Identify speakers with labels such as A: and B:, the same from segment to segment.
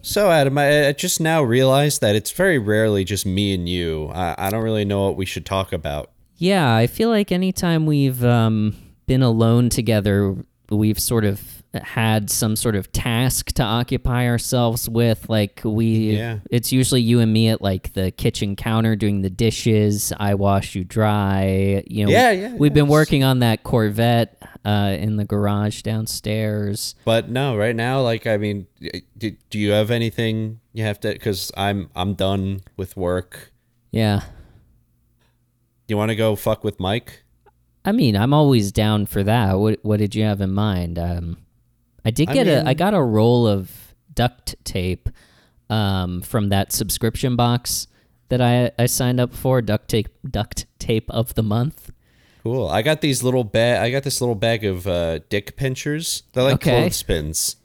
A: So, Adam, I, I just now realized that it's very rarely just me and you. I, I don't really know what we should talk about.
B: Yeah, I feel like anytime we've um, been alone together, we've sort of had some sort of task to occupy ourselves with. Like we,
A: Yeah.
B: it's usually you and me at like the kitchen counter doing the dishes. I wash, you dry. You know,
A: Yeah, yeah,
B: We've been
A: yes.
B: working on that Corvette uh, in the garage downstairs.
A: But no, right now, like, I mean, do, do you have anything you have to? Because I'm I'm done with work.
B: Yeah,
A: You want to go fuck with Mike?
B: I mean, I'm always down for that. What What did you have in mind? Um, I did
A: I
B: get a.
A: mean-
B: I got a roll of duct tape, um, from that subscription box that I I signed up for. Duct tape, duct tape of the month.
A: Cool. I got these little bag. I got this little bag of uh, dick pinchers. They're like
B: Okay.
A: clothespins.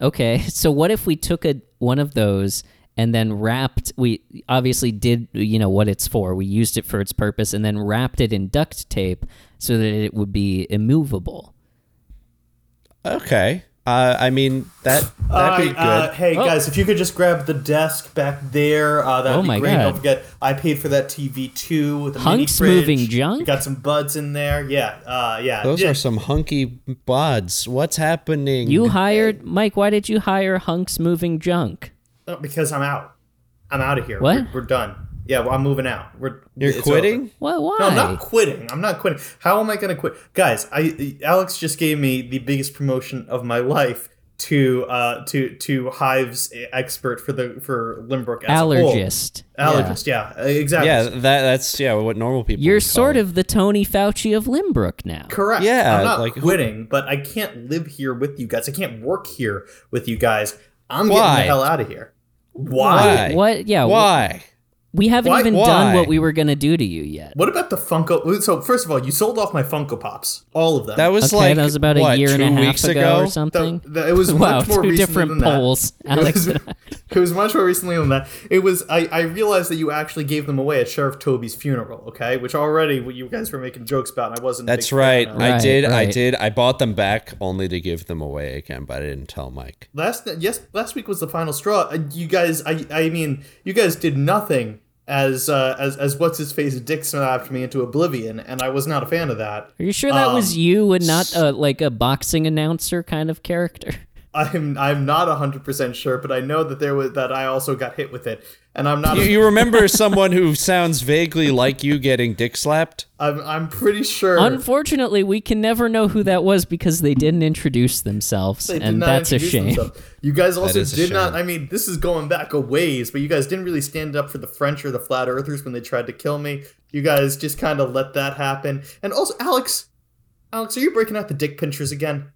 B: Okay, so what if we took a one of those and then wrapped? We obviously did, you know what it's for. We used it for its purpose, and then wrapped it in duct tape so that it would be immovable.
A: Okay. Uh, I mean that that'd be
C: Alright,
A: good.
C: uh, hey
B: Oh.
C: guys, if you could just grab the desk back there, uh, that'd
B: Oh
C: be
B: my
C: great.
B: God.
C: Don't forget, I paid for that TV too. With the
B: Hunks
C: mini fridge.
B: moving junk?
C: We got some buds in there. Yeah, uh, yeah.
A: Those
C: yeah.
A: are some hunky bods. What's happening?
B: You hired Mike. Why did you hire Hunks Moving Junk?
C: Oh, because I'm out. I'm out of here.
B: What?
C: We're, we're done. Yeah, well, I'm moving out. We're
A: You're
C: it's over.
A: quitting.
B: Why? Why?
C: No, I'm not quitting. I'm not quitting. How am I going to quit, guys? I Alex just gave me the biggest promotion of my life to uh to to Hive's expert for the for Limbrook as a whole.
B: Allergist. Yeah.
C: Allergist, yeah, exactly.
A: Yeah, that that's yeah what normal people.
B: You're
A: would call
B: sort
A: it.
B: of the Tony Fauci of Limbrook now.
C: Correct.
A: Yeah,
C: I'm not
A: like, who-
C: quitting, but I can't live here with you guys. I can't work here with you guys. I'm
A: Why?
C: getting the hell out of here. Why?
A: Why?
B: What? Yeah.
A: Why?
B: We haven't
C: Why-
B: even
A: why?
B: done what we were gonna do to you yet.
C: What about the Funko? So first of all, you sold off my Funko Pops, all of them.
A: That was
B: okay,
A: like
B: that was about
A: what,
B: a year and
A: two
B: a half
A: weeks
B: ago, or
C: The-
B: something.
C: the- it was
B: wow,
C: much more
B: two
C: recent
B: different
C: than that.
B: polls,
C: It
B: Alex.
C: was, it was much more recently than that. It was I, I realized that you actually gave them away at Sheriff Toby's funeral, okay? Which already what you guys were making jokes about and I wasn't a
A: That's
C: big fan
A: right.
C: of.
A: I
B: Right,
A: did. I
B: right.
A: did. I bought them back only to give them away again, but I didn't tell Mike.
C: last yes last week was the final straw Uh, you guys i i mean you guys did nothing as uh as as what's his face dick slapped me into oblivion and i was not a fan of that
B: Are you sure that
C: Um,
B: was you and not uh, like a boxing announcer kind of character?
C: i'm i'm not 100% sure but i know that there was that i also got hit with it and i'm not
A: You, you remember someone who sounds vaguely like you getting dick slapped?
C: I'm, I'm pretty sure
B: Unfortunately, we can never know who that was because they didn't introduce themselves,
C: they did
B: and
C: not
B: that's a
C: introduce
B: shame.
C: themselves. You guys also
A: is a
C: did not.
A: shame.
C: I mean, this is going back a ways, but you guys didn't really stand up for the French or the flat earthers when they tried to kill me. You guys just kind of let that happen. And also, Alex, Alex, are you breaking out the dick pinchers again?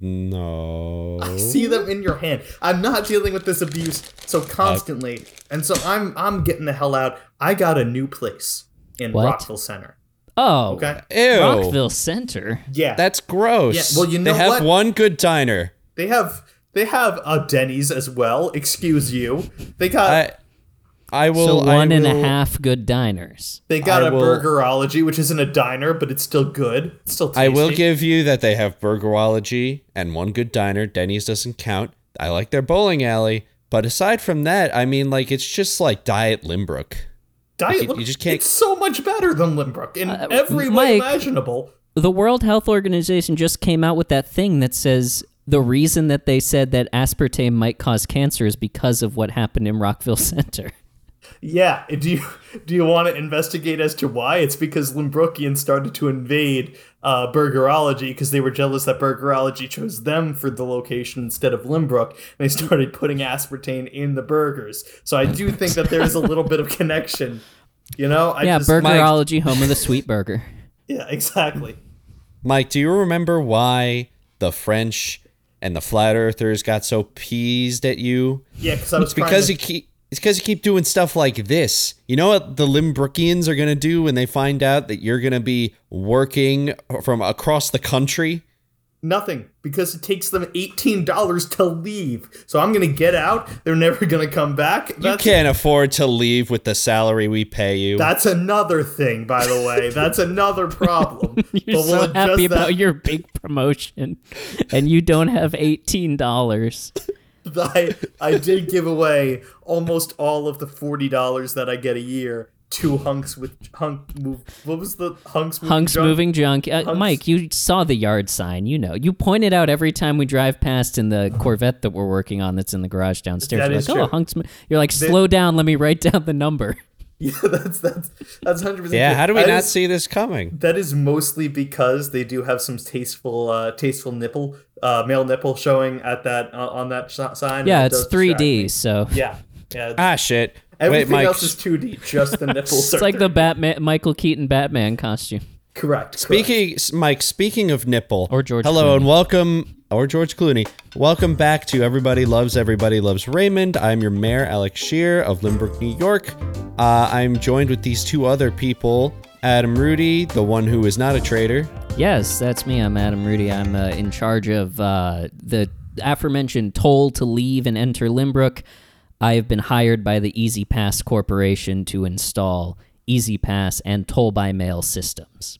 A: No.
C: I see them in your hand. I'm not dealing with this abuse so constantly, and so I'm I'm getting the hell out. I got a new place in
B: What?
C: Rockville Center.
B: Oh,
C: Okay.
A: Ew.
B: Rockville Center.
C: Yeah.
A: That's gross.
C: Yeah, well, you know
A: they have
C: what?
A: one good diner.
C: they have they have a Denny's as well. Excuse you. They got
A: I, I will.
B: So one and a half
A: I will-
B: good diners.
C: They got
A: I
C: a
A: will-
C: burgerology, which isn't a diner, but it's still good. It's still tasty.
A: I will give you that they have Burgerology and one good diner. Denny's doesn't count. I like their bowling alley, but aside from that, I mean, like it's just like diet Limbrook.
C: diet.
A: you-
C: Lim-
A: you just can't-
C: It's so much better than Limbrook in every
B: Uh,
C: way
B: Mike-
C: imaginable.
B: The World Health Organization just came out with that thing that says the reason that they said that aspartame might cause cancer is because of what happened in Rockville Center.
C: Yeah. Do you do you want to investigate as to why? It's because Limbrokians started to invade uh, burgerology because they were jealous that burgerology chose them for the location instead of Limbrook, and they started putting aspartame in the burgers. So I do think that there is a little bit of connection. You know, I
B: yeah,
C: just,
B: Burgerology, home of the sweet burger.
C: yeah, exactly.
A: Mike, do you remember why the French and the flat earthers got so peased at you?
C: Yeah, because I was trying
A: Because
C: to-
A: you keep. It's because you keep doing stuff like this. You know what the Limbrokians are going to do when they find out that you're going to be working from across the country?
C: Nothing, because it takes them eighteen dollars to leave. So I'm gonna get out. They're never gonna come back. That's,
A: you can't afford to leave with the salary we pay you.
C: that's another thing, by the way. That's another problem.
B: You're
C: But we'll
B: so happy
C: adjust that-
B: about your big promotion, and you don't have eighteen dollars.
C: I I did give away almost all of the forty dollars that I get a year to hunks with hunk move. What was the hunks? Moving
B: Hunks
C: Drunk?
B: moving junk. Uh,
C: Hunks.
B: Mike, you saw the yard sign. You know. You point it out every time we drive past in the Corvette that we're working on that's in the garage downstairs.
C: That
B: You're
C: is
B: like, oh,
C: true.
B: Hunks. Mo-" You're like, slow down. Let me write down the number.
C: Yeah, that's that's that's hundred percent.
A: Yeah, how do we not see this coming?
C: That is mostly because they do have some tasteful, uh, tasteful nipple, uh, male nipple showing at that uh, on that sh- sign. and
B: Yeah,
C: it
B: it's
C: does distract
B: 3D,
C: me.
B: so
C: Yeah, yeah. it's-
A: Ah, shit.
C: Everything
A: Wait, Mike.
C: else is 2D. Just the nipples.
B: it's like the Batman, Michael Keaton Batman costume.
C: correct. correct.
A: Speaking, s- Mike. Speaking of nipple,
B: Or George
A: Hello
B: Clooney.
A: and welcome, or George Clooney. Welcome back to Everybody Loves Everybody Loves Raymond. I'm your mayor, Alex Shear of Limbrook, New York. Uh, I'm joined with these two other people, Adam Rudy, the one who is not a traitor,
B: Yes, that's me. I'm Adam Rudy. I'm uh, in charge of uh, the aforementioned toll to leave and enter Limbrook. I have been hired by the Easy Pass Corporation to install Easy Pass and toll by mail systems.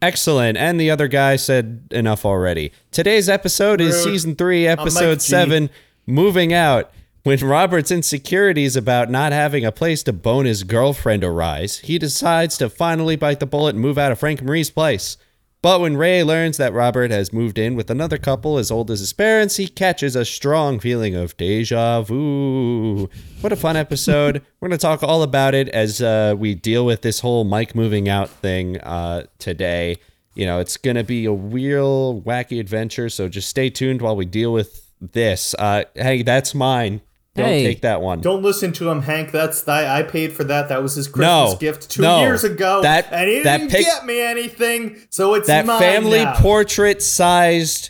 A: Excellent. And the other guy said enough already. Today's episode is
C: Rude.
A: season three,
C: Mike
A: episode
C: G.
A: seven, moving out. When Robert's insecurities about not having a place to bone his girlfriend arise, he decides to finally bite the bullet and move out of Frank Marie's place. But when Ray learns that Robert has moved in with another couple as old as his parents, he catches a strong feeling of deja vu. What a fun episode. We're going to talk all about it as uh, we deal with this whole Mike moving out thing uh, today. You know, it's going to be a real wacky adventure. So just stay tuned while we deal with this. Uh, hey, that's mine. Don't
B: Hey.
A: take that one.
C: Don't listen to him, Hank. That's I, I paid for that. That was his Christmas
A: No,
C: gift two
A: no.
C: years ago,
A: That-
C: and he
A: that
C: didn't
A: pic-
C: get me anything. So it's
A: that
C: mine
A: family
C: now.
A: portrait sized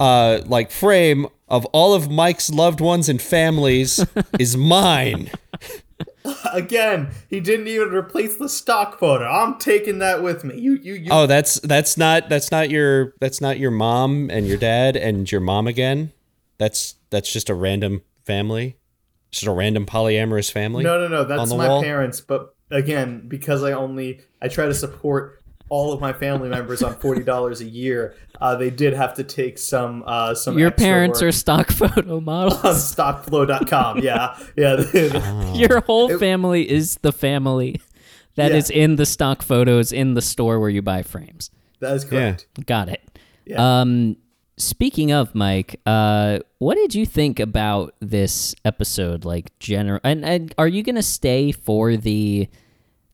A: uh like frame of all of Mike's loved ones and families is mine.
C: Again, he didn't even replace the stock photo. I'm taking that with me. You, you, you.
A: Oh, that's that's not that's not your that's not your mom and your dad and your mom again. That's that's just a random family. Just a random polyamorous family.
C: no, no, no.
A: on
C: That's
A: the
C: my
A: wall?
C: parents. But again, because I only I try to support all of my family members on forty dollars a year, uh, they did have to take some uh, some.
B: Your
C: extra
B: parents are
C: work
B: stock photo
C: on
B: models.
C: stockflow.com. yeah, yeah.
B: Your whole family is the family that is
C: Yeah.
B: in the stock photos in the store where you buy frames.
C: that is correct.
B: Got it.
C: Yeah.
B: Um, speaking of Mike, uh, what did you think about this episode? Like general, and, and are you gonna stay for the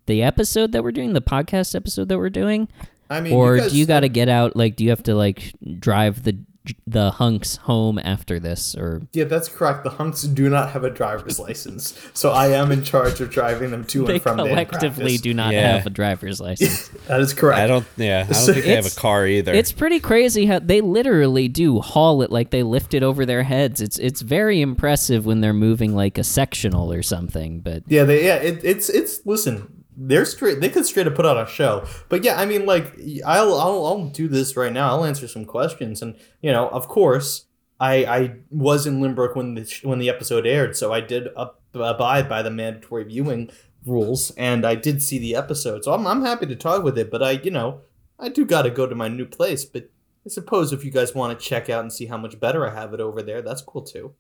B: the episode that we're doing, the podcast episode that we're doing,
C: I mean,
B: or
C: guys-
B: do you got to get out? Like, do you have to like drive the the hunks home after this, or
C: Yeah, that's correct. The hunks do not have a driver's license, so I am in charge of driving them to
B: they
C: and from. the
B: collectively
C: practice.
B: do not
A: Yeah.
B: have a driver's license?
C: That is correct.
A: I don't yeah, I don't think they have a
B: it's-
A: car either.
B: It's pretty crazy how they literally do haul it like they lift it over their heads. It's it's very impressive when they're moving like a sectional or something. But
C: Yeah, they yeah, it, it's it's listen, they're straight. They could straight up put on a show, but yeah, I mean, like I'll I'll, I'll do this right now. I'll answer some questions, and you know, of course, I I was in Limbrook when the sh- when the episode aired, so I did up, abide by the mandatory viewing rules, and I did see the episode, so I'm I'm happy to talk with it. But I you know I do got to go to my new place, but. I suppose if you guys want to check out and see how much better I have it over there, that's cool too.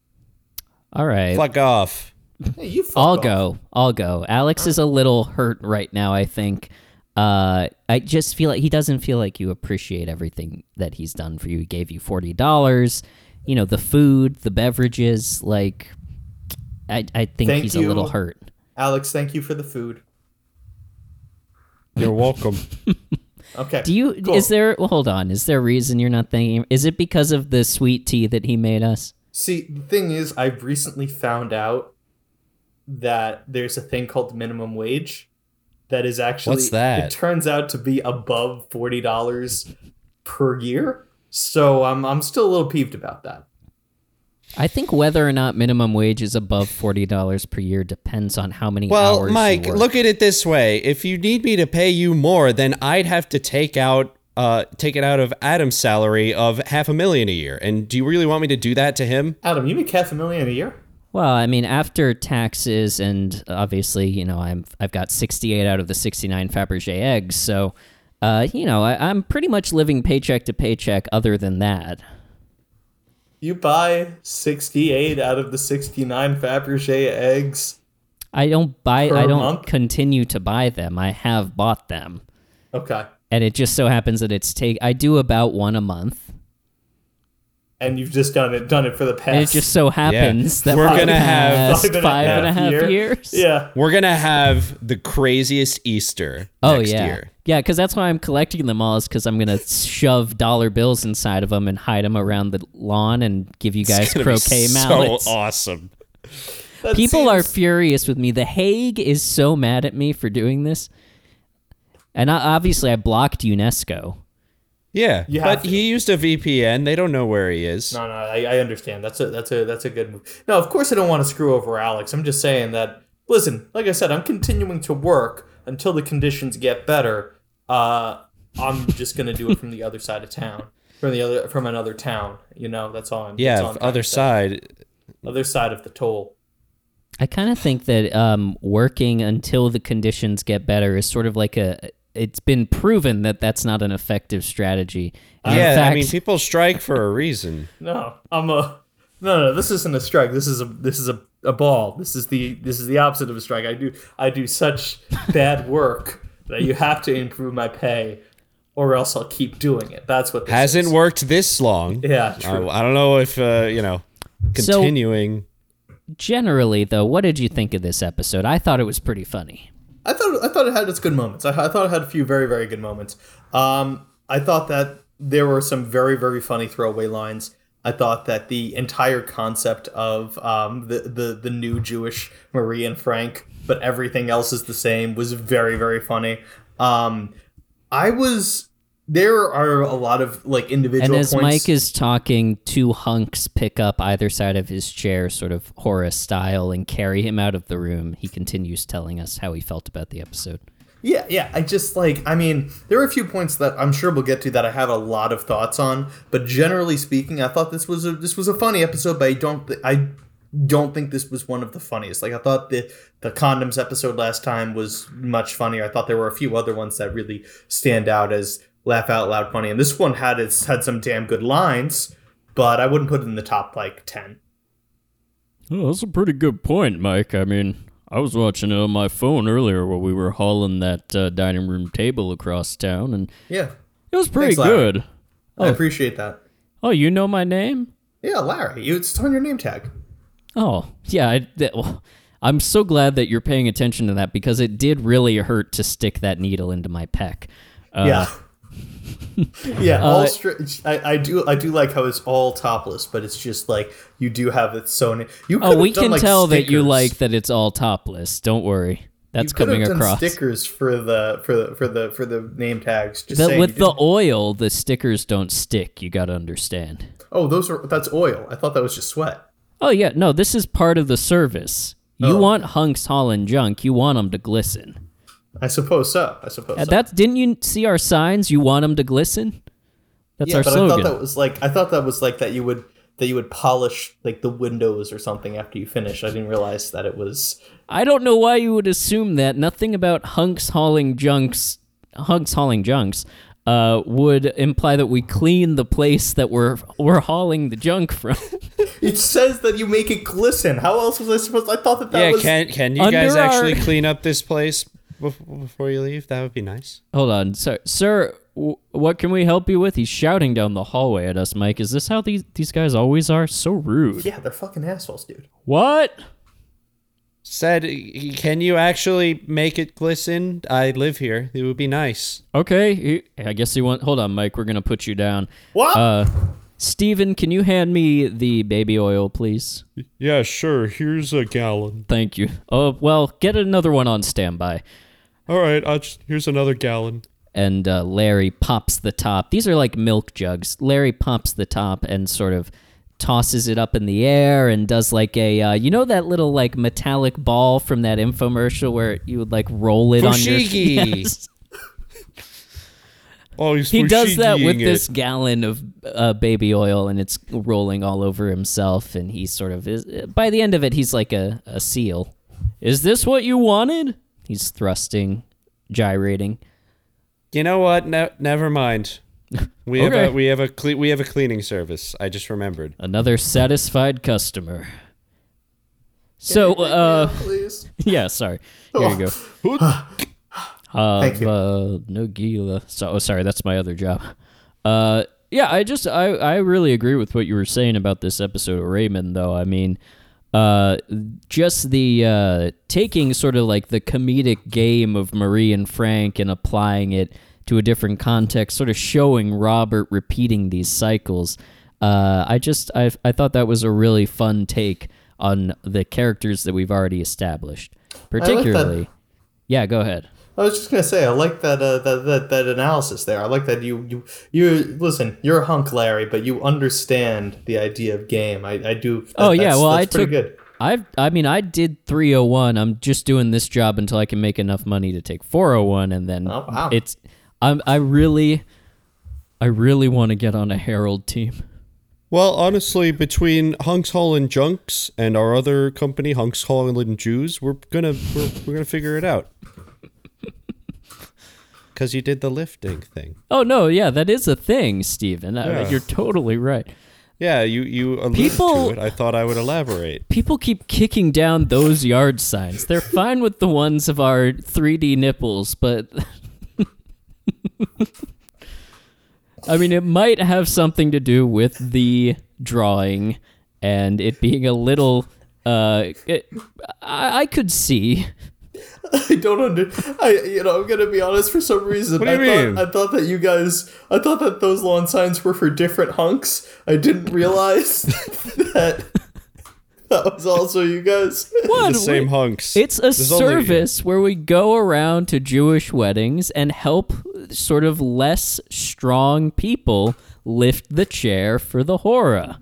B: all right,
A: Fuck off.
C: Hey, you fuck
B: I'll
C: off.
B: go. I'll go. Alex is a little hurt right now, I think. Uh, I just feel like he doesn't feel like you appreciate everything that he's done for you. He gave you forty dollars, you know, the food, the beverages. Like, I, I think
C: Thank
B: he's a
C: you.
B: little hurt.
C: Alex, thank you for the food.
A: You're welcome.
C: Okay.
B: Do you?
C: cool.
B: Is there? Well, hold on. Is there a reason you're not thanking him? Is it because of the sweet tea that he made us?
C: See, the thing is, I've recently found out that there's a thing called minimum wage that is actually
A: What's that?
C: It turns out to be above forty dollars per year. So I'm I'm still a little peeved about that.
B: I think whether or not minimum wage is above forty dollars per year depends on how many hours.
A: Well,
B: you
A: Mike,
B: work.
A: look at it this way: if you need me to pay you more, then I'd have to take out, uh, take it out of Adam's salary of half a million a year. And do you really want me to do that to him?
C: Adam, you make half a million a year?
B: Well, I mean, after taxes, and obviously, you know, I'm I've got 68 out of the 69 Fabergé eggs, so, uh, you know, I, I'm pretty much living paycheck to paycheck. Other than that,
C: you buy 68 out of the 69 Fabergé eggs.
B: I don't buy.
C: Per
B: I don't
C: month?
B: continue to buy them. I have bought them,
C: Okay.
B: and it just so happens that it's take. I do about one a month,
C: And you've just done it done it for the past
B: and it just so happens that
A: We're
B: for the
A: gonna have-
B: past five and a half
C: year.
B: years.
C: Yeah.
A: We're gonna have the craziest Easter
B: Oh
A: next
B: yeah,
A: year.
B: yeah. Because that's why I'm collecting them all. Is because I'm gonna shove dollar bills inside of them and hide them around the lawn and give you
A: It's
B: guys
A: gonna be
B: croquet
A: so
B: mallets.
A: awesome.
C: That
B: People
C: seems-
B: are furious with me. The Hague is so mad at me for doing this, and I, obviously I blocked UNESCO.
A: Yeah,
C: You have
A: but
C: to.
A: he used a VPN. They don't know where he is.
C: No, no, I, I understand. That's a that's a that's a good move. No, of course I don't want to screw over Alex. I'm just saying that. Listen, like I said, I'm continuing to work until the conditions get better. Uh, I'm just gonna do it from the other side of town, from the other from another town. You know, that's all. I'm, that's
A: yeah,
C: all I'm trying
A: other
C: to say.
A: side.
C: other side of the toll.
B: I kind of think that um, working until the conditions get better is sort of like a. It's been proven that that's not an effective strategy. And
A: yeah,
B: in fact,
A: I mean, people strike for a reason.
C: No, I'm a no, no. This isn't a strike. This is a this is a, a ball. This is the this is the opposite of a strike. I do I do such bad work that you have to improve my pay, or else I'll keep doing it. That's what this
A: Hasn't
C: is.
A: worked this long.
C: Yeah, true.
A: I, I don't know if uh, you know.
B: So-
A: Continuing.
B: generally, though, what did you think of this episode? I thought it was pretty funny.
C: I thought I thought it had its good moments. I, I thought it had a few very very good moments. Um, I thought that there were some very very funny throwaway lines. I thought that the entire concept of um, the, the the new Jewish Marie and Frank, but everything else is the same, was very very funny. Um, I was there are a lot of like individual
B: And as
C: points.
B: Mike is talking, two hunks pick up either side of his chair, sort of Horace style, and carry him out of the room. He continues telling us how he felt about the episode.
C: Yeah, yeah. I just like, I mean, there are a few points that I'm sure we'll get to that I have a lot of thoughts on, but generally speaking, I thought this was a this was a funny episode, but I don't th- I don't think this was one of the funniest. Like I thought the the condoms episode last time was much funnier. I thought there were a few other ones that really stand out as laugh out loud funny, and this one had its had some damn good lines, but I wouldn't put it in the top like ten.
B: Oh, that's a pretty good point, Mike. I mean, I was watching it on my phone earlier while we were hauling that uh, dining room table across town, and
C: Yeah,
B: it was pretty
C: Thanks, Larry.
B: good.
C: I appreciate that.
B: Oh, you know my name?
C: Yeah, Larry, you- it's on your name tag.
B: Oh, yeah. I, that, well, I'm so glad that you're paying attention to that because it did really hurt to stick that needle into my pec. Uh,
C: Yeah. yeah, all stri- I, I do I do like how it's all topless, but it's just like you do have it sewn. in- You
B: Oh,
C: could've
B: we
C: done,
B: can
C: like,
B: tell that you
C: stickers.
B: like that it's all topless. Don't worry. That's
C: You could've
B: coming
C: done
B: across.
C: stickers for the for the for the for the name tags. Just
B: But
C: saying
B: with
C: you
B: the
C: didn't-
B: oil, the stickers don't stick. You got to understand.
C: oh, those are that's oil. I thought that was just sweat.
B: Oh yeah, no, this is part of the service. You
C: Oh.
B: want hunks hauling junk. You want them to glisten.
C: I suppose so. I suppose.
B: Uh,
C: so.
B: That didn't you see our signs? You want them to glisten. That's
C: yeah,
B: our
C: but I
B: slogan.
C: thought that was like I thought that was like that you would that you would polish like the windows or something after you finish. I didn't realize that it was.
B: I don't know why you would assume that. Nothing about hunks hauling junks, hunks hauling junks, uh, would imply that we clean the place that we're we're hauling the junk from.
C: It says that you make it glisten. How else was I supposed? I thought that that
A: yeah,
C: was.
A: can can you
B: Under
A: guys
B: our-
A: actually clean up this place bef- before you leave? That would be nice.
B: Hold on, sir. Sir, w- what can we help you with? He's shouting down the hallway at us, Mike. Is this how these these guys always are? So rude.
C: yeah, they're fucking assholes, dude.
B: What?
A: Said, can you actually make it glisten? I live here. It would be nice.
B: Okay, he- I guess he want. Hold on, Mike. We're gonna put you down.
C: What?
B: Uh, Steven, can you hand me the baby oil, please?
A: Yeah, sure. Here's a gallon.
B: Thank you. Oh well, get another one on standby.
A: All right, I'll just, here's another gallon.
B: and uh, Larry pops the top. These are like milk jugs. Larry pops the top and sort of tosses it up in the air and does like a uh, you know that little like metallic ball from that infomercial where you would like roll it on your
A: Fushigi.
B: Yes.
A: Oh, he's
B: He does that with this gallon of uh, baby oil and it's rolling all over himself and he sort of is uh, by the end of it he's like a, a seal. Is this what you wanted? He's thrusting, gyrating.
A: You know what? No, never mind. We
B: Okay.
A: have a we have a cle- we have a cleaning service. I just remembered.
B: Another satisfied customer. So, uh,
C: please.
B: yeah, sorry. Here you go.
C: Thank you.
B: Uh, no gila. So, oh, sorry, that's my other job. Uh, yeah, I just I, I really agree with what you were saying about this episode of Raymond, though. I mean, uh, just the uh, taking sort of like the comedic game of Marie and Frank and applying it to a different context, sort of showing Robert repeating these cycles. Uh, I just I I thought that was a really fun take on the characters that we've already established, particularly. Yeah, go ahead.
C: I was just gonna say, I like that, uh, that that that analysis there. I like that you you you listen. You're a hunk, Larry, but you understand the idea of game. I I do. that-
B: Oh, yeah,
C: that's-
B: well,
C: that's
B: I
C: pretty
B: took-
C: good.
B: I've I mean I did 301. I'm just doing this job until I can make enough money to take 401 and then
C: Oh, wow.
B: it's I'm I really I really want to get on a Herald team.
A: Well, honestly, between Hunks Hall and Junks and our other company, Hunks Hall and Jews, we're gonna we're, we're gonna figure it out. Cause you did the lifting thing.
B: Oh no, yeah, that is a thing, Steven. I-
A: Yeah.
B: you're totally right.
A: Yeah, you you alluded
B: People-
A: to it. I thought I would elaborate.
B: People keep kicking down those yard signs. They're fine with the ones of our 3D nipples, but I mean, it might have something to do with the drawing and it being a little. Uh, it, I, I could see.
C: I don't under. I you know I'm gonna be honest. For some reason,
A: What do you
C: I
A: mean?
C: thought I thought that you guys. I thought that those lawn signs were for different hunks. I didn't realize that that was also you guys.
B: What?
A: The same hunks.
B: It's a
A: There's only-
B: service where we go around to Jewish weddings and help sort of less strong people lift the chair for the horror.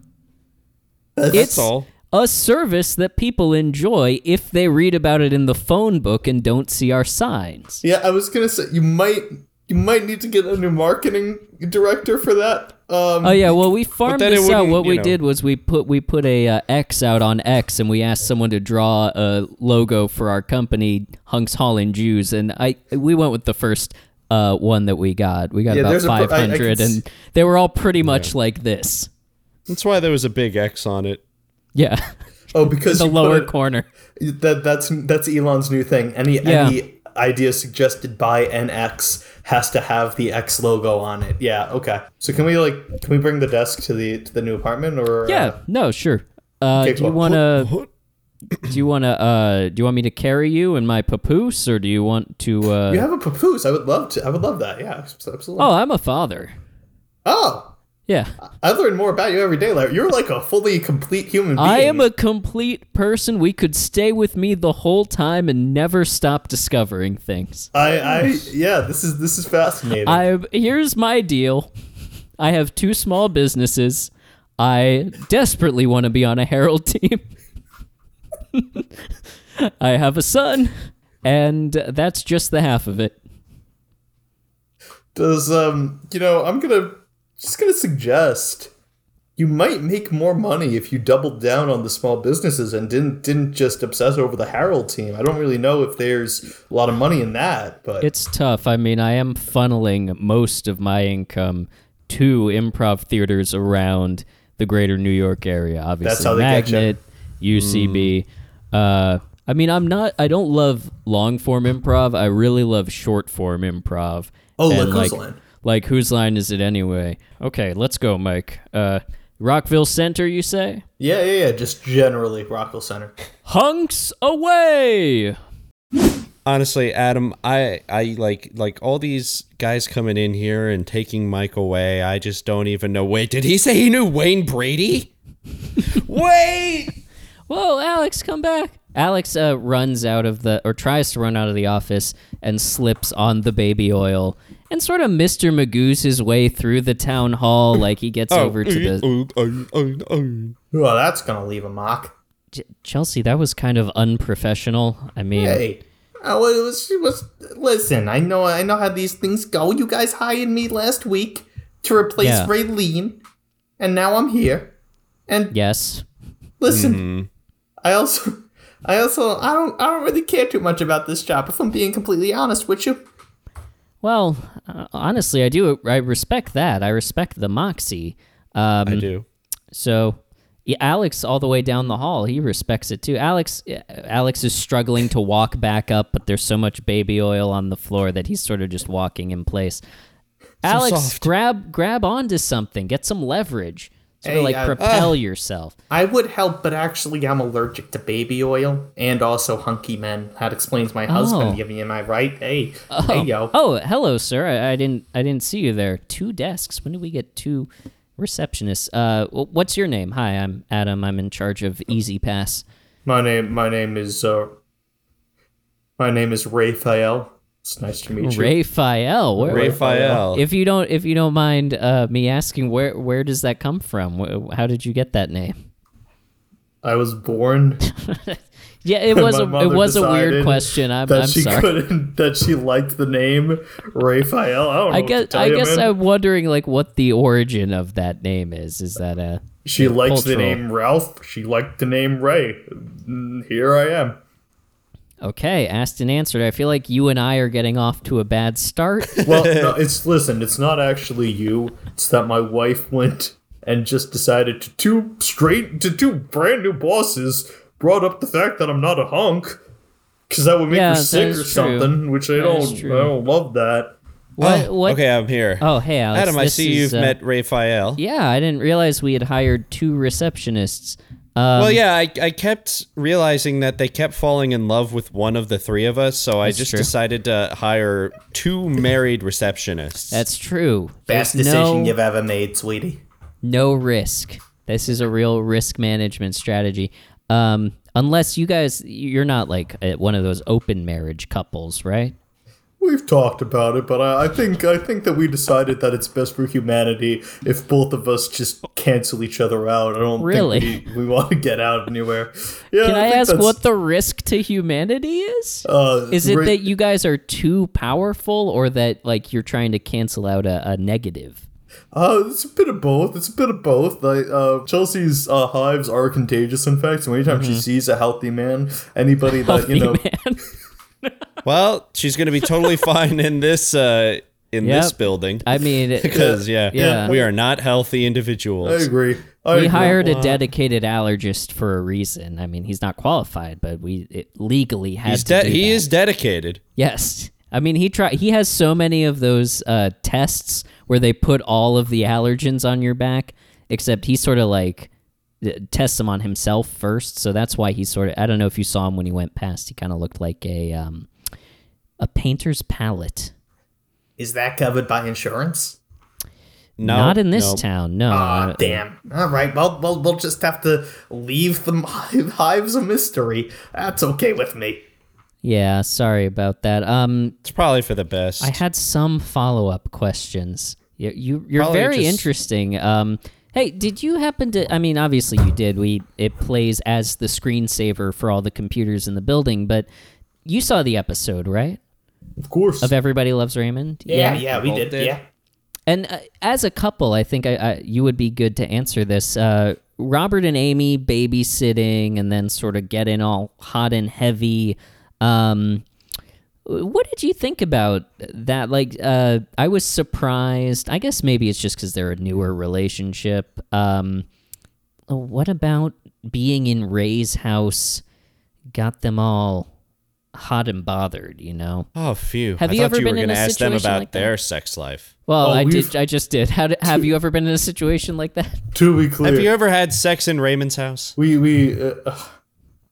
B: it's
A: That's all.
B: a service that people enjoy if they read about it in the phone book and don't see our signs.
C: Yeah, I was gonna say you might you might need to get a new marketing director for that. Um,
B: Oh yeah, well we farmed
A: then it
B: this out.
A: wouldn't,
B: What
A: you
B: we
A: know.
B: did was we put we put a uh, X out on X and we asked someone to draw a logo for our company, Hunks Hall and Jews, and I we went with the first uh, one that we got. We got
C: Yeah,
B: about
C: there's a pr- I- I
B: five
C: can
B: hundred,
C: s-
B: and they were all pretty much like this.
A: That's why there was a big X on it.
B: Yeah,
C: oh, because
B: the
C: you put uh,
B: lower
C: it-
B: corner.
C: that that's that's Elon's new thing. Any
B: Yeah.
C: any idea suggested by NX has to have the X logo on it. Yeah, okay. So can we like can we bring the desk to the to the new apartment or
B: Yeah, no, sure. Uh,
C: Okay,
B: do you
C: cool.
B: want to?
A: What?
B: Do you want to? Uh, do you want me to carry you in my papoose, or do you want to? Uh...
C: You have a papoose. I would love to. I would love that. Yeah, abs- absolutely.
B: Oh,
C: Oh,
B: I'm a father. Yeah,
C: I learn more about you every day, Larry. You're like a fully complete human being.
B: I am a complete person. We could stay with me the whole time and never stop discovering things.
C: I, I yeah. This is this is fascinating.
B: I here's my deal. I have two small businesses. I desperately want to be on a Herald team. I have a son, and that's just the half of it.
C: Does um you know I'm gonna just gonna suggest you might make more money if you doubled down on the small businesses and didn't didn't just obsess over the Harold team. I don't really know if there's a lot of money in that, but
B: It's tough. I mean, I am funneling most of my income to improv theaters around the greater New York area. Obviously,
C: how they get ya. Mm.
B: Magnet, UCB. Uh, I mean, I'm not. I don't love long form improv. I really love short form improv.
C: Oh, like
B: And,
C: Whose Line?
B: Like whose line is it anyway? Okay, let's go, Mike. Uh, Rockville Center, you say?
C: yeah, yeah, yeah. Just generally Rockville Center.
B: Hunks away!
A: honestly adam i i like like all these guys coming in here and taking mike away i just don't even know wait did he say he knew wayne brady wait
B: Whoa, Alex, come back. Alex uh, runs out of the, or tries to run out of the office and slips on the baby oil and sort of Mr. Magoo's his way through the town hall like he gets over to the.
C: Well, that's gonna leave a mock.
B: Ch- Chelsea, that was kind of unprofessional. I mean,
C: Hey. I was, was, was listen. I know, I know how these things go. You guys hired me last week to replace
B: Yeah.
C: Raylene, and now I'm here. And
B: yes.
C: Listen,
B: Mm-hmm.
C: I also, I also, I don't, I don't really care too much about this job. If I'm being completely honest with you,
B: Well, uh, honestly, I do. I respect that. I respect the moxie. Um,
A: I do.
B: So, yeah, Alex, all the way down the hall, he respects it too. Alex, eh, Alex is struggling to walk back up, but there's so much baby oil on the floor that he's sort of just walking in place. Alex,
A: soft.
B: grab grab onto something, get some leverage, sort of
C: Hey,
B: like
C: I-
B: propel yourself.
C: I would help, but actually, I'm allergic to baby oil and also hunky men. That explains my
B: Oh.
C: husband giving me my right. Hey, hey, yo.
B: Oh, hello, sir. I, I didn't I didn't see you there. Two desks. When did we get two receptionists? Uh, wh- what's your name? Hi, I'm Adam. I'm in charge of Easy Pass.
C: My name, my name is, uh, my name is Raphael. It's nice to meet you.
B: Raphael. Where,
A: Raphael.
B: If you don't, if you don't mind uh, me asking, where where does that come from? Wh- How did you get that name?
C: I was born.
B: Yeah, it was a,
C: My
B: it
C: mother
B: was a weird
C: decided
B: question. I'm,
C: that
B: I'm
C: she
B: sorry.
C: couldn't. That she liked the name Raphael. I don't know.
B: I
C: what to
B: guess
C: tell
B: I
C: you,
B: guess
C: man.
B: I'm wondering like what the origin of that name is. Is that a
C: She liked
B: cultural.
C: the name Ralph. She liked the name Ray. Mm, Here I am.
B: okay? Asked and answered. I feel like you and I are getting off to a bad start.
A: Oh,
C: Well, no, it's listen. It's not actually you. It's that my wife went and just decided to two straight to two brand new bosses brought up the fact that I'm not a hunk because that would make
B: Yeah,
C: her sick
B: that
C: or
B: is true.
C: something, which I
B: is
C: don't.
B: true.
C: I don't love that.
B: what?
A: Oh,
B: what?
A: Okay, I'm here.
B: Oh, hey, Alex.
A: Adam, I
B: this
A: see
B: is,
A: you've
B: uh,
A: met Raphael.
B: Yeah, I didn't realize we had hired two receptionists. Um,
A: Well, yeah, I, I kept realizing that they kept falling in love with one of the three of us, so I just
B: true.
A: decided to hire two married receptionists.
B: that's true.
D: Best
B: There's
D: decision
B: no-
D: you've ever made, sweetie.
B: no risk. This is a real risk management strategy. Um, unless you guys, you're not like uh, one of those open marriage couples, right?
C: We've talked about it, but I, I think I think that we decided that it's best for humanity if both of us just cancel each other out. I don't
B: Really?
C: think we, we want to get out anywhere. Yeah,
B: Can I,
C: think
B: ask
C: that's-
B: what the risk to humanity is?
C: uh,
B: is it
C: Ra-
B: that you guys are too powerful, or that like you're trying to cancel out a, a negative?
C: Uh, it's a bit of both. It's a bit of both. Like, uh, Chelsea's uh, hives are contagious. In fact, so anytime she sees a healthy man, anybody that you know,
B: Mm-hmm. Man,
A: well, she's going to be totally fine in this uh, in this
B: Yep.
A: building
B: I mean, it-
A: because yeah,
B: Yeah.
A: we are not healthy
C: I
A: individuals.
C: agree. I
B: we
C: agree.
B: hired a dedicated allergist for a reason. I mean, he's not qualified, but we it legally had
A: He's
B: to.
A: de-
B: do
A: he
B: that.
A: is dedicated.
B: Yes. I mean, he try he has so many of those uh, tests where they put all of the allergens on your back, except he sort of like th- tests them on himself first. So that's why he sort of I don't know if you saw him when he went past. He kind of looked like a um, a painter's palette.
D: Is that covered by
B: Uh,
D: insurance?
A: No,
B: Not in this
A: no.
B: town, no.
D: Ah,
B: I-
D: damn. All right. Well, well, we'll just have to leave the hive- hives a mystery. That's okay with me.
B: yeah, sorry about that. Um,
A: It's probably for the best.
B: I had some follow up questions. You, you you're
A: Probably
B: very
A: just-
B: interesting. Um, hey, did you happen to? I mean, obviously you did. We it plays as the screensaver for all the computers in the building, but you saw the episode, right?
C: of course.
B: Of Everybody Loves Raymond.
D: Yeah, yeah, we
A: both
D: did.
A: did.
D: Yeah.
B: And uh, as a couple, I think I, I you would be good to answer this. Uh, Robert and Amy babysitting, and then sort of getting all hot and heavy. Um, what did you think about that? Like, uh, I was surprised. I guess maybe it's just because they're a newer relationship. Um, what about being in Ray's house? Got them all hot and bothered, you know.
A: oh, phew.
B: Have
A: I
B: you
A: thought
B: ever
A: you were
B: been in
A: gonna
B: a
A: ask them
B: situation
A: about
B: like that?
A: their sex life.
B: Well,
C: Oh,
B: I
C: we've-
B: did. I just did. How d have you ever been in a situation like that?
C: to be clear,
A: Have you ever had sex in Raymond's house?
C: we we uh, ugh.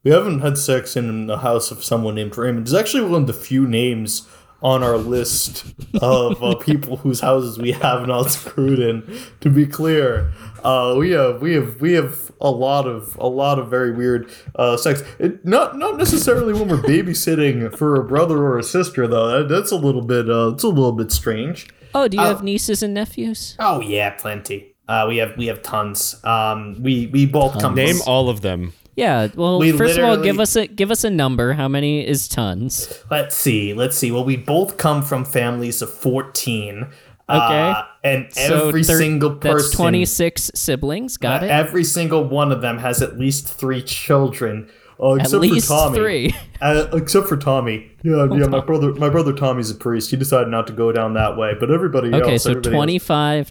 C: we haven't had sex in the house of someone named Raymond. It's actually one of the few names on our list of uh, people whose houses we have not screwed in. To be clear, uh, we have we have we have a lot of a lot of very weird uh, sex. It, not not necessarily when we're babysitting for a brother or a sister though. That, that's a little bit uh, it's a little bit strange.
B: Oh, do you have nieces and nephews?
D: Oh yeah, plenty. Uh, we have we have tons. Um, we we both come.
A: Name
D: from,
A: all of them.
B: Yeah. Well,
D: We
B: first of all, give
D: literally-
B: us a give us a number. How many is tons?
D: let's see, let's see. Well, we both come from families of fourteen.
B: Okay.
D: Uh, and
B: So
D: every
B: thir-
D: single person. Uh,
B: That's twenty six siblings. Got it.
D: Every single one of them has at least three children.
C: Uh,
B: At
C: except
B: least
C: for Tommy.
B: three.
C: Uh, except for Tommy. Yeah, yeah. My brother, my brother Tommy's a priest. He decided not to go down that way. But everybody
B: Okay,
C: else,
B: so
C: everybody else-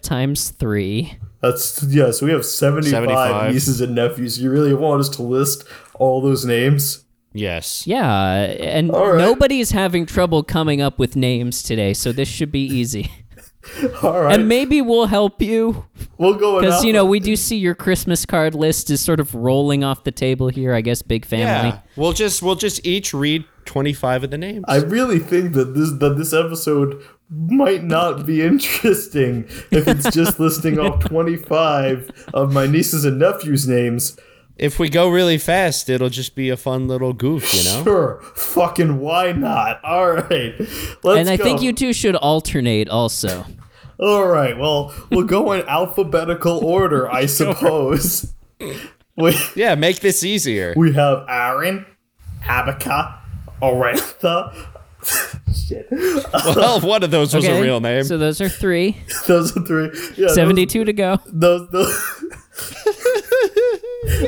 B: 25 times 3.
C: That's yeah. So we have seventy-five,
A: 75.
C: nieces and nephews. You really want us to list all those names?
A: Yes.
B: Yeah, and
C: All right.
B: nobody's having trouble coming up with names today, so this should be easy.
C: All right,
B: and maybe we'll help you
C: we'll go
B: because
C: enough.
B: you know we do see your Christmas card list is sort of rolling off the table here. I guess big family.
A: Yeah. We'll just we'll just each read 25 of the names.
C: I really think that this that this episode might not be interesting if it's just listing off twenty-five of my nieces and nephews' names.
A: if we go really fast, it'll just be a fun little goof, you know?
C: Sure, fucking why not? All right, let's
B: and I think
C: go.
B: you two should alternate also.
C: All right, well, we'll go in alphabetical order, I suppose. we,
A: Yeah, make this easier.
C: we have Aaron, Abaca, Orantha. Shit.
A: Well, one of those was a real name.
B: So those are three.
C: Those are three. Yeah, those-
B: Seventy-two to go.
C: Those, those.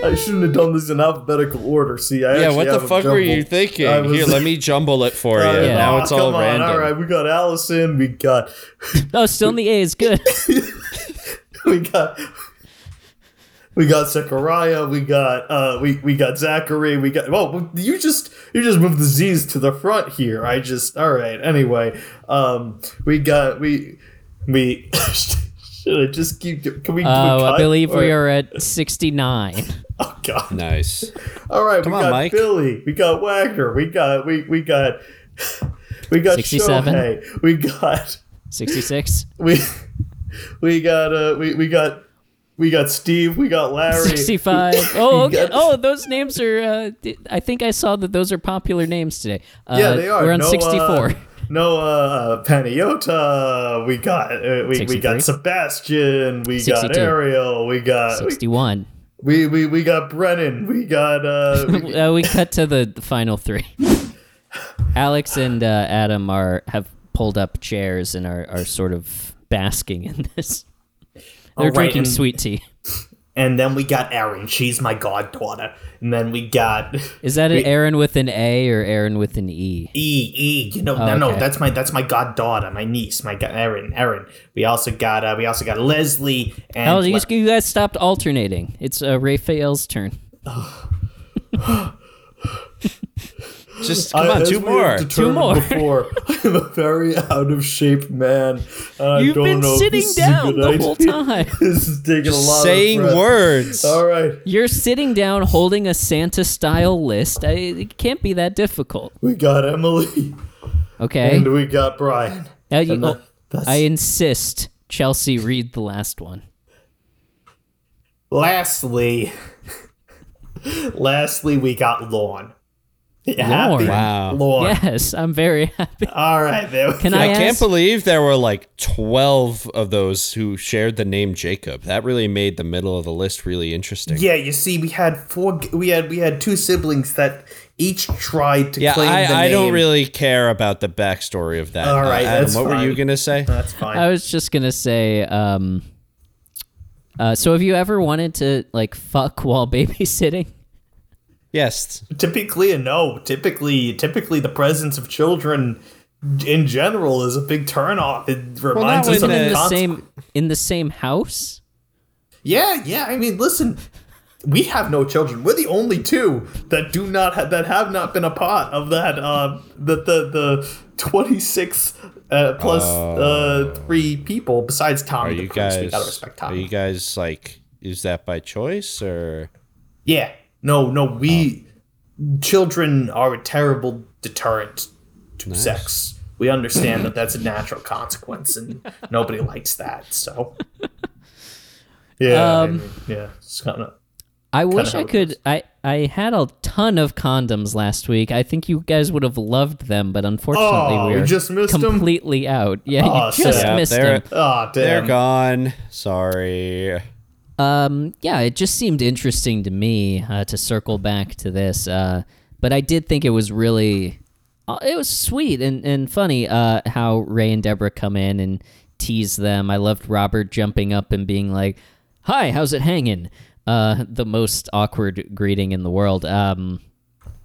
C: I shouldn't have done this in alphabetical order. See, I
A: yeah,
C: actually
A: what the
C: have 'em
A: fuck were you
C: jumbled.
A: thinking?
C: I was-
A: Here, let me jumble it for you.
C: Yeah.
A: Now
C: Aw,
A: it's all
C: come on,
A: random.
C: All right, we got Allison. We got
B: Oh, still in the A's. Good.
C: we got we got Zechariah, we got uh we, we got Zachary, we got oh, well you just you just moved the Z's to the front here. I just all right, anyway. Um we got we we should I just keep can we do a
B: Oh, I
C: cut?
B: believe we
C: Or-
B: are at sixty-nine.
C: oh god.
A: Nice.
C: All right, we
A: on,
C: got
A: Mike.
C: Billy, we got Wagner, we got we we got we got
B: 67.
C: Shohei, we got
B: Sixty-six.
C: we we got uh we, we got we got Steve, we got Larry.
B: Sixty-five. Oh, okay.
C: got-
B: oh, those names are. Uh, th- I think I saw that those are popular names today. Uh,
C: Yeah, they are.
B: We're on
C: No, uh,
B: sixty-four.
C: No, uh, Paniota. We got uh, we, we
B: 63.
C: got Sebastian. We
B: 62.
C: got Ariel. We got we,
B: Sixty-one.
C: we we we got Brennan. We got uh, we-
B: uh, we cut to the the final three. Alex and uh, Adam are have pulled up chairs and are, are sort of basking in this. They're
D: All right,
B: drinking
D: and-
B: sweet tea.
D: And then we got Erin. She's my goddaughter. And then we got
B: Is that an Aaron with an A or Aaron with an E?
D: E. E. You know, no,
B: okay.
D: no, that's my that's my goddaughter, my niece, my god, Erin. Erin. We also got uh, we also got Leslie and
B: Oh, you, you guys stopped alternating. It's uh, Raphael's turn.
A: Just
C: I-
A: come on,
C: as
A: two
C: we
A: more.
C: have determined
B: more.
C: Before I'm a very out of shape man. and I
B: You've
C: don't
B: been
C: know if
B: sitting
C: this is a
B: down
C: good
B: the
C: idea.
B: whole time.
C: this is taking a lot.
A: Just
C: of
A: saying
C: breath.
A: words.
C: All right,
B: You're sitting down holding a Santa style list. I, it can't be that difficult.
C: we got Emily
B: Okay.
C: and we got Brian.
B: Now you-
C: And
B: oh,
C: that's
B: I insist, Chelsea, read the last one.
D: lastly Lastly we got Lorne. Happy
A: Wow.
D: Lorne.
B: Yes, I'm very happy.
D: All right, there we
B: Can
D: go.
B: I,
A: I can't
B: ask-
A: believe there were like 12 of those who shared the name Jacob. That really made the middle of the list really interesting.
D: Yeah, you see, we had four. We had we had two siblings that each tried to
A: Yeah,
D: claim the name.
A: I, I don't really care about the backstory of that.
D: All
A: Uh,
D: right,
A: Adam,
D: that's
A: what were you
D: fine.
A: gonna say?
C: Uh,
D: That's fine.
B: I was just gonna say. Um, uh, so, have you ever wanted to like fuck while babysitting?
A: Yes,
C: Typically,
D: Yeah, no, typically, typically the presence of children in general is a big turnoff. It reminds
A: not
D: us
A: when
D: of
A: the-
B: In the
D: conse-
B: same in the same house?
D: Yeah, yeah. I mean, listen, we have no children. We're the only two that do not ha- that have not been a part of that. Uh, the the the twenty six uh, plus uh, three people besides Tom.
A: Oh. Are
D: the
A: you
D: priest.
A: guys?
D: we gotta respect Tom.
A: Are you guys like? Is that by choice or?
D: Yeah. No, no, we children are a terrible deterrent to sex. We understand that that's a natural consequence and nobody likes that. So,
C: yeah,
B: Um,
C: I mean,
D: yeah, it's kind of
B: I wish
D: how
B: I
D: it
B: could. I I had a ton of condoms last week. I think you guys would have loved them, but unfortunately,
C: Oh,
B: we
C: we
B: are
C: just missed 'em?
B: completely out. Yeah,
C: Oh,
B: you just
A: Yeah,
B: missed
A: they're
B: them.
C: oh
A: they're
C: damn.
A: gone. Sorry.
B: Um, yeah, it just seemed interesting to me uh, to circle back to this, uh, but I did think it was really, uh, it was sweet and and funny uh, how Ray and Deborah come in and tease them. I loved Robert jumping up and being like, "Hi, how's it hanging?" Uh, the most awkward greeting in the world. Um,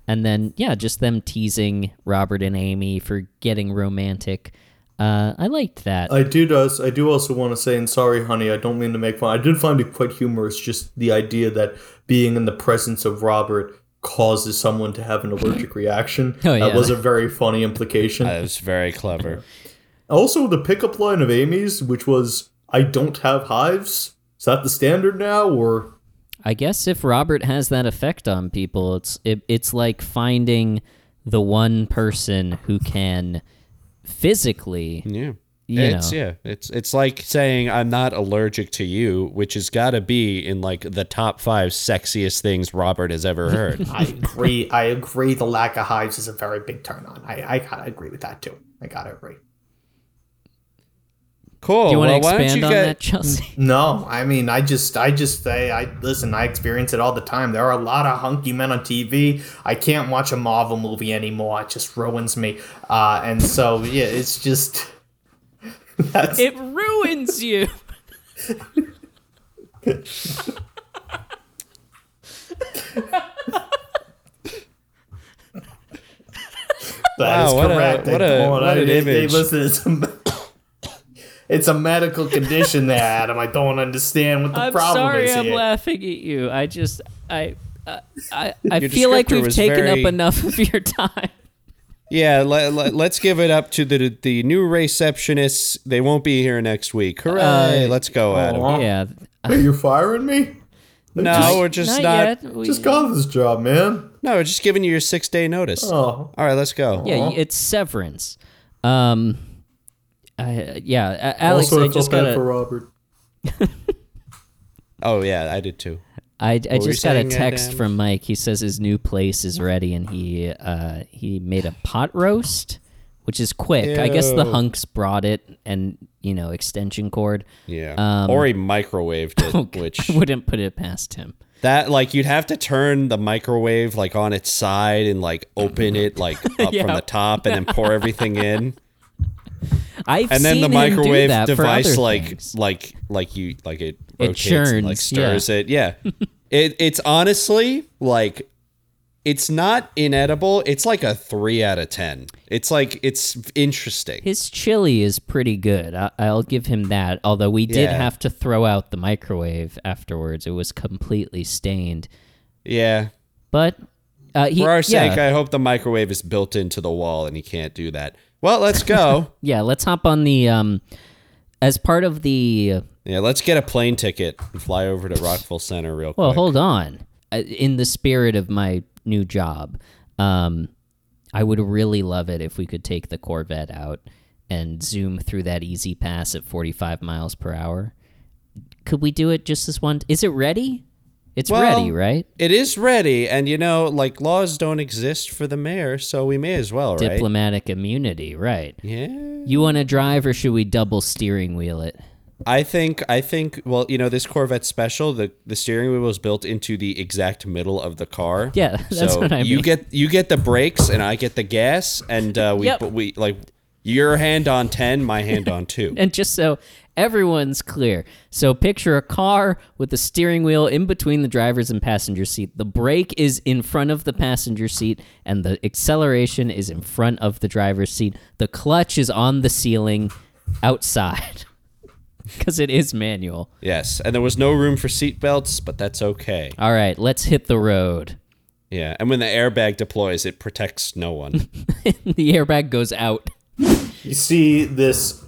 B: and then yeah, just them teasing Robert and Amy for getting romantic. Uh, I liked that.
C: I do does I do also want to say, and sorry, honey, I don't mean to make fun. I did find it quite humorous, just the idea that being in the presence of Robert causes someone to have an allergic reaction.
B: Oh, yeah.
C: That was a very funny implication.
A: That was very clever.
C: also, the pickup line of Amy's, which was, "I don't have hives." Is that the standard now, or
B: I guess if Robert has that effect on people, it's it, it's like finding the one person who can physically.
A: Yeah.
B: You
A: it's
B: know.
A: yeah. It's it's like saying I'm not allergic to you, which has got to be in like the top 5 sexiest things Robert has ever heard.
D: I agree. I agree. The lack of hives is a very big turn on. I, I gotta agree with that too. I gotta agree.
A: cool.
B: Do you want to
A: Oh, well, why don't
B: expand
A: you
B: on
A: get-
B: that, Chelsea?
D: No, I mean, I just, I just say, I listen. I experience it all the time. There are a lot of hunky men on TV. I can't watch a Marvel movie anymore. It just ruins me. Uh, and so, yeah, it's just that's
B: it ruins you.
D: that is
A: Wow, Oh, what a-
D: correct.
A: what
D: They-
A: a-
D: come on,
A: what
D: I-
A: an
D: they- they-
A: image.
D: listen, it's a, it's a medical condition there, Adam. I don't understand what the
B: I'm
D: problem
B: sorry.
D: is
B: I'm
D: here.
B: laughing at you. I just I. I I, I
A: Your
B: feel like
A: descriptor
B: we've
A: was
B: taken
A: very-
B: up enough of your time.
A: Yeah, le- le- let's give it up to the the new receptionists. They won't be here next week. Hooray! let's go, Adam.
B: Yeah,
C: Wait, you're firing me?
A: no, we're just not.
B: yet. We-
C: Just got this job, man.
A: No, we're just giving you your six day notice.
C: Oh,
A: All right, let's go.
B: Yeah, y- it's severance. Um, I, yeah, A- Alex,
C: also,
B: I
C: I feel
B: just
C: bad for
B: gotta,
C: Robert.
A: Oh yeah, I did too.
B: I, I
A: you
B: just got a
A: saying, uh,
B: text
A: Dan?
B: from Mike. He says his new place is ready, and he uh he made a pot roast, which is quick. I guess the
A: Ew.
B: hunks brought it, and you know extension cord.
A: Yeah,
B: Um,
A: or he microwaved it, which
B: I wouldn't put it past him.
A: that like you'd have to turn the microwave like on its side and like open it like up
B: Yeah.
A: from the top and then pour everything in,
B: I've
A: and then
B: seen
A: the
B: him do
A: microwave
B: that for
A: device
B: other
A: like
B: things.
A: like like you like it
B: It
A: rotates and, like
B: churns, yeah.
A: stirs it. Yeah, it it's honestly like. It's not inedible. It's like a three out of ten. It's like it's interesting.
B: His chili is pretty good. I- I'll give him that. Although we did
A: Yeah.
B: have to throw out the microwave afterwards, it was completely stained.
A: Yeah,
B: But uh, he,
A: For our
B: yeah,
A: sake, I hope the microwave is built into the wall and he can't do that. Well, let's go.
B: yeah. Let's hop on the um, as part of the.
A: yeah, let's get a plane ticket and fly over to Rockville Center real
B: Well,
A: quick.
B: hold on. Uh, In the spirit of my new job, um, I would really love it if we could take the Corvette out and zoom through that easy pass at 45 miles per hour. Could we do it just this one? Is it ready? It's
A: Well,
B: ready, right?
A: It is ready, and you know, like laws don't exist for the mayor, so we may as well, right?
B: Diplomatic immunity, right?
A: yeah.
B: You want to drive, or should we double steering wheel it?
A: I think I think well, you know, this Corvette special, the the steering wheel was built into the exact middle of the car.
B: Yeah, that's
A: so
B: what I
A: You
B: mean.
A: get you get the brakes and I get the gas and uh, we
B: Yep.
A: but we like your hand on 10, my hand on 2.
B: And just so everyone's clear, so picture a car with the steering wheel in between the driver's and passenger seat. The brake is in front of the passenger seat, and the acceleration is in front of the driver's seat. The clutch is on the ceiling outside because it is manual.
A: Yes, and there was no room for seatbelts, but that's okay.
B: All right, let's hit the road.
A: Yeah, and when the airbag deploys, it protects no one.
B: the airbag goes out.
C: You see this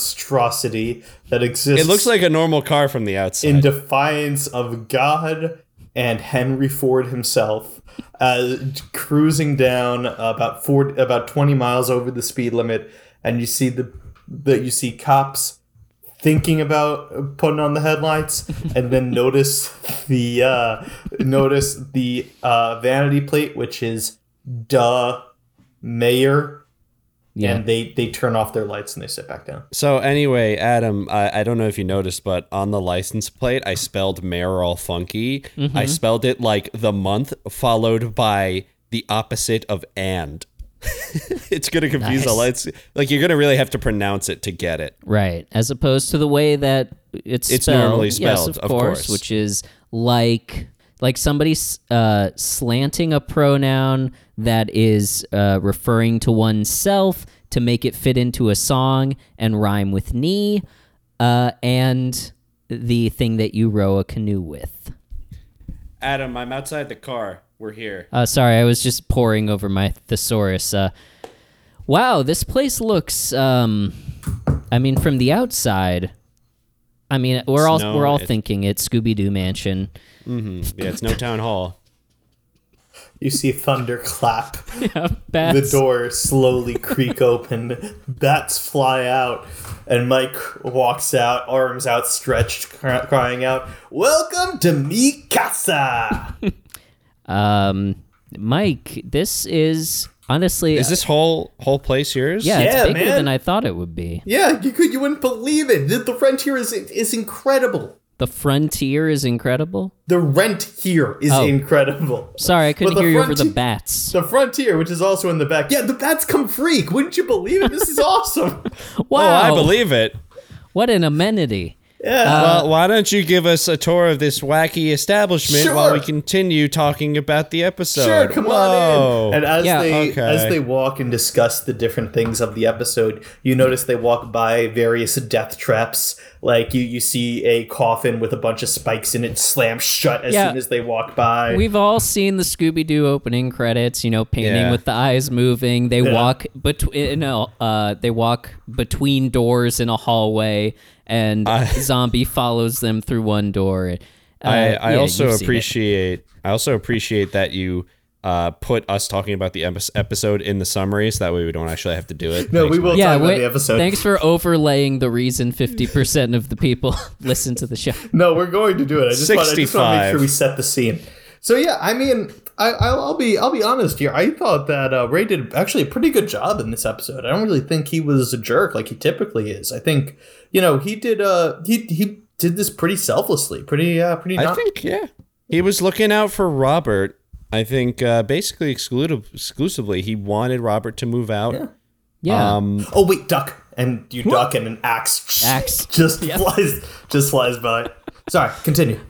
C: monstrosity that exists
A: it looks like a normal car from the outside.
C: in defiance of God and Henry Ford himself, uh, cruising down about four, about twenty miles over the speed limit, and you see the that you see cops thinking about putting on the headlights, and then notice the uh, notice the uh, vanity plate, which is duh mayor,
B: Yeah.
C: and they they turn off their lights and they sit back down.
A: so anyway, Adam, I, I don't know if you noticed, but on the license plate, I spelled mayor all funky.
B: Mm-hmm.
A: I spelled it like the month followed by the opposite of and. it's gonna confuse the lights. Like you're gonna really have to pronounce it to get it.
B: Right, as opposed to the way that it's
A: It's
B: spelled.
A: normally
B: Yes,
A: spelled,
B: of,
A: of
B: course,
A: course.
B: which is like like somebody s- uh, slanting a pronoun that is uh, referring to oneself to make it fit into a song and rhyme with knee, uh, and the thing that you row a canoe with.
A: Adam, I'm outside the car. We're here.
B: Uh, sorry, I was just poring over my thesaurus. Uh, wow, this place looks. Um, I mean, from the outside, I mean, we're all
A: Snow,
B: we're all
A: it-
B: thinking it's Scooby Doo Mansion.
A: Yeah, it's no town hall.
C: You see thunder clap.
B: Bats.
C: The door slowly creak open. Bats fly out, and Mike walks out, arms outstretched, cr- crying out, "Welcome to mi casa!"
B: Um, Mike, this is honestly.
A: Is this whole whole place yours?
B: yeah, it's
C: Yeah,
B: bigger
C: man.
B: than I thought it would be.
C: yeah, you could, you wouldn't believe it. The, the rent here is is incredible.
B: The frontier is incredible.
C: The rent here is
B: Oh.
C: incredible.
B: Sorry, I couldn't
C: the
B: hear you over the
C: fronti-
B: bats.
C: The frontier, which is also in the back. Yeah, the bats come free. Wouldn't you believe it? This is awesome.
A: Oh,
B: wow,
A: I believe it.
B: what an amenity.
C: Uh,
A: well, why don't you give us a tour of this wacky establishment while
C: Sure.
A: we continue talking about the episode?
C: Sure, come
A: Whoa.
C: on in. And as
B: Oh, Yeah,
C: they
A: okay.
C: as they walk and discuss the different things of the episode, you notice they walk by various death traps. Like you, you see a coffin with a bunch of spikes in it slam shut as
B: Yeah.
C: soon as they walk by.
B: We've all seen the Scooby Doo opening credits, you know, painting
A: Yeah.
B: with the eyes moving. They walk between, no, uh, they walk between doors in a hallway, and zombie follows them through one door. Uh,
A: I, I
B: yeah,
A: also
B: you've seen it.
A: appreciate I also appreciate that you uh, put us talking about the epi- episode in the summary so that way we don't actually have to do it.
C: no,
A: Thanks,
C: we will
B: Yeah,
C: talk about
B: wait,
C: the episode.
B: thanks for overlaying the reason fifty percent of the people listen to the show.
C: No, we're going to do it. I just, want, I just want to
A: 65.
C: make sure we set the scene. So yeah, I mean, I, I'll I'll be I'll be honest here. I thought that uh, Ray did actually a pretty good job in this episode. I don't really think he was a jerk like he typically is. I think you know he did uh he he did this pretty selflessly, pretty uh pretty.
A: I
C: Not-
A: think yeah. He was looking out for Robert. I think uh, basically excluded, exclusively he wanted Robert to move out.
B: Yeah,
A: Um,
C: oh wait, duck, and you duck, and an axe
B: Axe.
C: just flies just flies by. Sorry, continue.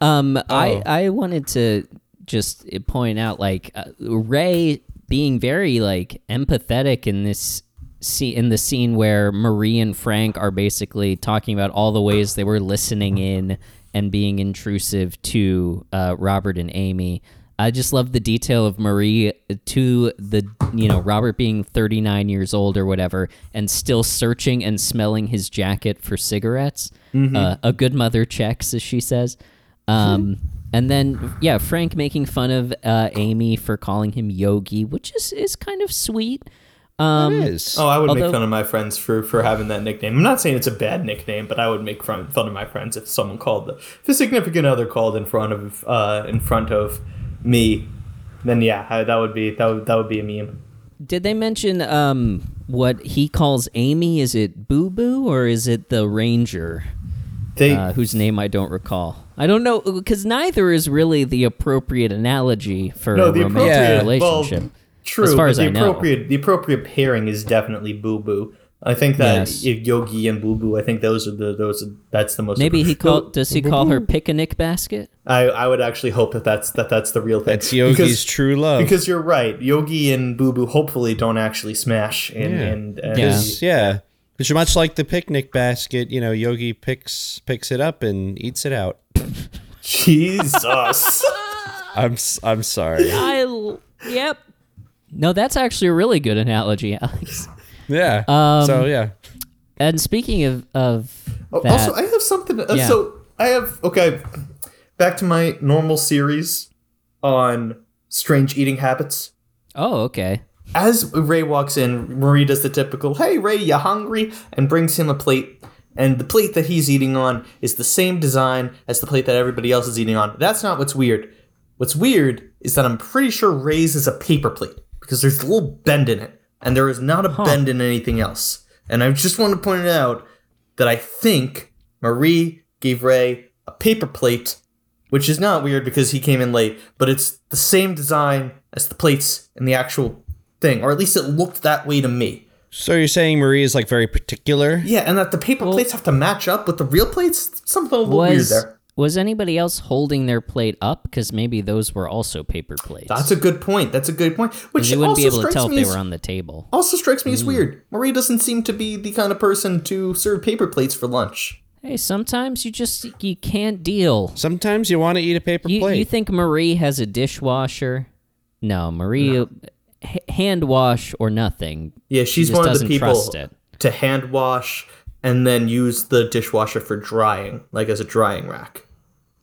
B: Um, I I wanted to just point out like uh, Ray being very like empathetic in this scene in the scene where Marie and Frank are basically talking about all the ways they were listening in and being intrusive to uh, Robert and Amy. I just love the detail of Marie to the you know Robert being 39 years old or whatever and still searching and smelling his jacket for cigarettes. Uh, a good mother checks, as she says.
C: Mm-hmm.
B: Um, and then, yeah, Frank making fun of uh, Amy for calling him Yogi, which is, is kind of sweet. Um,
A: is.
C: Oh, I would
B: Although-
C: make fun of my friends for for having that nickname. I'm not saying it's a bad nickname, but I would make fun, fun of my friends if someone called the if a significant other called in front of uh, in front of me. Then yeah, I, that would be that would, that would be a meme.
B: Did they mention um, what he calls Amy? Is it Boo Boo or is it the Ranger,
C: They
B: uh, whose name I don't recall? I don't know, because neither is really the appropriate analogy for
C: no
B: a
C: the
B: romantic
C: appropriate well,
B: relationship.
C: true,
B: as far
C: but
B: as
C: the
B: I know.
C: appropriate the appropriate pairing is definitely Boo Boo. I think that
B: Yes.
C: if Yogi and Boo Boo. I think those are the those are, that's the most.
B: Maybe he called. Does he call her Picnic Basket?
C: I I would actually hope that that's that that's the real thing.
A: That's Yogi's
C: Because-
A: true love.
C: Because you're right, Yogi and Boo Boo hopefully don't actually smash. And,
A: Yeah.
C: and, and
B: Yeah.
A: yeah, because much like the picnic basket, you know, Yogi picks picks it up and eats it out.
C: Jesus.
A: I'm s- I'm sorry.
B: I. l- Yep. No, that's actually a really good analogy, Alex.
A: Yeah.
B: Um,
A: so yeah.
B: And speaking of of that,
C: Oh, also, I have something. Uh,
B: Yeah.
C: So I have okay. Back to my normal series on strange eating habits.
B: oh okay,
C: As Ray walks in, Marie does the typical "Hey Ray, you hungry?" and brings him a plate. And the plate that he's eating on is the same design as the plate that everybody else is eating on. That's not what's weird. What's weird is that I'm pretty sure Ray's is a paper plate because there's a little bend in it, and there is not a bend in anything else. And I just want to point it out that I think Marie gave Ray a paper plate, which is not weird because he came in late, but it's the same design as the plates in the actual thing, or at least it looked that way to me.
A: So you're saying Marie is like very particular?
C: Yeah, and that the paper plates have to match up with the real plates. Something a little weird
B: was
C: there.
B: was anybody else holding their plate up? Because maybe those were also paper plates.
D: That's a good point. That's a good point. Which
B: you wouldn't
D: also
B: be able to
D: strikes
B: tell if
D: me
B: they
D: as-
B: were on Hmm. the table.
D: Also strikes me as weird. Marie doesn't seem to be the kind of person to serve paper plates for lunch.
B: Hey, sometimes you just you can't deal.
A: Sometimes you want to eat a paper
B: You,
A: plate.
B: you think Marie has a dishwasher? No, Marie h- hand wash or nothing.
D: Yeah, she's
B: just
D: one of the
B: doesn't
D: people
B: trust it.
D: to hand wash and then use the dishwasher for drying, like as a drying rack.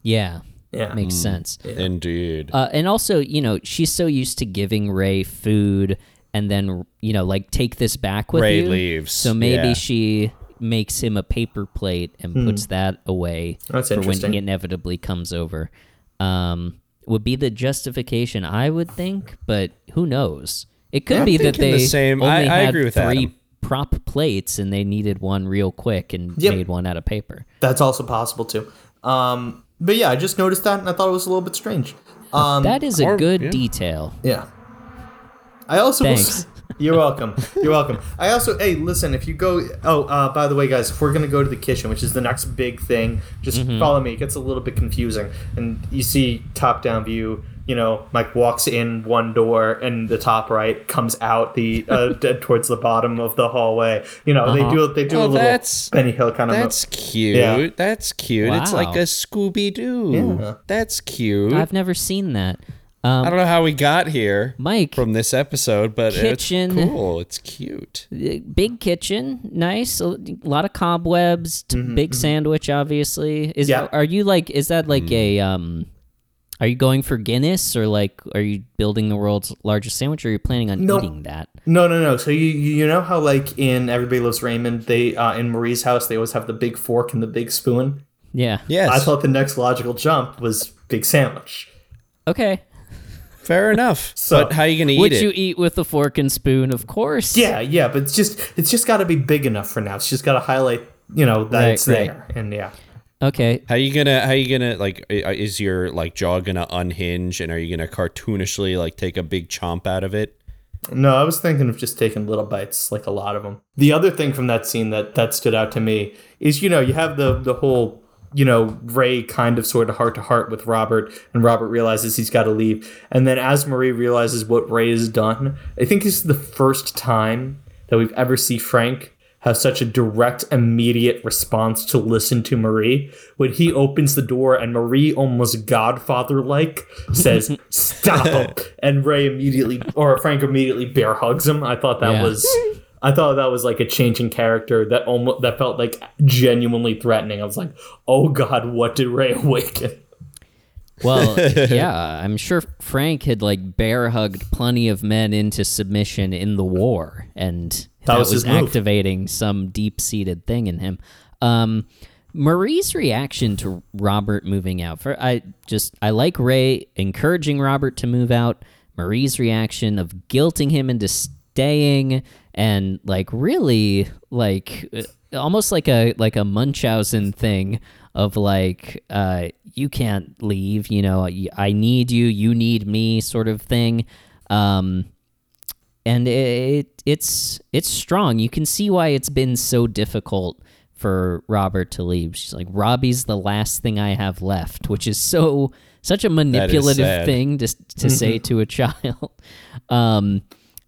B: Yeah,
D: Yeah.
A: Mm.
B: makes sense.
A: Indeed.
B: Uh, and also, you know, she's so used to giving Ray food and then, you know, like take this back with
A: Ray
B: you.
A: leaves,
B: So maybe
A: yeah. Hmm.
B: she makes him a paper plate and puts that away
D: That's
B: for when
D: interesting.
B: he inevitably comes over. Um, would be the justification I would think, but who knows? It could be that
A: thinking
B: they
A: the same.
B: only
A: I- I
B: had
A: agree with
B: three
A: Adam.
B: prop plates and they needed one real quick and
D: Yep.
B: made one out of paper.
D: That's also possible too. Um, but yeah, I just noticed that and I thought it was a little bit strange. Um,
B: that is a
A: or-
B: good
A: yeah.
B: detail.
D: yeah. I also will
B: Thanks.
D: s- You're welcome. You're welcome. I also hey, listen, if you go oh, uh, by the way guys, if we're going to go to the kitchen, which is the next big thing, just
B: Mm-hmm. Hmm.
D: follow me. It gets a little bit confusing. And you see top down view, you know, Mike walks in one door and the top right comes out the uh, dead towards the bottom of the hallway. You know, they
B: Uh-huh.
D: do they do
A: Oh,
D: a little
A: that's-
D: Benny Hill kind of
A: That's cute.
D: Yeah.
A: That's cute. It's like
B: Wow.
A: a Scooby Doo.
D: Yeah.
A: That's cute.
B: I've never seen that. Um,
A: I don't know how we got here
B: Mike,
A: from this episode, but
B: Kitchen.
A: it's cool. It's cute.
B: big kitchen, nice, a lot of cobwebs, t- big sandwich, obviously. Is
D: Mm-hmm, Yeah.
B: are you like? Is that like
A: Mm.
B: a um? Are you going for Guinness or like? Are you building the world's largest sandwich? Or are you planning on
D: No.
B: eating that?
D: No, no, no. So you you you know how like in Everybody Loves Raymond, they uh, in Marie's house they always have the big fork and the big spoon.
B: Yeah.
A: Yes.
D: I thought the next logical jump was big sandwich.
B: Okay.
A: fair enough.
D: So-
A: but how are you going to eat
B: Would
A: it?
B: you eat with a fork and spoon? Of course.
D: Yeah, yeah, but it's just it's just got to be big enough for now. It's just got to highlight you know that
B: Right,
D: it's
B: right.
D: there and yeah.
B: Okay.
A: How you gonna? How you gonna like? i- Is your like jaw gonna unhinge, and are you gonna cartoonishly like take a big chomp out of it?
D: No, I was thinking of just taking little bites, like a lot of them. The other thing from that scene that that stood out to me is, you know, you have the the whole, you know, Ray kind of sort of heart to heart with Robert, and Robert realizes he's got to leave, and then as Marie realizes what Ray has done, I think this is the first time that we've ever see Frank have such a direct, immediate response to listen to Marie when he opens the door and Marie, almost godfather like, says, Stop him. And Ray immediately, or Frank immediately bear hugs him. I thought that
B: Yeah.
D: was. I thought that was like a change in character that almost that felt like genuinely threatening. I was like, "Oh God, what did Ray awaken?"
B: Well, yeah. I'm sure Frank had like bear hugged plenty of men into submission in the war, and that,
D: was
B: was,
D: his move.
B: activating some deep seated thing in him. Um, Marie's reaction to Robert moving out. For I just I like Ray encouraging Robert to move out. Marie's reaction of guilting him into staying and like really like uh, almost like a like a Munchausen thing of like uh you can't leave, you know, I- I need you, you need me sort of thing. Um and it it's it's strong. You can see why it's been so difficult for Robert to leave. She's like, Robbie's the last thing I have left, which is so such a manipulative
A: sad.
B: thing to to say to a child. Um,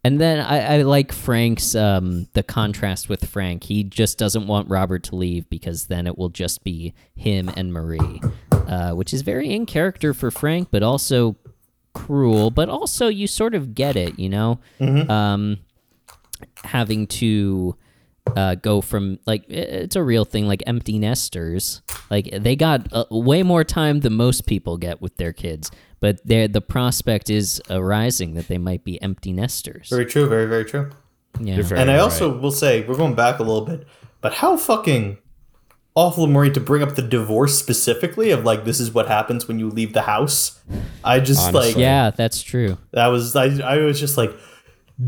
B: and then I, I like Frank's um, the contrast with Frank. He just doesn't want Robert to leave because then it will just be him and Marie, uh, which is very in character for Frank, but also cruel. But also you sort of get it, you know, um, having to uh, go from like i- it's a real thing, like empty nesters. Like they got uh, way more time than most people get with their kids, but they're- the prospect is arising that they might be empty nesters.
D: Very true. Very very true.
B: Yeah.
A: You're very
D: and I
A: right.
D: also will say, we're going back a little bit, but how fucking awful of Marie to bring up the divorce specifically of like this is what happens when you leave the house. I just like
A: Honestly.
B: Yeah, that's true.
D: that was I I was just like,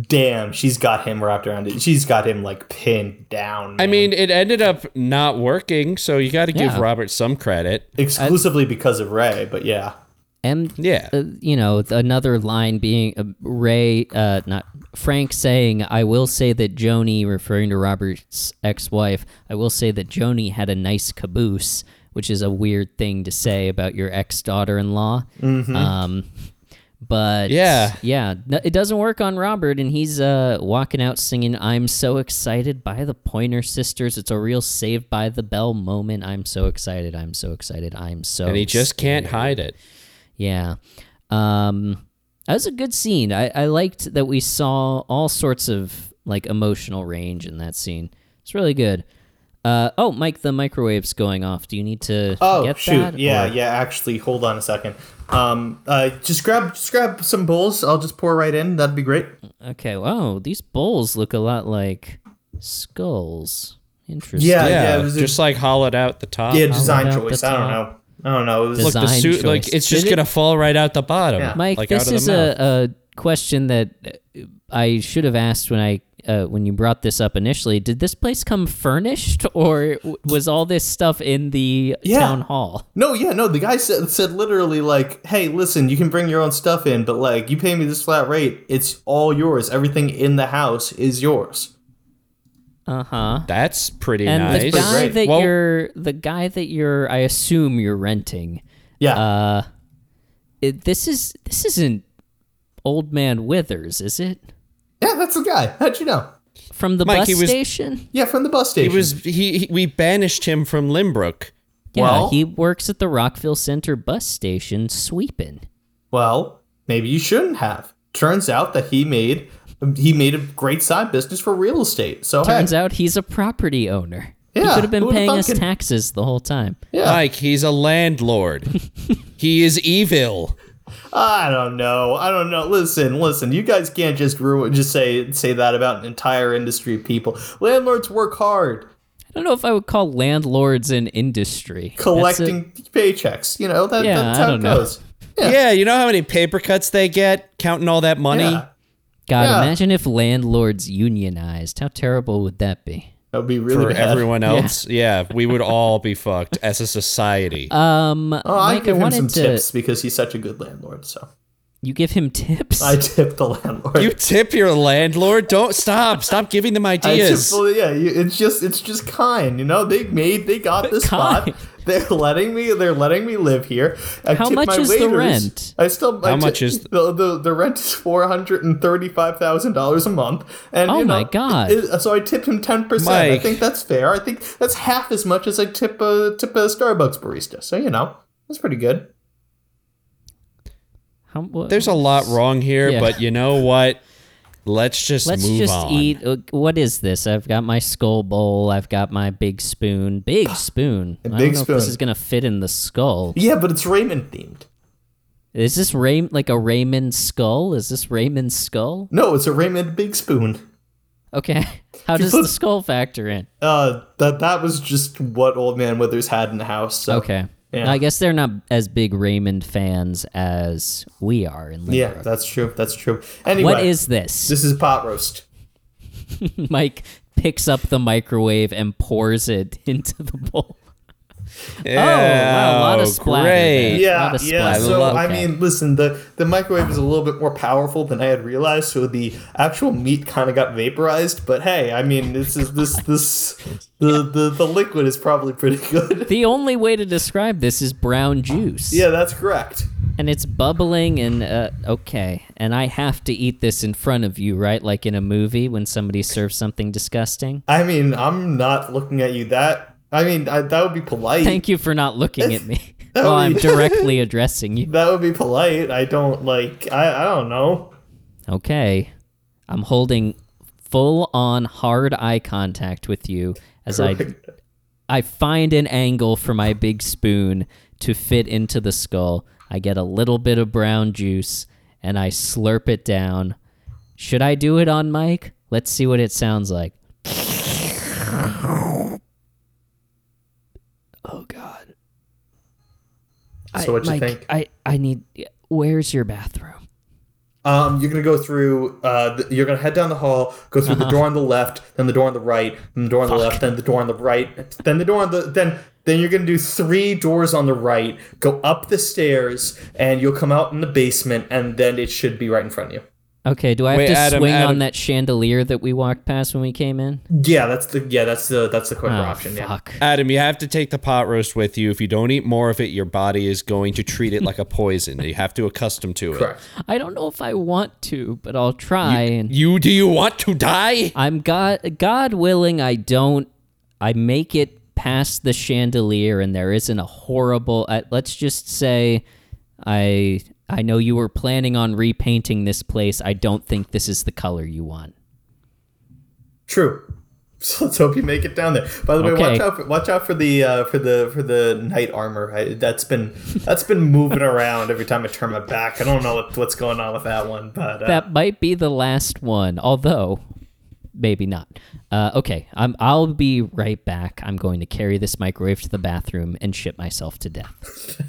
D: damn, she's got him wrapped around it. She's got him like pinned down.
A: I mean, it ended up not working, so you got to give
B: Yeah.
A: Robert some credit.
D: exclusively because of Ray, but yeah.
B: And
A: Yeah.
B: uh, you know, th- another line being uh, Ray, uh, not Frank, saying, "I will say that Joni," referring to Robert's ex-wife, "I will say that Joni had a nice caboose," which is a weird thing to say about your ex daughter in law. Um, but
A: Mm-hmm. Yeah.
B: yeah, no, it doesn't work on Robert, and he's uh, walking out singing, "I'm so excited by the Pointer Sisters." It's a real Saved by the Bell moment. I'm so excited. I'm so excited. I'm so.
A: and he just can't hide it.
B: Yeah. Um, that was a good scene. I, I liked that we saw all sorts of like emotional range in that scene. It's really good. Uh, oh, Mike, the microwave's going off. Do you need to
C: Oh
B: get
C: shoot!
B: that?
C: yeah,
B: Or-
C: yeah. Actually, hold on a second. Um, uh, just grab, just grab some bowls. I'll just pour right in. That'd be great.
B: Okay. Wow, these bowls look a lot like skulls. Interesting.
C: Yeah, yeah.
A: Yeah,
C: it was a-
A: just like hollowed out the top.
C: yeah, design
B: out
C: choice.
B: the
C: I don't know.
B: top.
C: I don't know. It was
A: Look, the
B: design
A: suit, like
B: choice.
A: it's just
B: Did it-
A: gonna fall right out the bottom.
C: Yeah.
B: Mike,
A: like
B: this
A: out of
B: is
A: the mouth.
B: a, a question that uh, I should have asked when I uh, when you brought this up initially. Did this place come furnished, or w- was all this stuff in the
C: Yeah.
B: town hall?
C: No, yeah, no. The guy said said literally like, "Hey, listen, you can bring your own stuff in, but like, you pay me this flat rate. It's all yours. Everything in the house is yours."
B: Uh huh.
A: That's pretty
B: And
A: nice.
B: the guy
C: great.
B: that
A: Well-
B: you're the guy that you're I assume you're renting.
C: Yeah.
B: Uh, it, this is this isn't old man Withers, is it?
C: yeah, that's the guy. How'd you know?
B: From the
A: Mike, he
B: bus
A: was-
B: station.
C: Yeah, from the bus station.
A: He was he, he we banished him from Limbrook.
B: yeah,
C: Well-
B: he works at the Rockville Center bus station sweeping.
C: Well, maybe you shouldn't have. Turns out that he made he made a great side business for real estate. So hey,
B: Turns out he's a property owner. he
C: Yeah,
B: could have been
C: who would've
B: paying us
C: thunk it?
B: taxes the whole time.
C: Yeah.
A: Mike, he's a landlord. he is evil.
C: I don't know. I don't know. Listen, listen. You guys can't just ruin just say say that about an entire industry of people. Landlords work hard,
B: I don't know if I would call landlords an industry. That's a-
C: collecting paychecks. You know that,
B: Yeah,
C: that's
B: I
C: how
B: don't
C: it
B: know.
C: goes.
A: Yeah. you know how many paper cuts they get counting all that money?
C: Yeah.
B: God,
C: yeah.
B: imagine if landlords unionized. How terrible would that be?
C: That would be really
A: For
C: bad.
A: everyone else, yeah. we would all be fucked as a society.
B: Um,
C: Oh, I
B: Mike, I,
C: give him
B: wanted
C: some
B: to.
C: tips because he's such a good landlord. So
B: You give him tips.
C: I tip the landlord.
A: you tip your landlord. Don't stop. Stop giving them
C: I tip
A: ideas.
C: the- yeah, you, it's just it's just kind. You know, they made they got this
B: Kind.
C: spot. They're letting me they're letting me live here. I
B: How
C: tip
B: much
C: my
B: is the
C: waiters.
B: rent?
C: I still
A: How
C: I ti-
A: much is-
C: the, the the rent is four hundred and thirty five thousand dollars a month. And
B: Oh
C: you know,
B: my God.
C: it- so I tipped him ten percent. I
A: Mike.
C: think that's fair. I think that's half as much as I tip a tip a Starbucks barista. So you know, that's pretty good.
B: How, what,
A: There's a lot wrong here,
B: Yeah.
A: but you know what? Let's just
B: Let's
A: move
B: just
A: on.
B: eat. uh, What is this? I've got my skull bowl. I've got my big spoon. Big spoon. I don't
C: big
B: know if this
C: spoon.
B: is gonna fit in the skull.
C: Yeah, but it's Raymond themed.
B: Is this Ray like a Raymond skull? Is this Raymond's skull?
C: No, it's a Raymond Big Spoon.
B: Okay. How does
C: put-
B: the skull factor in?
C: Uh, that that was just what Old Man Withers had in the house. So.
B: Okay.
C: Oh, Yeah.
B: I guess they're not as big Raymond fans as we are in
C: Yeah,
B: Limburg.
C: that's true. That's true. Anyway,
B: what is this?
C: this? Is pot roast?
B: Mike picks up the microwave and pours it into the bowl.
A: Yeah,
B: Oh, wow, a lot of
A: oh,
B: splatter
A: great.
B: there.
C: Yeah,
B: Not a
C: yeah.
B: splash.
C: So I
B: Okay.
C: mean, listen, the the microwave is a little bit more powerful than I had realized. So the actual meat kind of got vaporized. But hey, I mean, this is this this the the, the liquid is probably pretty good.
B: The only way to describe this is brown juice.
C: yeah, that's correct.
B: And it's bubbling and uh, okay. And I have to eat this in front of you, right? Like in a movie when somebody serves something disgusting.
C: I mean, I'm not looking at you that. I mean, I, that would be polite.
B: Thank you for not looking at me
C: That
B: while I'm
C: would be-
B: directly addressing you.
C: that would be polite. I don't like. I I don't know.
B: Okay. I'm holding full on hard eye contact with you as I I find an angle for my big spoon to fit into the skull. I get a little bit of brown juice and I slurp it down. Should I do it on mic? Let's see what it sounds like. Oh god.
C: So what you think?
B: I I need where's your bathroom?
C: Um, you're gonna go through. Uh, th- you're gonna head down the hall, go through
E: Uh-huh.
C: the door on the left, then the door on the right, then the door on the left, then the door on the right, then the door on the then then you're gonna do three doors on the right. Go up the stairs, and you'll come out in the basement, and then it should be right in front of you.
E: Okay, do I have
A: Wait,
E: to
A: Adam,
E: swing
A: Adam-
E: on that chandelier that we walked past when we came in?
C: Yeah, that's the yeah that's the that's the quicker
E: Oh,
C: option. Yeah.
E: fuck.
A: Adam, you have to take the pot roast with you. If you don't eat more of it, your body is going to treat it like a poison. You have to accustom to it.
C: Correct.
E: I don't know if I want to, but I'll try. and
A: You do you want to die?
E: I'm God, God willing, I don't. I make it past the chandelier, and there isn't a horrible. Uh, let's just say, I I know you were planning on repainting this place. I don't think this is the color you want.
F: True.
C: So let's hope you make it down there. By the way,
E: Okay.
C: watch out! For, watch out for the uh, for the for the knight armor. I, that's been that's been moving around every time I turn my back. I don't know what, what's going on with that one, but uh,
E: That might be the last one, although maybe not. Uh, okay, I'm, I'll be right back. I'm going to carry this microwave to the bathroom and shit myself to death.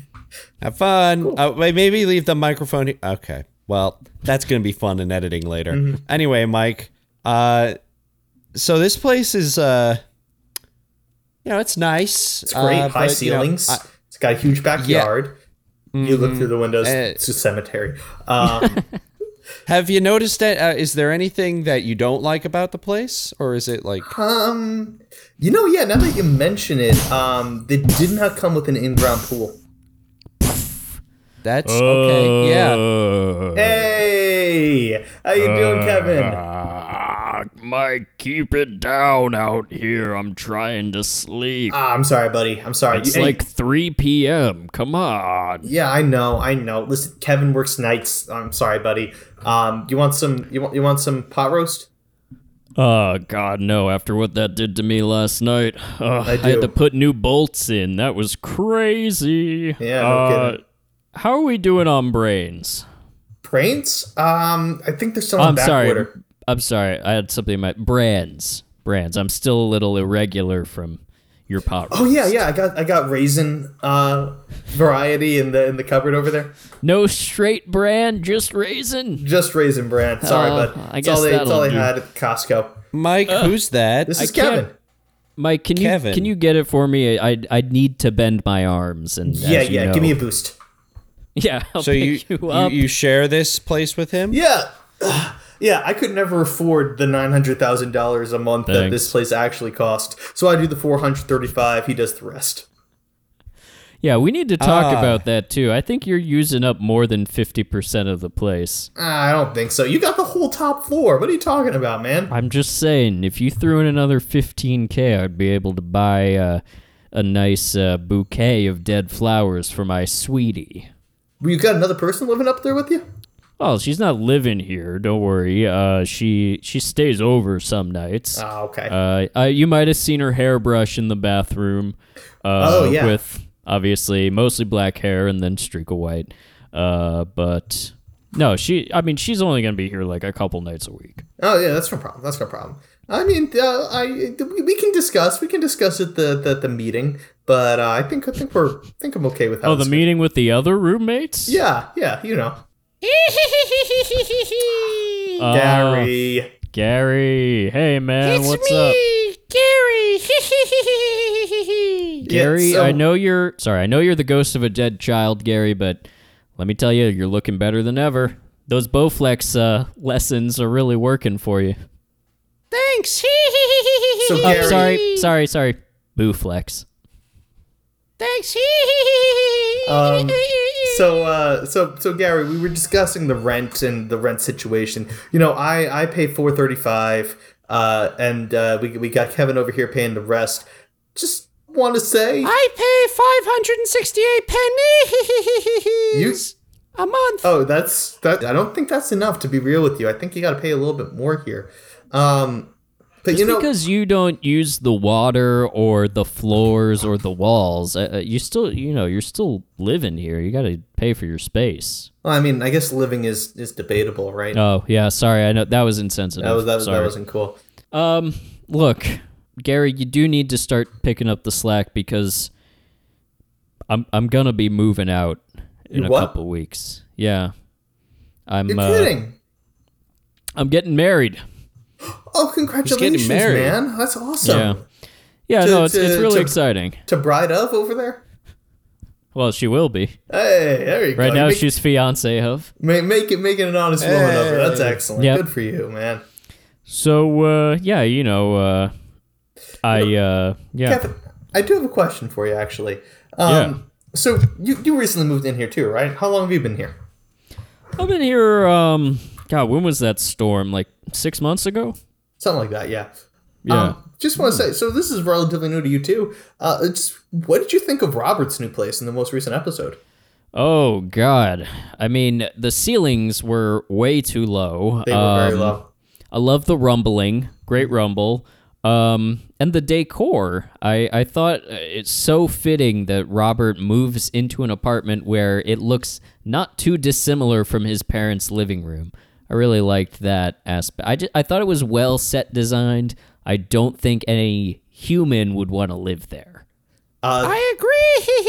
A: Have fun. Uh, wait, maybe leave the microphone. he- Okay. Well, that's going to be fun in editing later.
C: Mm-hmm.
A: Anyway, Mike. Uh, so this place is, uh, you know, it's nice. uh,
C: it's great.
B: Uh,
C: High ceilings. it's got a huge backyard. You look
B: Mm-hmm.
C: through the windows.
B: Uh,
A: Eh.
C: it's a cemetery. Um,
A: have you noticed that? Uh, is there anything that you don't like about the place, or is it like?
C: um, you know, yeah. Now that you mention it, um, they did not come with an in-ground pool.
A: That's okay. Yeah.
C: Hey, how you doing, Kevin?
B: Ah, Mike, keep it down out here. I'm trying to sleep.
C: Ah, I'm sorry, buddy. I'm sorry.
B: it's
C: You-
B: like 3 p.m. Come on.
C: Yeah, I know, I know. Listen, Kevin works nights. I'm sorry, buddy. Um, you want some? You want you want some pot roast?
B: Oh, God, no. After what that did to me last night, Ugh, I,
C: do.
B: had to put new bolts in. That was crazy.
C: Yeah, no
B: Uh,
C: kidding.
B: How are we doing on brains?
C: Brains? Um, I think there's some
B: I'm
C: back
B: sorry.
C: order.
B: I'm sorry. I had something in my brands. Brands. I'm still a little irregular from your pot.
C: Oh yeah, yeah. I got I got raisin uh variety in the in the cupboard over there.
B: No straight brand, just raisin.
C: Just raisin bran. Sorry,
B: Oh,
C: bud.
B: I
C: it's
B: guess
C: all they, it's all they
B: that'll do.
C: had at Costco.
A: Mike, who's that?
C: Uh. This is
B: can't-
C: Kevin.
B: Mike, can
A: Kevin.
B: you can you get it for me? I I I'd need to bend my arms and
C: Yeah,
B: as you
C: yeah.
B: know-
C: Give me a boost.
B: yeah. I'll
A: So you
B: pick you,
A: you,
B: up.
A: you share this place with him?
C: Yeah. Ugh. Yeah, I could never afford the nine hundred thousand dollars a month that
B: Thanks.
C: this place actually cost. So I do the four hundred thirty-five. He does the rest.
B: yeah, we need to talk
A: Ah.
B: about that too. I think you're using up more than fifty percent of the place.
C: Ah, I don't think so. You got the whole top floor. What are you talking about, man?
B: I'm just saying, if you threw in another fifteen k, I'd be able to buy uh, a nice uh, bouquet of dead flowers for my sweetie.
C: You got another person living up there with you?
B: Oh, she's not living here. Don't worry. Uh, she she stays over some nights.
C: Ah, okay.
B: Uh, I, you might have seen her hairbrush in the bathroom. Uh,
C: Oh, yeah.
B: With obviously mostly black hair and then streak of white. Uh, but no, she. I mean, she's only gonna be here like a couple nights a week.
C: oh yeah, that's no problem. That's no problem. I mean, uh, I we we can discuss. We can discuss at the the, the meeting. But uh, I think I think we're I think I'm okay with how.
B: Oh, the
C: this-
B: meeting with the other roommates.
C: Yeah, yeah. You know,
B: Uh,
C: Gary.
B: Gary. Hey man, what's up?
C: Yeah,
B: Gary,
C: so-
B: I know you're sorry. I know you're the ghost of a dead child, Gary, but let me tell you, you're looking better than ever. Those Bowflex uh, lessons are really working for you.
A: Thanks.
C: So
B: Oh,
C: Gary.
B: sorry, sorry, sorry. Booflex.
A: Thanks.
C: Um, so uh, so so Gary, we were discussing the rent and the rent situation. You know, I I pay four thirty five, uh, and uh, we we got Kevin over here paying the rest. Just want to say,
A: I pay 568 pennies a month.
C: Oh, that's that. I don't think that's enough. To be real with you, I think you got to pay a little bit more here. Um, but you
B: Just
C: know,
B: because you don't use the water or the floors or the walls, uh, uh, you still, you know, you're still living here. You got to pay for your space.
C: well, I mean, I guess living is is debatable, right?
B: Oh yeah, sorry. I know that was insensitive.
C: that was that, was, that
B: sorry.
C: wasn't cool.
B: Um, look, Gary, you do need to start picking up the slack because I'm I'm gonna be moving out in a
C: what?
B: couple weeks. Yeah, I'm.
C: You're
B: uh,
C: kidding.
B: I'm getting marted.
C: Oh, congratulations,
A: married.
C: man! That's awesome.
B: yeah, yeah.
C: To-
B: no, it's
C: to-
B: it's really
C: to-
B: exciting.
C: To bride of over there.
B: Well, she will be.
C: Hey, there you go.
B: Right now,
C: Uh, make,
B: she's fiance of.
C: make, make it make it an honest woman of her. That's excellent.
B: Yep.
C: Good for you, man.
B: So, uh, yeah, you know, uh, I, uh, yeah.
C: Kevin, I do have a question for you, actually. Um,
B: Yeah.
C: So you you recently moved in here too, right? How long have you been here?
B: I've been here, um, God, when was that storm? Like six months ago?
C: Something like that, yeah.
B: Yeah.
C: Um, just want to say, so this is relatively new to you too. Uh, it's what did you think of Robert's new place in the most recent episode?
B: Oh, God. I mean, the ceilings were way too low.
C: They were very
B: Um,
C: low.
B: I love the rumbling, great rumble, um, and the decor. I I thought uh, it's so fitting that Robert moves into an apartment where it looks not too dissimilar from his parents' living room. I really liked that aspect. I ju- I thought it was well set designed. I don't think any human would want to live there.
C: Uh,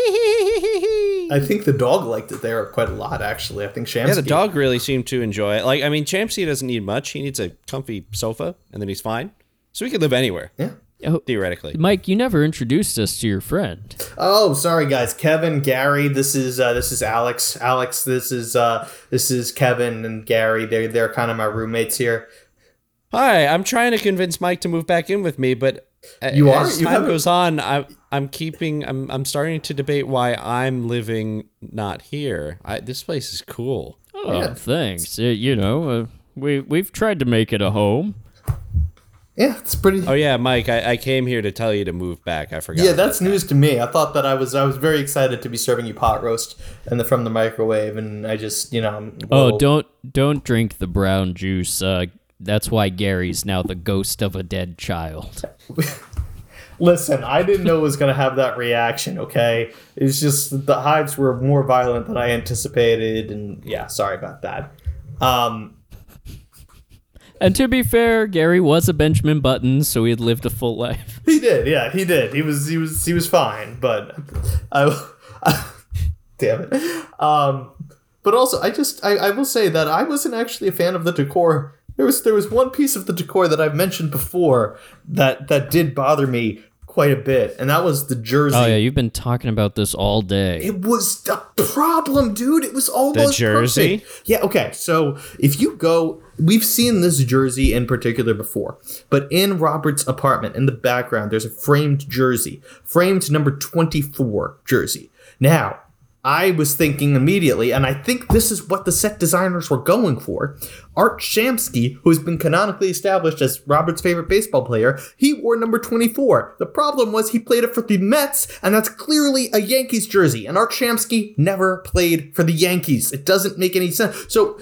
A: agree.
C: I think the dog liked it there quite a lot, actually. I think Shamsky.
A: Yeah, the dog really seemed to enjoy it. Like, I mean, Champsy doesn't need much. He needs a comfy sofa, and then he's fine. So he could live anywhere,
C: Yeah.
A: theoretically.
B: Mike, you never introduced us to your friend.
C: Oh, sorry guys. Kevin, Gary. This is uh, this is Alex. Alex. This is uh, this is Kevin and Gary. They are they're kind of my roommates here.
A: Hi, I'm trying to convince Mike to move back in with me, but a-
C: You are?
A: As
C: You
A: time
C: haven't-
A: goes on, I'm I'm keeping. I'm I'm starting to debate why I'm living not here. I, this place is cool.
B: Oh, thanks. Uh, you know, uh, we we've tried to make it a home.
C: Yeah, it's pretty.
A: Oh yeah, Mike, I, I came here to tell you to move back. I forgot.
C: Yeah, that's news to me. I thought that I was I was very excited to be serving you pot roast and the from the microwave, and I just you know. I'm a
B: Oh,
C: little-
B: don't don't drink the brown juice. Uh, that's why Gary's now the ghost of a dead child.
C: Listen, I didn't know it was going to have that reaction, okay? It's just that the hives were more violent than I anticipated, and yeah, sorry about that. Um,
B: And to be fair, Gary was a Benjamin Button, so he had lived a full life.
C: he did, yeah, he did. He was, he was, he was fine, but I, damn it. Um, but also, I just, I, I will say that I wasn't actually a fan of the decor. There was, there was one piece of the decor that I've mentioned before that that did bother me quite a bit, and that was the jersey.
B: Oh yeah, you've been talking about this all day.
C: It was the problem, dude. It was almost
A: jersey?
C: perfect. Yeah. Okay. So if you go, we've seen this jersey in particular before, but in Robert's apartment in the background, there's a framed jersey, framed number twenty-four jersey. Now, I was thinking immediately, and I think this is what the set designers were going for. Art Shamsky, who has been canonically established as Robert's favorite baseball player, he wore number 24. The problem was he played it for the Mets, and that's clearly a Yankees jersey. And Art Shamsky never played for the Yankees. It doesn't make any sense. So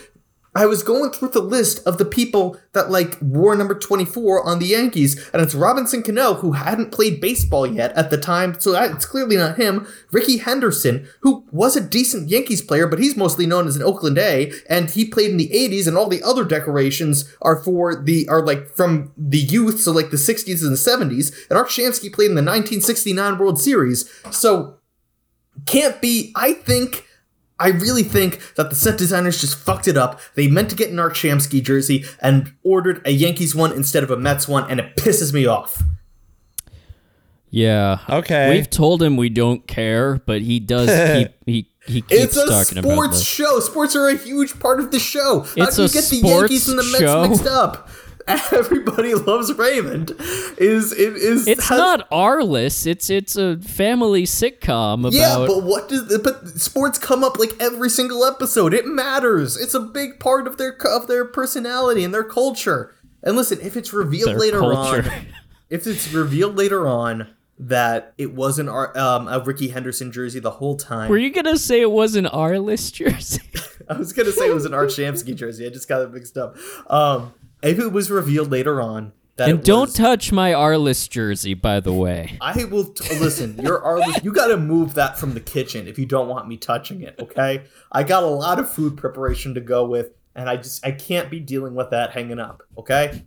C: I was going through the list of the people that like wore number 24 on the Yankees, and it's Robinson Cano, who hadn't played baseball yet at the time, so that, it's clearly not him. Ricky Henderson, who was a decent Yankees player, but he's mostly known as an Oakland A, and he played in the 80s, and all the other decorations are for the are like from the youth, so like the 60s and the 70s, and Art Shamsky played in the 1969 World Series, so can't be. I think, I really think that the set designers just fucked it up. They meant to get an Art Shamsky jersey and ordered a Yankees one instead of a Mets one, and it pisses me off.
B: Yeah.
A: Okay.
B: We've told him we don't care, but he does keep he he keeps
C: It's a
B: talking about
C: sports
B: this.
C: show. Sports are a huge part of the show. How
B: It's
C: do you
B: a
C: get the
B: sports
C: Yankees and the Mets
B: show?
C: mixed up? Everybody loves Raymond. Is it is
B: It's
C: has-
B: not Arliss. It's it's a family sitcom about.
C: Yeah, but what does but sports come up like every single episode? It matters. It's a big part of their of their personality and their culture. And listen, if it's revealed
B: Their
C: later
B: culture.
C: on, if it's revealed later on that it wasn't our, um, a Ricky Henderson jersey the whole time,
B: Were you gonna say it was an Arliss jersey?
C: I was gonna say it was an Art Shamsky jersey. I just got it mixed up. Um, if it was revealed later on that
B: and
C: it
B: don't
C: was-
B: touch my Arliss jersey, by the way.
C: I will t- listen. You're Arliss. You got to move that from the kitchen if you don't want me touching it. Okay. I got a lot of food preparation to go with, and I just I can't be dealing with that hanging up. Okay.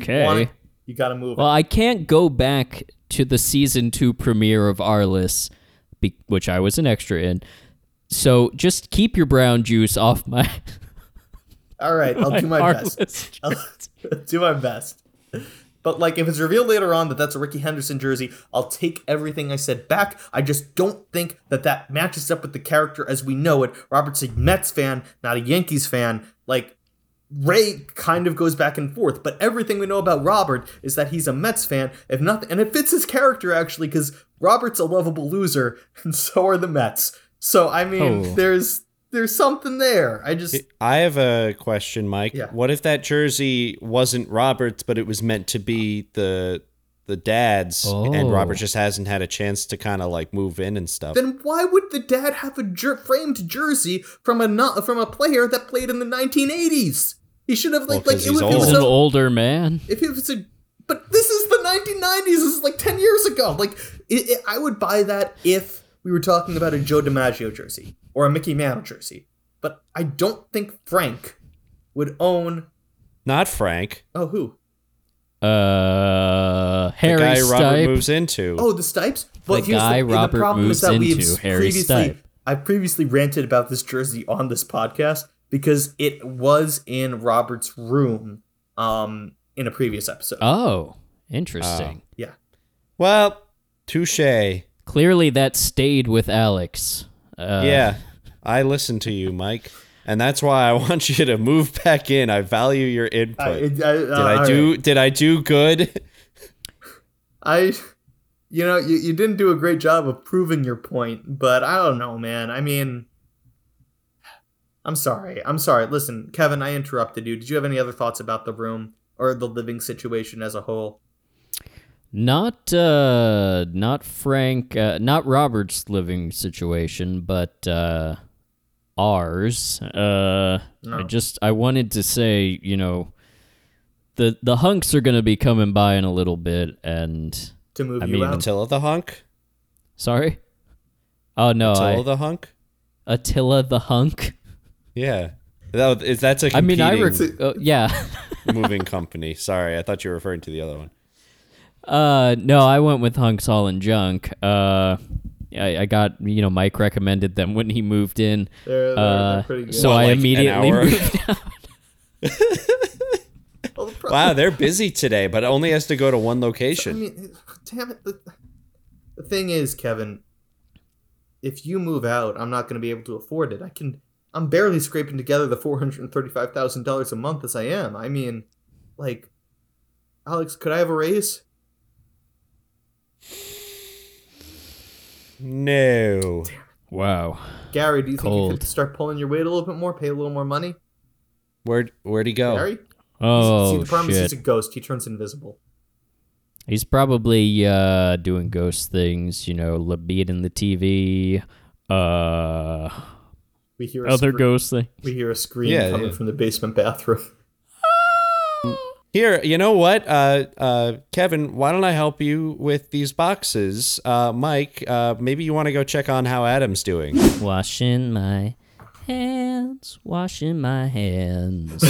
B: Okay.
C: Want it? You got to move.
B: Well,
C: it.
B: I can't go back to the season two premiere of Arliss, be- which I was an extra in. So just keep your brown juice off my,
C: All right. I'll do my best. Oh.
B: Arliss.
C: I'll do my best. But like, if it's revealed later on that that's a Ricky Henderson jersey, I'll take everything I said back. I just don't think that that matches up with the character as we know it. Robert's a Mets fan, not a Yankees fan. Like, Ray kind of goes back and forth, but everything we know about Robert is that he's a Mets fan, if nothing, and it fits his character actually, because Robert's a lovable loser, and so are the Mets. So I mean,
B: Oh.
C: there's there's something there. I just
A: I have a question, Mike.
C: Yeah.
A: What if that jersey wasn't Robert's, but it was meant to be the the dad's,
B: Oh.
A: and Robert just hasn't had a chance to kind of like move in and stuff?
C: then why would the dad have a jer- framed jersey from a not from a player that played in the 1980s? He should have like
A: Well, 'cause
C: like it
A: he's
C: was, it
A: old.
B: He's
C: was
B: an
C: a,
B: older man.
C: if it was a but this is the 1990s this is like 10 years ago like it, it, i would buy that if we were talking about a joe dimaggio jersey or a mickey mantle jersey but i don't think frank would own
A: Not Frank,
C: oh who
B: Uh,
A: the
B: Harry
A: guy Robert
B: Stipe.
A: moves into.
C: oh the stipes but
B: The
C: here's
B: guy
C: the,
B: Robert
C: the problem
B: moves
C: is that we've
B: into, Harry
C: previously
B: Stipe.
C: i previously ranted about this jersey on this podcast because it was in robert's room um in a previous episode
B: Oh, interesting.
C: yeah
A: Well,
B: Uh.
A: touche.
B: Clearly, that stayed with Alex. Uh,
A: yeah, I listen to you, Mike, and that's why I want you to move back in. I value your
B: Oh,
A: input.
C: I- I-
A: did
C: I-
A: I
C: Uh, all
A: do? Did I do good?
C: I, you know, you, you didn't do a great job of proving your point, but I don't know, man. I mean, I'm sorry. I'm sorry. Listen, Kevin, I interrupted you. Did you have any other thoughts about the room or the living situation as a whole?
B: Not uh not Frank uh, not Robert's living situation, but uh ours. Uh I just I wanted to say, you know, the the hunks are going to be coming by in a little bit and
C: To move
B: I
C: you
B: mean,
C: out?
A: Attila the hunk.
B: sorry. Oh no,
A: Attila
B: I,
A: the hunk.
B: Attila the hunk.
A: Yeah. That, is- that's a
B: I mean, I
A: competing
B: rec- uh, yeah.
A: moving company. Sorry, I thought you were referring to the other one.
B: Uh, no, I went with Hunks Hall and Junk. Uh, I, I got you know Mike recommended them when he moved in.
C: They're- they're- they're
B: uh,
C: pretty good.
B: So
A: What,
B: I
A: like an
B: immediately
A: hour?
B: moved.
C: Well, the pro-
A: Wow, they're busy today, but only has to go to one
C: Oh, I
A: location.
C: mean, damn it. The, the thing is, Kevin, if you move out, I'm not going to be able to afford it. I can. I'm barely scraping together the four hundred and thirty-five thousand dollars a month as I am. I mean, like, Alex, could I have a raise?
A: No.
B: Wow.
C: Gary, do you think you
B: Cold.
C: could start pulling your weight a little bit more, pay a little more money?
A: Where'd where'd he go?
C: Gary, see
B: Oh
C: the problem is
B: shit.
C: he's a ghost. He turns invisible.
B: He's probably uh doing ghost things. You know, le- be it in the TV. Uh,
C: We hear a
B: other
C: scre-
B: ghost thing.
C: We hear a scream
A: Yeah,
C: coming
A: yeah.
C: from the basement bathroom.
A: Here, you know what, uh, uh, Kevin? Why don't I help you with these boxes, uh, Mike? Uh, maybe you want to go check on how Adam's doing.
B: Washing my hands. Washing my hands.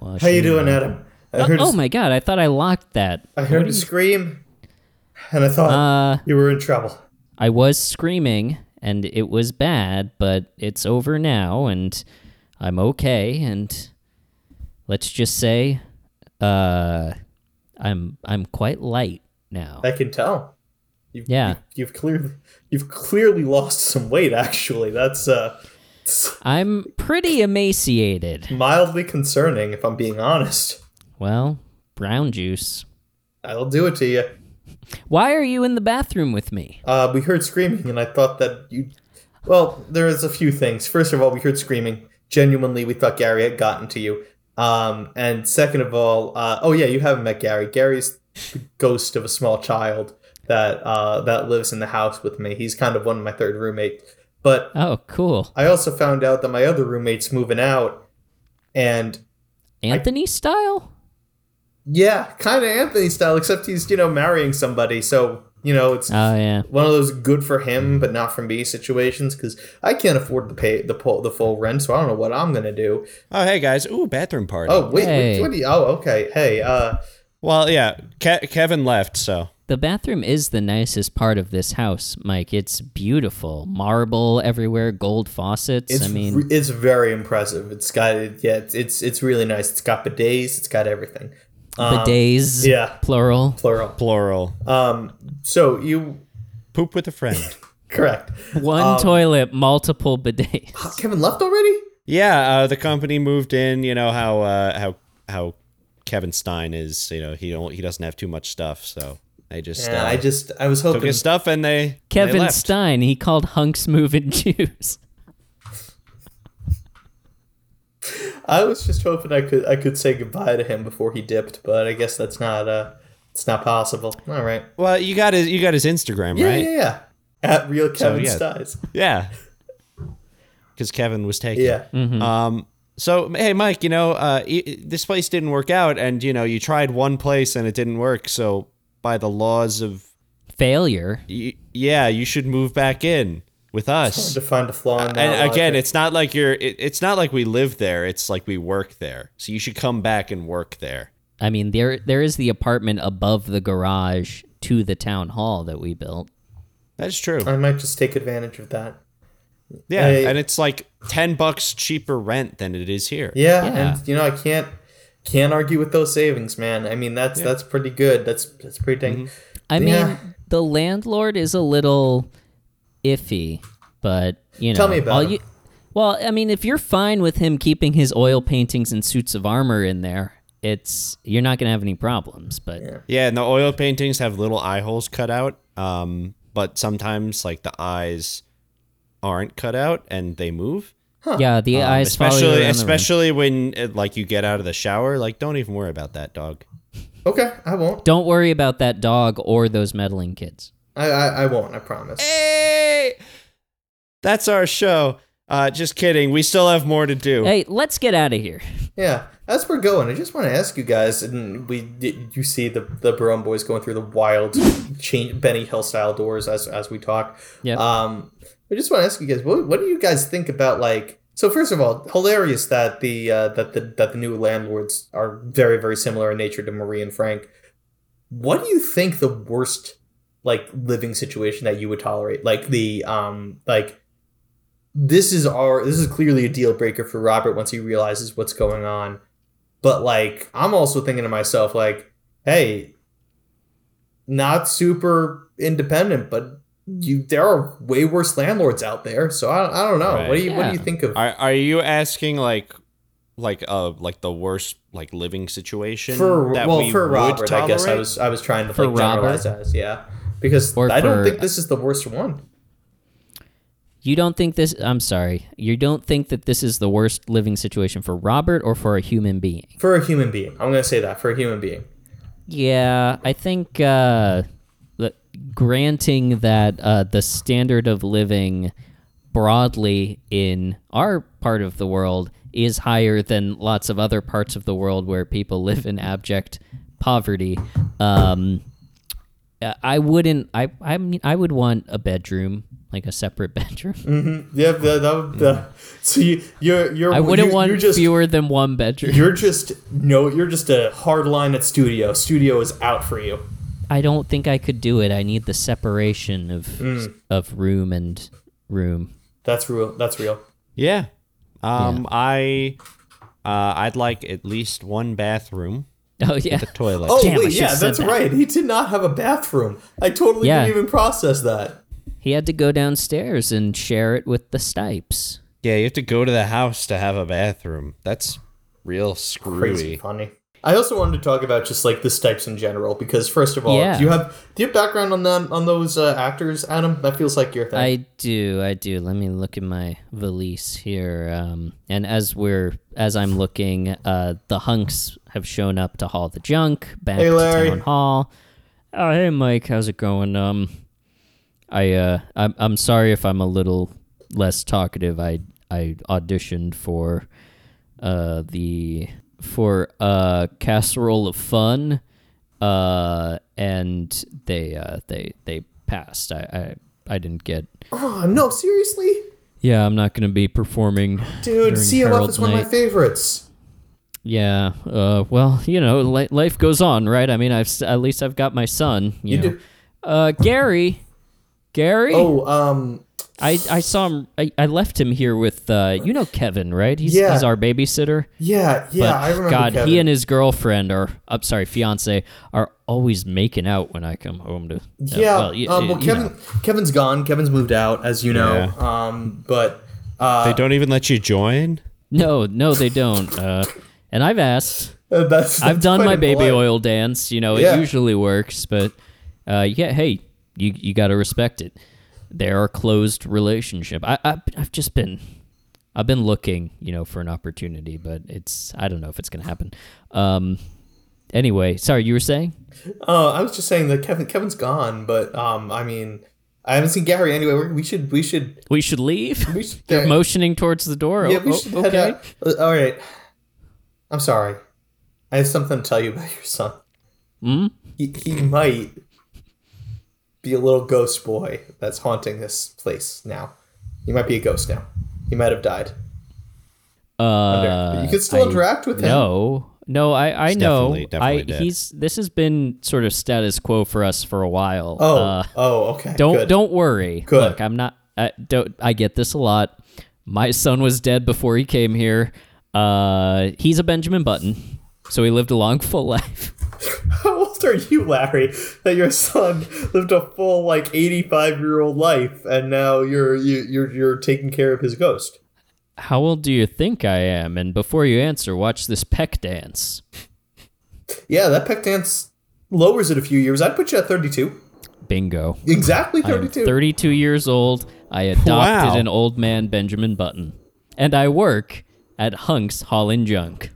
C: How you doing, Adam? I heard.
B: oh my god! I thought I locked that.
C: I heard a scream, and I thought
B: Uh.
C: you were in trouble.
B: I was screaming and it was bad, but it's over now and I'm okay and let's just say uh I'm I'm quite light now.
C: I can tell.
B: Yeah.
C: You've clearly you've clearly lost some weight actually. That's uh
B: I'm pretty emaciated.
C: mildly concerning if I'm being honest.
B: Well, brown juice.
C: I'll do it to you.
B: Why are you in the bathroom with me?
C: Uh we heard screaming and I thought that you well, there is a few things. First of all, we heard screaming. Genuinely, we thought Gary had gotten to you. Um and second of all, uh oh yeah, you haven't met Gary. Gary's the ghost of a small child that uh that lives in the house with me. He's kind of one of my third roommates. But
B: Oh, cool.
C: I also found out that my other roommate's moving out and
B: Anthony style?
C: Yeah, kind of Anthony style, except he's, you know, marrying somebody. So, you know, it's
B: Oh yeah.
C: one of those good for him but not for me situations cuz I can't afford to pay the po- the full rent, so I don't know what I'm going to do.
A: Oh, hey guys! Ooh, bathroom party.
C: Oh, wait,
B: Hey.
C: wait, what do you, Oh, okay. Hey, uh
A: well, yeah. Ke- Kevin left, so
B: The bathroom is the nicest part of this house, Mike. It's beautiful. Marble everywhere, gold faucets.
C: it's
B: I mean,
C: re- it's very impressive. It's got yeah, it's, it's it's really nice. It's got bidets, it's got everything.
B: Bidets,
C: um, yeah,
B: plural.
C: plural.
A: Plural.
C: So you
A: Poop with a friend.
C: correct.
B: One toilet, multiple bidets.
C: Kevin left already?
A: yeah, uh, the company moved in. You know how uh, how how Kevin Stein is. You know he don't he doesn't have too much stuff, so they just
C: Yeah,
A: uh,
C: I just I was
A: took
C: hoping
A: his stuff and they they
B: Kevin
A: left.
B: Stein, he called hunks moving Jews.
C: I was just hoping I could I could say goodbye to him before he dipped, but I guess that's not uh it's not possible. All right.
A: Well, you got his you got his Instagram
C: Yeah,
A: right?
C: yeah, yeah. At real Kevin
A: yeah.
C: Stiles.
A: Yeah. Because Kevin was taking.
C: Yeah.
A: Um. So hey, Mike, you know, uh, i- i- this place didn't work out, and you know, you tried one place and it didn't work. So by the laws of,
B: Failure.
A: y- yeah, you should move back in with
C: Hard
A: us.
C: To find a flaw in that
A: And again,
C: logic.
A: it's not like you're. It, it's not like we live there. It's like we work there. So you should come back and work there.
B: I mean, there there is the apartment above the garage to the town hall that we built.
A: That's true.
C: I might just take advantage of that.
A: Yeah,
C: I-
A: and it's like ten bucks cheaper rent than it is here.
C: Yeah, and you know I can't can't argue with those savings, man. I mean that's that's pretty good. That's that's pretty dang.
A: Mm-hmm.
B: I mean,
C: Yeah.
B: the landlord is a little iffy, but you know,
C: Tell me about
B: all
C: him.
B: you- well, I mean, if you're fine with him keeping his oil paintings and suits of armor in there, it's you're not gonna have any problems. But
A: Yeah, and the oil paintings have little eye holes cut out. Um, but sometimes like the eyes aren't cut out and they move.
B: yeah, the
A: Um,
B: eyes follow you
A: especially
B: around the room.
A: especially when uh, like you get out of the shower. Like don't even worry about that dog.
C: Okay, I won't.
B: Don't worry about that dog or those meddling kids.
C: I, I I won't. I promise.
A: Hey, that's our show. Uh, just kidding. We still have more to do.
B: Hey, let's get out of here.
C: Yeah, as we're going, I just want to ask you guys, and we you see the the Barone boys going through the wild change, Benny Hill style doors as as we talk.
B: Yeah.
C: Um, I just want to ask you guys, what, what do you guys think about like? So first of all, hilarious that the uh, that the that the new landlords are very very similar in nature to Marie and Frank. What do you think the worst like living situation that you would tolerate? Like the um like this is our this is clearly a deal breaker for Robert once he realizes what's going on. But like I'm also thinking to myself like, hey, not super independent, but you there are way worse landlords out there. So I, I don't know. What do you what do you
B: Yeah.
C: think of
A: Are are you asking like like uh like the worst like living situation
C: for
A: that
C: well
A: we
C: for
A: would
C: Robert? I guess I
A: tolerate?
C: was I was trying to
B: For
C: like, generalize as yeah. Because
B: Or
C: I don't
B: for-
C: think this is the worst one.
B: You don't think this? I'm sorry. You don't think that this is the worst living situation for Robert or for a human being?
C: For a human being. I'm gonna say that for a human being.
B: Yeah, I think uh, the- granting that uh, the standard of living broadly in our part of the world is higher than lots of other parts of the world where people live in abject poverty. Um, uh, I wouldn't. I. I mean, I would want a bedroom, like a separate bedroom.
C: Mm-hmm. Yeah, that, that, would- that so you you're you're
B: Mm. I wouldn't
C: you,
B: want
C: you're just
B: fewer than one bedroom.
C: You're just no. You're just a hard line at studio. Studio is out for you.
B: I don't think I could do it. I need the separation of
C: Mm.
B: of room and room.
C: That's real. That's real.
A: Yeah. Um, I, uh, I'd like at least one bathroom,
B: Oh yeah.
A: toilet.
C: Oh
B: Damn, I
C: wait,
B: should've
C: yeah,
B: said
C: that's
B: that.
C: right. He did not have a bathroom. I totally
B: Yeah.
C: didn't even process that.
B: He had to go downstairs and share it with the stipes.
A: Yeah, you have to go to the house to have a bathroom. That's real screwy.
C: Crazy funny. I also wanted to talk about just like the types in general because first of all,
B: Yeah.
C: do you have do you have background on them on those uh, actors, Adam? That feels like your thing.
B: I do, I do. Let me look at my valise here. Um, and as we're as I'm looking, uh, the hunks have shown up to haul the junk back
C: Hey, Larry.
B: to town hall. Oh, hey Mike, how's it going? Um, I uh, I'm I'm sorry if I'm a little less talkative. I I auditioned for uh the for uh casserole of fun uh and they uh they they passed i i, I didn't get
C: oh no, seriously,
B: yeah i'm not gonna be performing During
C: dude. CLF
B: Herald
C: is one of my
B: Night.
C: favorites.
B: yeah uh well you know li- life goes on right i mean i've s- at least i've got my son you,
C: You
B: know
C: do.
B: uh gary gary
C: Oh, um,
B: I, I saw him. I, I left him here with uh, you know Kevin, right? He's,
C: Yeah.
B: he's our babysitter.
C: Yeah, yeah,
B: But
C: I remember.
B: God,
C: Kevin.
B: he and his girlfriend or I'm sorry, fiance are always making out when I come home to. uh,
C: yeah,
B: well, y-
C: um, well,
B: you
C: Kevin,
B: know.
C: Kevin's gone. Kevin's moved out, as you know. Um, but uh,
A: They don't even let you join.
B: No, no, they don't. Uh, and I've asked.
C: uh, that's,
B: I've
C: that's
B: done
C: quite
B: my baby
C: impolite.
B: oil dance. You know,
C: Yeah.
B: it usually works, but uh, yeah, hey, you you got to respect it. They are a closed relationship. I, I I've just been. I've been looking, you know, for an opportunity, but it's I don't know if it's going to happen. Um anyway, sorry, you were saying?
C: Uh, I was just saying that Kevin Kevin's gone, but um, I mean, I haven't seen Gary anyway. We're, we should we should
B: We should leave.
C: we should
B: You're motioning towards the door.
C: yeah
B: Oh,
C: we
B: oh,
C: should head
B: okay.
C: out. Uh, All right, I'm sorry. I have something to tell you about your son.
B: Hmm?
C: He, he might be a little ghost boy that's haunting this place now. He might be a ghost now. He might have died.
B: Uh,
C: you could still
B: I-
C: interact with him.
B: No, no, I I know.
A: definitely- definitely
B: I
A: dead.
B: he's this has been sort of status quo for us for a while.
C: Oh,
B: Uh,
C: oh, okay.
B: don't
C: good.
B: don't worry.
C: Good.
B: Look, I'm not. I don't. I get this a lot. My son was dead before he came here. Uh, he's a Benjamin Button, so he lived a long, full life.
C: How old are you, Larry, that your son lived a full like eighty-five year old life, and now you're you, you're you're taking care of his ghost?
B: How old do you think I am? And before you answer, watch this peck dance.
C: Yeah, that peck dance lowers it a few years. I'd put you at thirty-two,
B: Bingo.
C: exactly
B: I'm
C: thirty-two.
B: 32 years old. I adopted
A: Wow.
B: an old man, Benjamin Button. And I work at Hunk's Hall and Junk.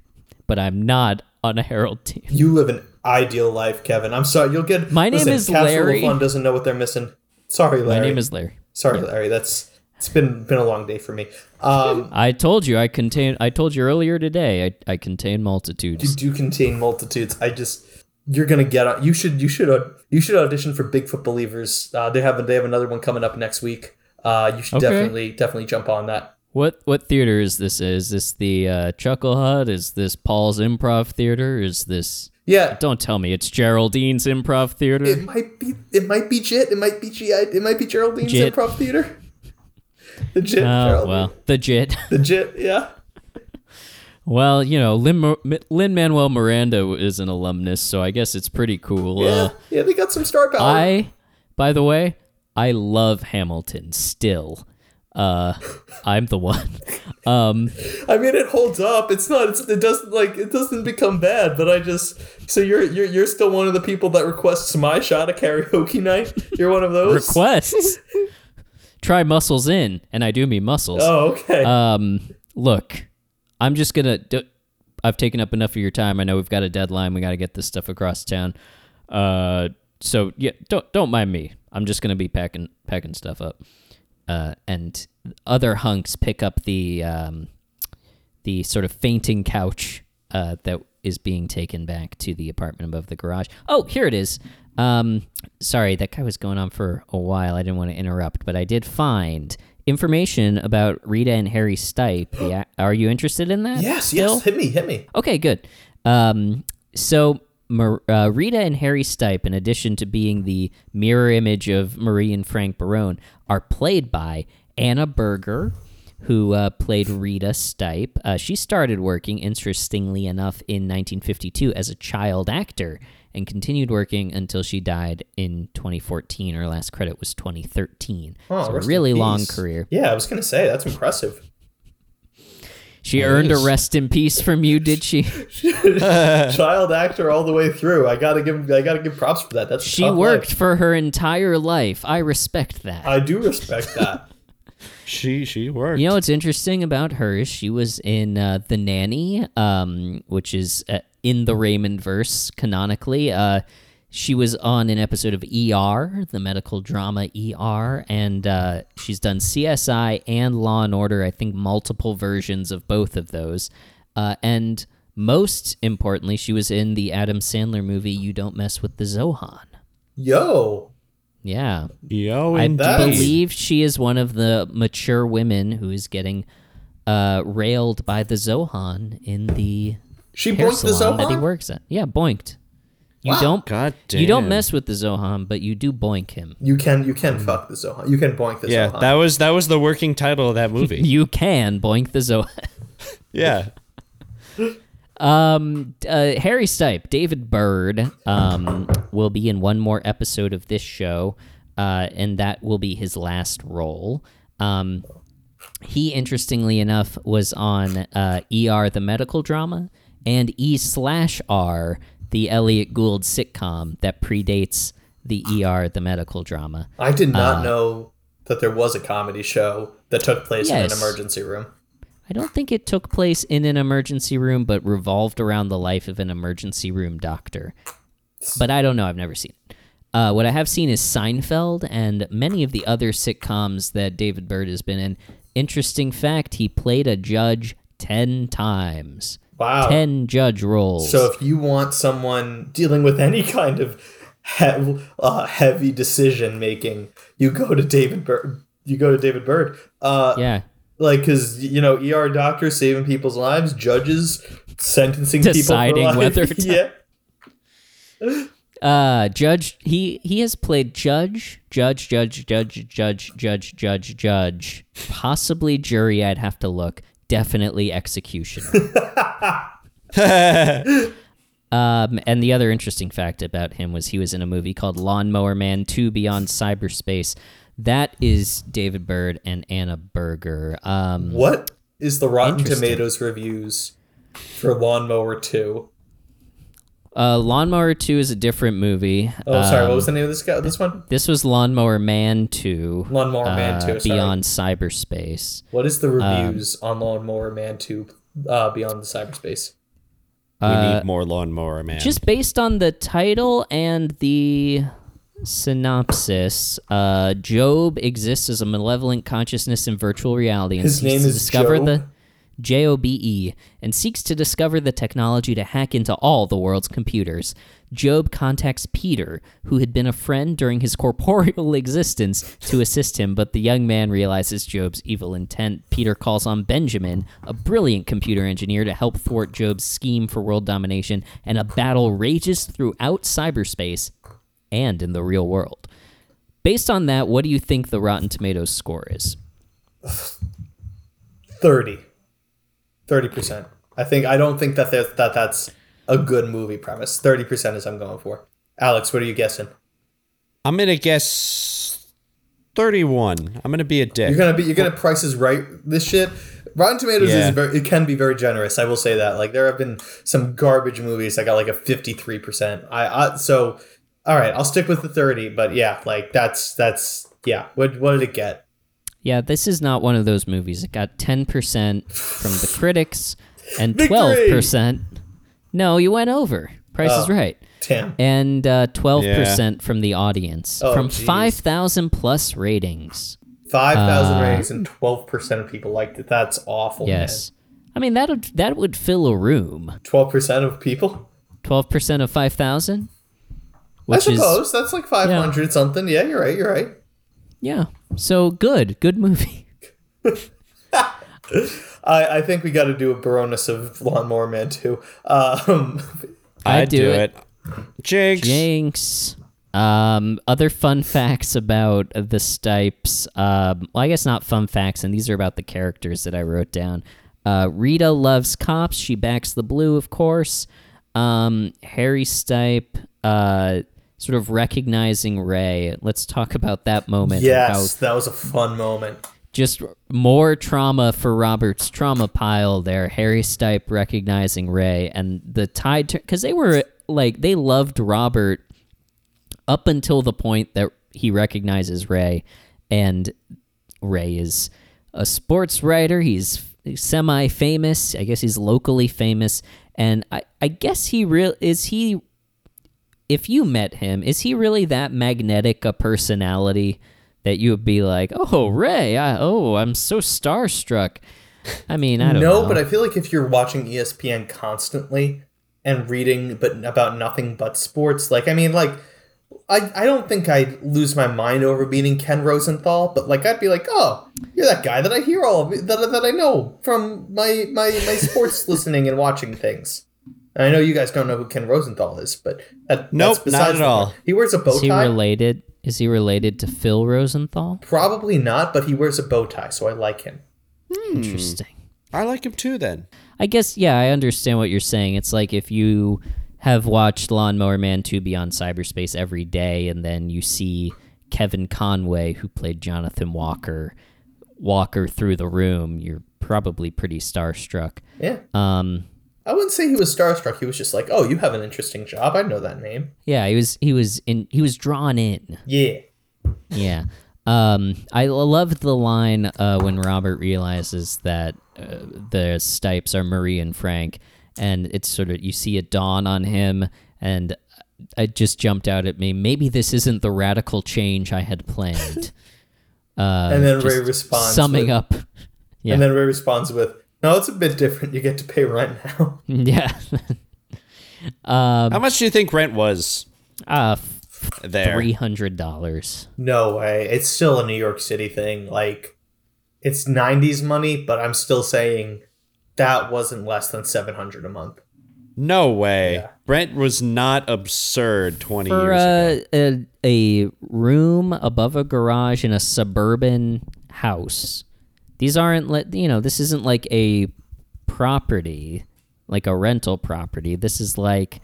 B: But I'm not on a Herald team.
C: you live an ideal life, Kevin. I'm sorry, you'll get.
B: My name is
C: Castle
B: Larry.
C: LaFon doesn't know what they're missing. Sorry, Larry.
B: My name is Larry.
C: Sorry, Larry. That's it's been been a long day for me. Um,
B: I told you I contain. I told you earlier today I, I contain
C: you
B: multitudes.
C: do contain multitudes. I just you're gonna get on. You should you should uh, you should audition for Bigfoot Believers. Uh, they have they have another one coming up next week. Uh, you should
B: Okay.
C: definitely definitely jump on that.
B: What what theater is this? Is this the uh, Chuckle Hut? Is this Paul's Improv Theater? Is this?
C: Yeah,
B: Don't tell me it's Geraldine's Improv Theater.
C: it might be it might be Jit. It might be GI. It might be Geraldine's
B: Jit.
C: Improv Theater. The Jit.
B: oh
C: Geraldine.
B: well, the Jit.
C: The Jit. Yeah.
B: Well, you know, Lin Lin Manuel Miranda is an alumnus, so I guess it's pretty cool.
C: Yeah.
B: Uh,
C: yeah. They got some star power.
B: I, by the way, I love Hamilton still. Uh, I'm the one. Um,
C: I mean, it holds up. It's not. It's, it doesn't like it doesn't become bad. But I just so you're you're you're still one of the people that requests my shot at karaoke night. You're one of those.
B: requests. Try muscles in, and I do mean muscles.
C: Oh, okay.
B: Um, look, I'm just gonna. Do, I've taken up enough of your time. I know we've got a deadline. We got to get this stuff across town. Uh, so yeah, don't don't mind me. I'm just gonna be packing packing stuff up. Uh, and other hunks pick up the um, the sort of fainting couch uh, that is being taken back to the apartment above the garage. Oh, here it is. Um, sorry, that guy was going on for a while. I didn't want to interrupt, but I did find information about Rita and Harry Stipe. Yeah, are you interested in that?
C: yes.
B: still?
C: Yes. Hit me. Hit me.
B: Okay, good. Um, so Mar- uh, Rita and Harry Stipe, in addition to being the mirror image of Marie and Frank Barone, are played by Anna Berger, who uh, played Rita Stipe. Uh, she started working, interestingly enough, in 1952 as a child actor and continued working until she died in 2014. Her last credit was 2013.
C: Oh,
B: so a
C: rest in
B: really long
C: peace.
B: career.
C: Yeah, I was gonna say that's impressive.
B: She earned a rest in peace from you, did she?
A: Uh-huh.
C: Child actor all the way through. I gotta give. I gotta give props for that. That's a
B: She
C: tough
B: worked
C: life.
B: for her entire life. I respect that.
C: I do respect that.
A: She she worked.
B: you know what's interesting about her is she was in uh, The Nanny, um, which is uh, in the Raymond verse canonically. Uh, she was on an episode of ER, the medical drama ER, and uh, she's done CSI and Law and Order, I think multiple versions of both of those. Uh, and most importantly, she was in the Adam Sandler movie You Don't Mess with the Zohan.
C: Yo.
B: Yeah.
A: Yo,
B: I
A: indeed.
C: That's-
B: believe she is one of the mature women who is getting uh, railed by the Zohan in the
C: She
B: hair
C: boinked the
B: salon that he
C: Zohan.
B: works at. Yeah, boinked. You don't.
A: God
B: You don't
A: damn.
B: mess with the Zohan, but you do boink him.
C: You can you can fuck the Zohan. You can boink the
A: Yeah,
C: Zohan.
A: that was that was the working title of that movie.
B: You can boink the Zohan.
A: yeah.
B: Um, uh, Harry Stipe, David Bird, um, will be in one more episode of this show, uh, and that will be his last role. Um, he, interestingly enough, was on uh, ER, the medical drama, and E slash R, the Elliot Gould sitcom that predates the ER, the medical drama.
C: I did not
B: Uh.
C: know that there was a comedy show that took place in an
B: Yes.
C: emergency room.
B: I don't think it took place in an emergency room, but revolved around the life of an emergency room doctor. But I don't know. I've never seen it. Uh, what I have seen is Seinfeld and many of the other sitcoms that David Bird has been in. Interesting fact: he played a judge ten times,
C: Wow.
B: ten judge roles.
C: So if you want someone dealing with any kind of he- uh, heavy decision making, you go to David Bird. You go to David Bird. Uh,
B: yeah,
C: Like, because, you know, ER doctors saving people's lives, judges sentencing
B: Deciding
C: people. for life.
B: whether to-
C: yeah.
B: uh, judge. He he has played judge, judge, judge, judge, judge, judge, judge, judge. Possibly jury. I'd have to look. Definitely executioner. Um, and the other interesting fact about him was he was in a movie called Lawnmower Man 2 Beyond Cyberspace. That is David Bird and Anna Berger. Um,
C: What is the Rotten
B: Interesting.
C: Tomatoes reviews for Lawnmower 2?
B: uh, Lawnmower 2 is a different movie.
C: Oh, sorry. What was
B: Um,
C: the name of this guy? This one?
B: This was Lawnmower Man 2.
C: Lawnmower Man
B: uh,
C: 2. Sorry.
B: Beyond um, Cyberspace.
C: What is the reviews on Lawnmower Man 2 uh, Beyond the Cyberspace?
A: We
B: Uh,
A: need more lawnmower man.
B: Just based on the title and the synopsis, uh, Job exists as a malevolent consciousness in virtual reality and
C: His
B: seeks
C: name
B: to
C: is
B: discover
C: Job?
B: the J O B E and seeks to discover the technology to hack into all the world's computers. Job contacts Peter, who had been a friend during his corporeal existence, to assist him, but the young man realizes Job's evil intent. Peter calls on Benjamin, a brilliant computer engineer, to help thwart Job's scheme for world domination, and a battle rages throughout cyberspace and in the real world. Based on that, what do you think the Rotten Tomatoes score is?
C: 30 30% i think i don't think that that, that that's a good movie premise 30% is i'm going for alex what are you guessing
A: I'm gonna guess thirty-one. I'm gonna be a dick.
C: you're gonna be you're gonna price is right this shit rotten tomatoes
A: Yeah.
C: is very it can be very generous i will say that like there have been some garbage movies that got like a 53% i, I so all right i'll stick with the 30 but yeah like that's that's yeah what, what did it get
B: Yeah, this is not one of those movies. It got 10% from the critics and
C: Victory!
B: 12%. No, you went over. Price
C: Oh.
B: is right.
C: Damn.
B: And uh, 12% from the audience.
C: Oh,
B: from
C: geez.
B: 5,000 plus ratings.
C: 5000 ratings and 12% of people liked it that's awful
B: Yes. I mean, that would, that would fill a room.
C: man. 12% of people
B: 12% of 5,000? Which
C: I
B: is.
C: suppose that's like 500 something. Yeah, you're right. You're right.
B: Yeah. So good. Good movie.
C: I, I think we got to do a Baroness of Lawnmower Man too. Um,
A: I'd
B: I'd do it.
A: Jinx.
B: Jinx. Um, other fun facts about the Stipes. Um, well, I guess not fun facts, and these are about the characters that I wrote down. Uh, Rita loves cops. She backs the blue, of course. Um, Harry Stipe, uh, sort of recognizing Ray. Let's talk about that moment. and how
C: yes, that was a fun moment.
B: just more trauma for Robert's trauma pile there. Harry Stipe recognizing Ray and the tide turn because they were like they loved Robert up until the point that he recognizes Ray, and Ray is a sports writer. He's semi famous. I guess he's locally famous, and I I guess he real is he. If you met him, is he really that magnetic a personality that you would be like, oh Ray, I, oh I'm so starstruck. I mean, I don't
C: No,
B: know.
C: but I feel like if you're watching E ESPN constantly and reading but about nothing but sports, like I mean, like I I don't think I'd lose my mind over beating Ken Rosenthal, but like I'd be like, oh, you're that guy that I hear all of, that that I know from my my my sports listening and watching things. I know you guys don't know who Ken Rosenthal is, but that,
A: Nope,
C: that's
A: not
C: besides
A: at
C: the
A: all.
C: point. He wears a bow
B: Is he
C: tie.
B: related? Is he related to Phil Rosenthal?
C: Probably not, but he wears a bow tie, so I like him.
B: Interesting.
A: I like him too. Then
B: I guess yeah, I understand what you're saying. It's like if you have watched Lawnmower Man 2 Beyond Cyberspace every day and then you see Kevin Conway who played Jonathan Walker Walker through the room, you're probably pretty starstruck.
C: Yeah,
B: Um
C: I wouldn't say he was starstruck. He was just like, "Oh, you have an interesting job. I know that name."
B: yeah, he was he was in he was drawn in.
C: Yeah,
B: Yeah. Um, I l- loved the line uh, when Robert realizes that uh, the Stipes are Marie and Frank, and it's sort of you see it dawn on him, and uh, it just jumped out at me. Maybe this isn't the radical change I had planned. Uh,
C: and then
B: just
C: Ray responds,
B: summing
C: with,
B: up. yeah.
C: and then Ray responds with, "No, it's a bit different. You get to pay rent now."
B: yeah.
A: how much do you think rent was
B: uh,
A: there?
B: three hundred dollars.
C: no way. It's still a New York City thing. Like, it's '90s money, but I'm still saying that wasn't less than seven hundred a month.
A: No way. Rent was not absurd twenty
B: for uh,
A: years. ago.
B: a, a a room above a garage in a suburban house. These aren't let you know. This isn't like a property, like a rental property. This is like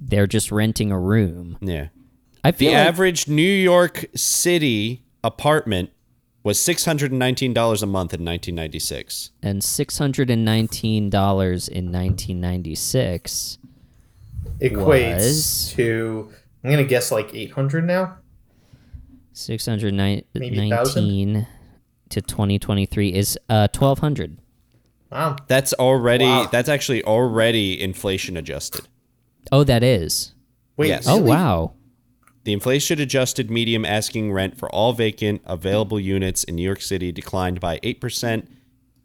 B: they're just renting a room.
A: Yeah.
B: I
A: The
B: feel like,
A: average New York City apartment was six hundred and nineteen dollars a month in nineteen ninety six.
B: and six hundred and nineteen dollars in nineteen ninety six.
C: equates
B: Was-
C: to I'm gonna guess like 800 now.
B: Six hundred nineteen
C: 1,000?
B: to twenty twenty three is uh twelve hundred.
C: Wow,
A: That's already
C: Wow.
A: that's actually already inflation adjusted.
B: Oh, that is.
C: wait,
A: Yes.
B: Oh
C: really?
B: wow.
A: The inflation adjusted medium asking rent for all vacant available units in New York City declined by 8%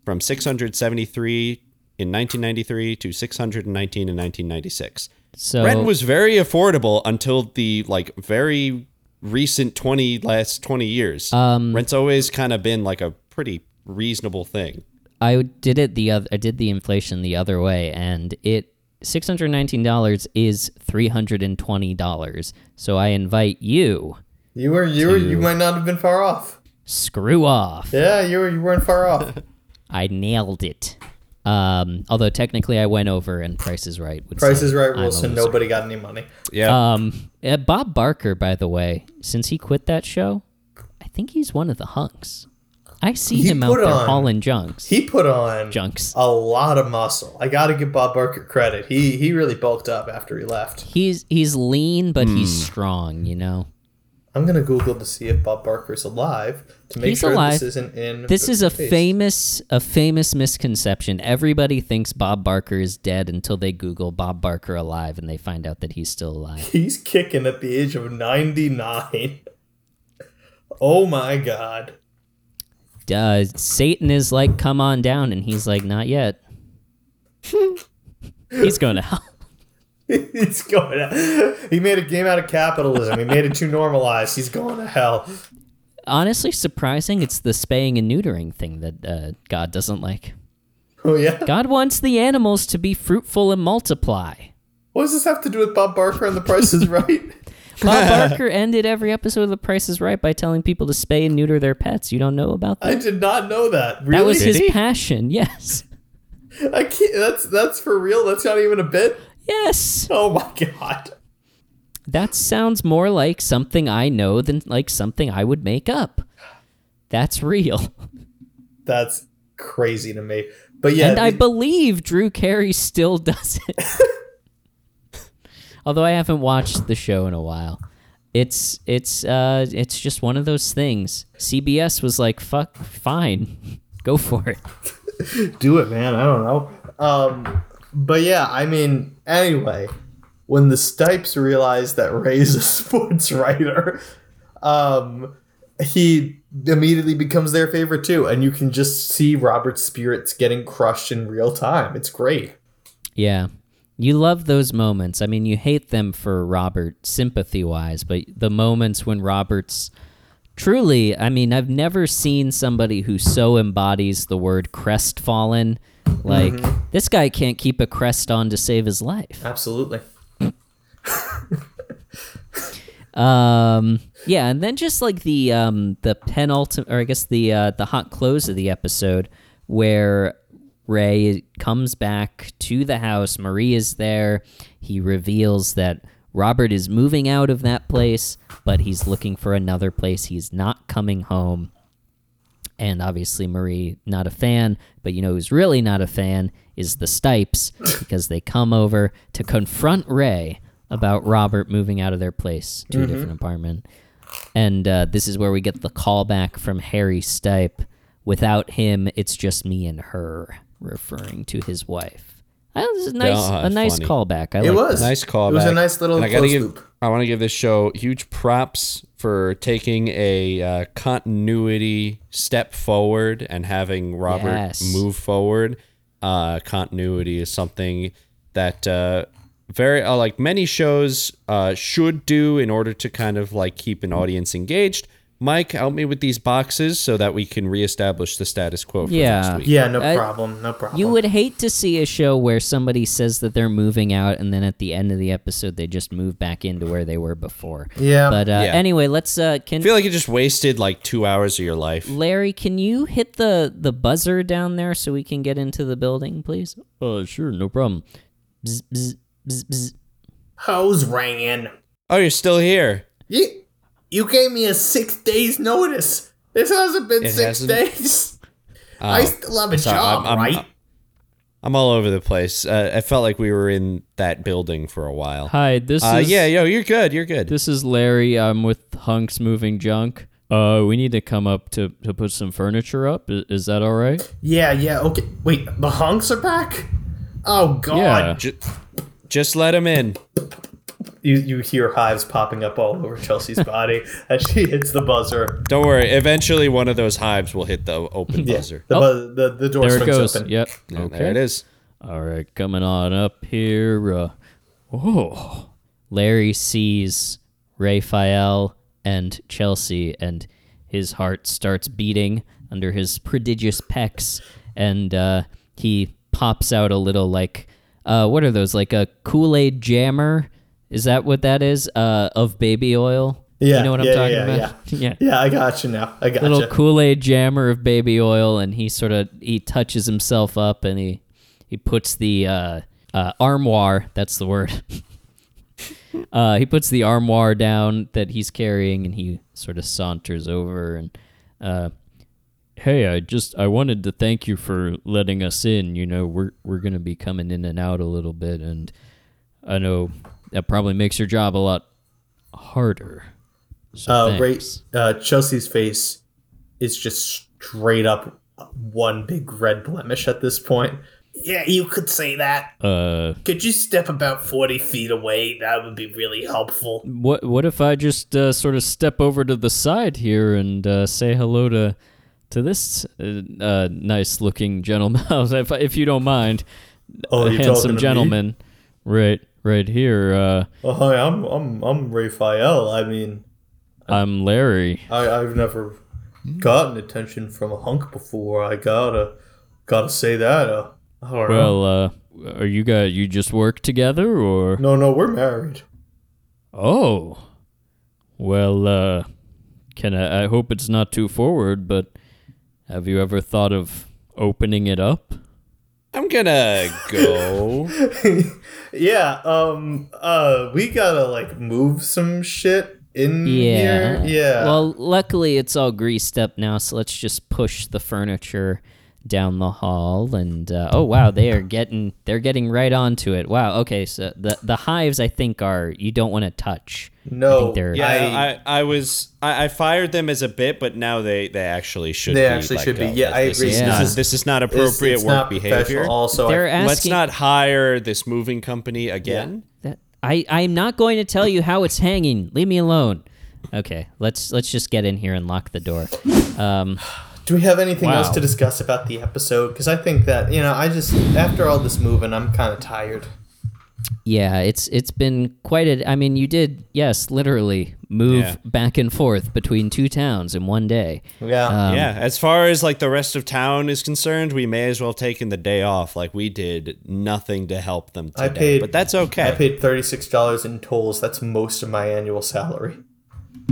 A: from 673 in 1993 to 619 in 1996.
B: So
A: Rent was very affordable until the like very recent 20 last 20 years. Um, Rent's always kind of been like a pretty reasonable thing.
B: I did it the other. I did the inflation the other way, and it six hundred nineteen dollars is three hundred and twenty dollars. So I invite you.
C: you were you were, you might not have been far off.
B: Screw off.
C: Yeah, you were you weren't far off.
B: I nailed it. Um, although technically I went over, and Price is Right. Would
C: Price
B: say
C: is right
B: I'm a
C: rules, so
B: loser.
C: nobody got any money.
A: Yeah.
B: Um, uh, Bob Barker, by the way, since he quit that show, I think he's one of the hunks. I see
C: He
B: him out
C: put
B: there
C: on-
B: hauling junks.
C: He put on
B: junks.
C: a lot of muscle. I gotta give Bob Barker credit. He he really bulked up after he left.
B: He's he's lean, but
C: Hmm.
B: he's strong. You know.
C: I'm gonna Google to see if Bob Barker's alive to make
B: He's
C: sure
B: alive.
C: this isn't in.
B: This is a
C: face.
B: famous a famous misconception. Everybody thinks Bob Barker is dead until they Google Bob Barker alive and they find out that he's still alive.
C: He's kicking at the age of 99. Oh my god.
B: Duh, Satan is like, "Come on down," and he's like, "Not yet." he's going to hell.
C: He's going. To, he made a game out of capitalism. He made it too normalized. He's going to hell.
B: Honestly, surprising. It's the spaying and neutering thing that uh, God doesn't like.
C: Oh yeah.
B: God wants the animals to be fruitful and multiply.
C: What does this have to do with Bob Barker and The Price Is Right?
B: Bob Barker ended every episode of The Price Is Right by telling people to spay and neuter their pets. You don't know about that?
C: I did not know that. Really?
B: That was his passion. Yes.
C: I can't. That's that's for real. That's not even a bit.
B: Yes.
C: Oh my god.
B: That sounds more like something I know than like something I would make up. That's real.
C: That's crazy to me. But yeah,
B: and I
C: the-
B: believe Drew Carey still does it. Although I haven't watched the show in a while. It's it's uh it's just one of those things. CBS was like, "Fuck, fine. Go for it."
C: do it, man. I don't know. Um, but yeah, I mean, anyway, when the Stipes realized that Ray's a sports writer, um, he immediately becomes their favorite too, and you can just see Robert's spirits getting crushed in real time. It's great.
B: Yeah. You love those moments. I mean, you hate them for Robert sympathy wise, but the moments when Robert's truly, I mean, I've never seen somebody who so embodies the word crestfallen Like this guy can't keep a crest on to save his life.
D: Absolutely.
B: Um, yeah, and then just like the um the penultimate, or I guess the uh, the hot close of the episode where Ray comes back to the house. Marie is there. He reveals that Robert is moving out of that place, but he's looking for another place. He's not coming home. And obviously, Marie, not a fan, but you know who's really not a fan is the Stipes because they come over to confront Ray about Robert moving out of their place to a different apartment. And uh, this is where we get the callback from Harry Stipe. Without him, it's just me and her, referring to his wife. That was a nice,
A: Ah,
B: a nice
A: funny.
B: callback. I
D: It
B: like
D: was
A: Nice call.
D: It was a nice little
A: And I gotta
D: close
A: give.
D: loop.
A: I want to give this show huge props for taking a uh, continuity step forward and having Robert
B: Yes.
A: move forward. Uh, continuity is something that uh, very uh, like many shows uh, should do in order to kind of like keep an audience engaged. Mike, help me with these boxes so that we can reestablish the status quo. For
B: Yeah.
A: next week.
D: Yeah, no
B: I-
D: problem. No problem.
B: You would hate to see a show where somebody says that they're moving out, and then at the end of the episode, they just move back into where they were before.
D: Yeah.
B: But uh,
A: Yeah.
B: anyway, let's. Uh, can
A: I feel like you just wasted like two hours of your life.
B: Larry, can you hit the the buzzer down there so we can get into the building, please?
G: Uh, sure, no problem.
B: Bzz, bzz, bzz, bzz.
D: Hose ran.
A: Oh, you're still here.
D: You, you gave me a six days notice. This hasn't been
A: It
D: 6
A: hasn't-
D: days. I
A: Oh,
D: still have a
A: sorry,
D: job,
A: I'm- I'm-
D: right?
A: I'm all over the place. Uh, I felt like we were in that building for a while.
G: Hi, this
A: Uh,
G: is
A: yeah, yo, you're good. You're good.
G: this is Larry. I'm with Hunks Moving Junk. Uh, we need to come up to, to put some furniture up. Is, is that all right?
D: yeah, yeah. Okay. Wait, the hunks are back. Oh God.
G: Yeah.
A: Ju- just let him in.
D: You you hear hives popping up all over Chelsea's body as she hits the buzzer.
A: Don't worry. Eventually, one of those hives will hit the open buzzer.
D: The bu- the, the door
G: There it
D: swings
G: goes.
D: open.
G: Yep.
A: And There it is.
G: All right, coming on up here. Uh, oh,
B: Larry sees Raphael and Chelsea, and his heart starts beating under his prodigious pecs, and uh, he pops out a little like, uh, what are those? Like a Kool Aid jammer? Is that what that is? Uh, of baby oil?
D: Yeah,
B: you know what
D: yeah,
B: I'm talking
D: yeah,
B: about. yeah.
D: Yeah, I got you now. I got
B: little
D: you.
B: Kool-Aid jammer of baby oil and he sort of he touches himself up and he he puts the uh, uh, armoire that's the word uh, he puts the armoire down that he's carrying and he sort of saunters over and uh,
G: hey, I just I wanted to thank you for letting us in. You know, we're we're gonna be coming in and out a little bit, and I know that probably makes your job a lot harder. So
D: Uh,
G: thanks.
D: right, uh, Chelsea's face is just straight up one big red blemish at this point. Yeah, you could say that.
G: Uh,
D: Could you step about 40 feet away? That would be really helpful.
G: what what if I just uh, sort of step over to the side here and uh, say hello to to this uh, uh, nice looking gentleman, if if you don't mind,
D: Oh,
G: a handsome gentleman, right right here. Uh,
D: Oh, hi, I'm, I'm, I'm Raphael. I mean,
G: I'm Larry.
D: I, I've never gotten attention from a hunk before. I gotta, gotta say that. Uh, I don't know.
G: Well, uh, are you guys you just work together or?
D: No, no, we're married.
G: Oh, well, uh, can I? I hope it's not too forward, but have you ever thought of opening it up?
A: I'm gonna go.
D: yeah, um uh we gotta like move some shit in
B: yeah
D: here. Yeah.
B: well luckily it's all greased up now so let's just push the furniture down the hall and uh, oh wow they are getting they're getting right onto it wow okay so the the hives i think are you don't want to touch I
D: no.
B: think they're-
D: yeah, I,
A: I, I, I was I, I fired them as a bit, but now they they actually should.
D: They
A: be
D: actually
A: let
D: should be.
A: go.
D: Yeah, I
A: This
D: agree.
A: Is
B: Yeah.
A: not,
B: This
A: this,
D: is-
A: is, not appropriate
D: it's, it's
A: work
D: not
A: behavior.
D: professional Also, I-
B: they're asking
A: Let's not hire this moving company again.
B: that I I'm not going to tell you how it's hanging. Leave me alone. Okay, let's let's just get in here and lock the door. Um,
D: do we have anything
G: Wow.
D: else to discuss about the episode? Because I think that you know, I just after all this moving, I'm kind of tired.
B: Yeah, it's it's been quite a. I mean, you did yes, literally move
A: Yeah.
B: back and forth between two towns in one day.
D: Yeah.
A: yeah, as far as like the rest of town is concerned, we may as well take in the day off. Like we did nothing to help them today,
D: I paid-
A: but that's okay.
D: I paid $36 in tolls. That's most of my annual salary.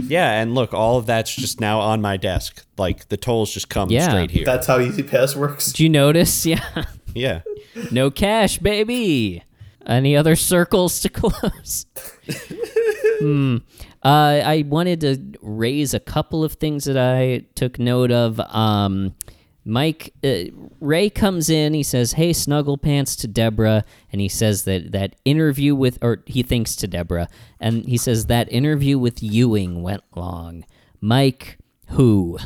A: Yeah, and look, all of that's just now on my desk. Like the tolls just come
B: Yeah.
A: straight here.
D: That's how Easy Pass works.
B: Did you notice? Yeah,
A: yeah.
B: no cash, baby. Any other circles to close? Uh, I wanted to raise a couple of things that I took note of. Um, Mike uh, Ray comes in. He says, "Hey, snuggle pants," to Deborah, and he says that that interview with, or he thinks to Deborah, and he says that interview with Ewing went long. Mike, who?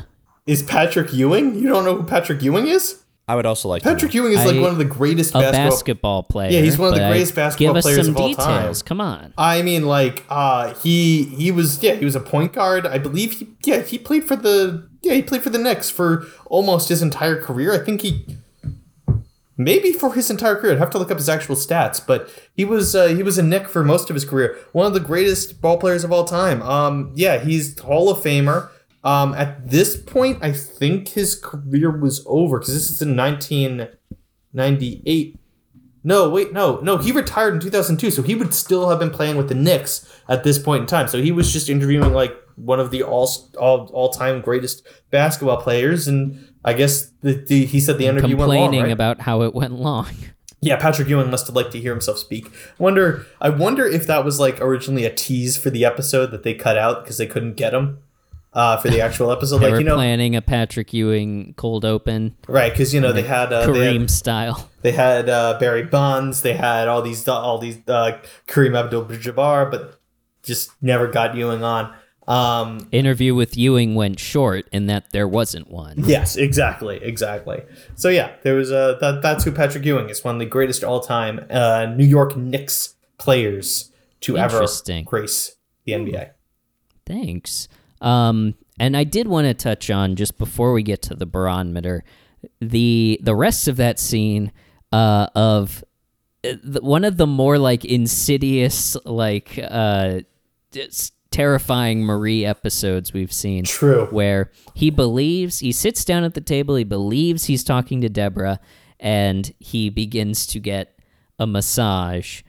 D: Is Patrick Ewing? You don't know who Patrick Ewing is?
A: I would also like
D: Patrick
A: to
D: Ewing is like
B: I-
D: one of the greatest
B: A
D: basketball.
B: basketball player.
D: Yeah, he's one of the
B: but I-
D: greatest basketball
B: Give us
D: players
B: some
D: of all time.
B: details. Come on.
D: I mean, like, uh, he he was yeah, he was a point guard. I believe he yeah he played for the yeah he played for the Knicks for almost his entire career. I think he maybe for his entire career. I'd have to look up his actual stats, but he was uh, he was a Nick for most of his career. One of the greatest ball players of all time. Um, yeah, he's Hall of Famer. Um, at this point, I think his career was over because this is in nineteen ninety eight. No, wait, no, no. He retired in 2002, so he would still have been playing with the Knicks at this point in time. So he was just interviewing like one of the all all all time greatest basketball players, and I guess the, the he said the interview Oh, went long,
B: Complaining
D: right?
B: about how it went long.
D: Yeah, Patrick Ewing must have liked to hear himself speak. I wonder. I wonder if that was like originally a tease for the episode that they cut out because they couldn't get him uh, for the actual episode.
B: They
D: like
B: were
D: you know,
B: planning a Patrick Ewing cold open,
D: right? Because you know they had uh, they had,
B: Kareem style.
D: they had uh, Barry Bonds. They had all these all these uh, Kareem Abdul-Jabbar, but just never got Ewing on. Um,
B: interview with Ewing went short in that there wasn't one.
D: Yes, exactly, exactly. So yeah, there was a that, that's who Patrick Ewing is, one of the greatest all-time uh, New York Knicks players to ever
B: Interesting.
D: grace the NBA.
B: Thanks. Um, and I did want to touch on just before we get to the barometer, the the rest of that scene uh, of uh, the, one of the more like insidious, like uh, just terrifying Marie episodes we've seen.
D: True.
B: where he believes he sits down at the table he believes he's talking to deborah and he begins to get a massage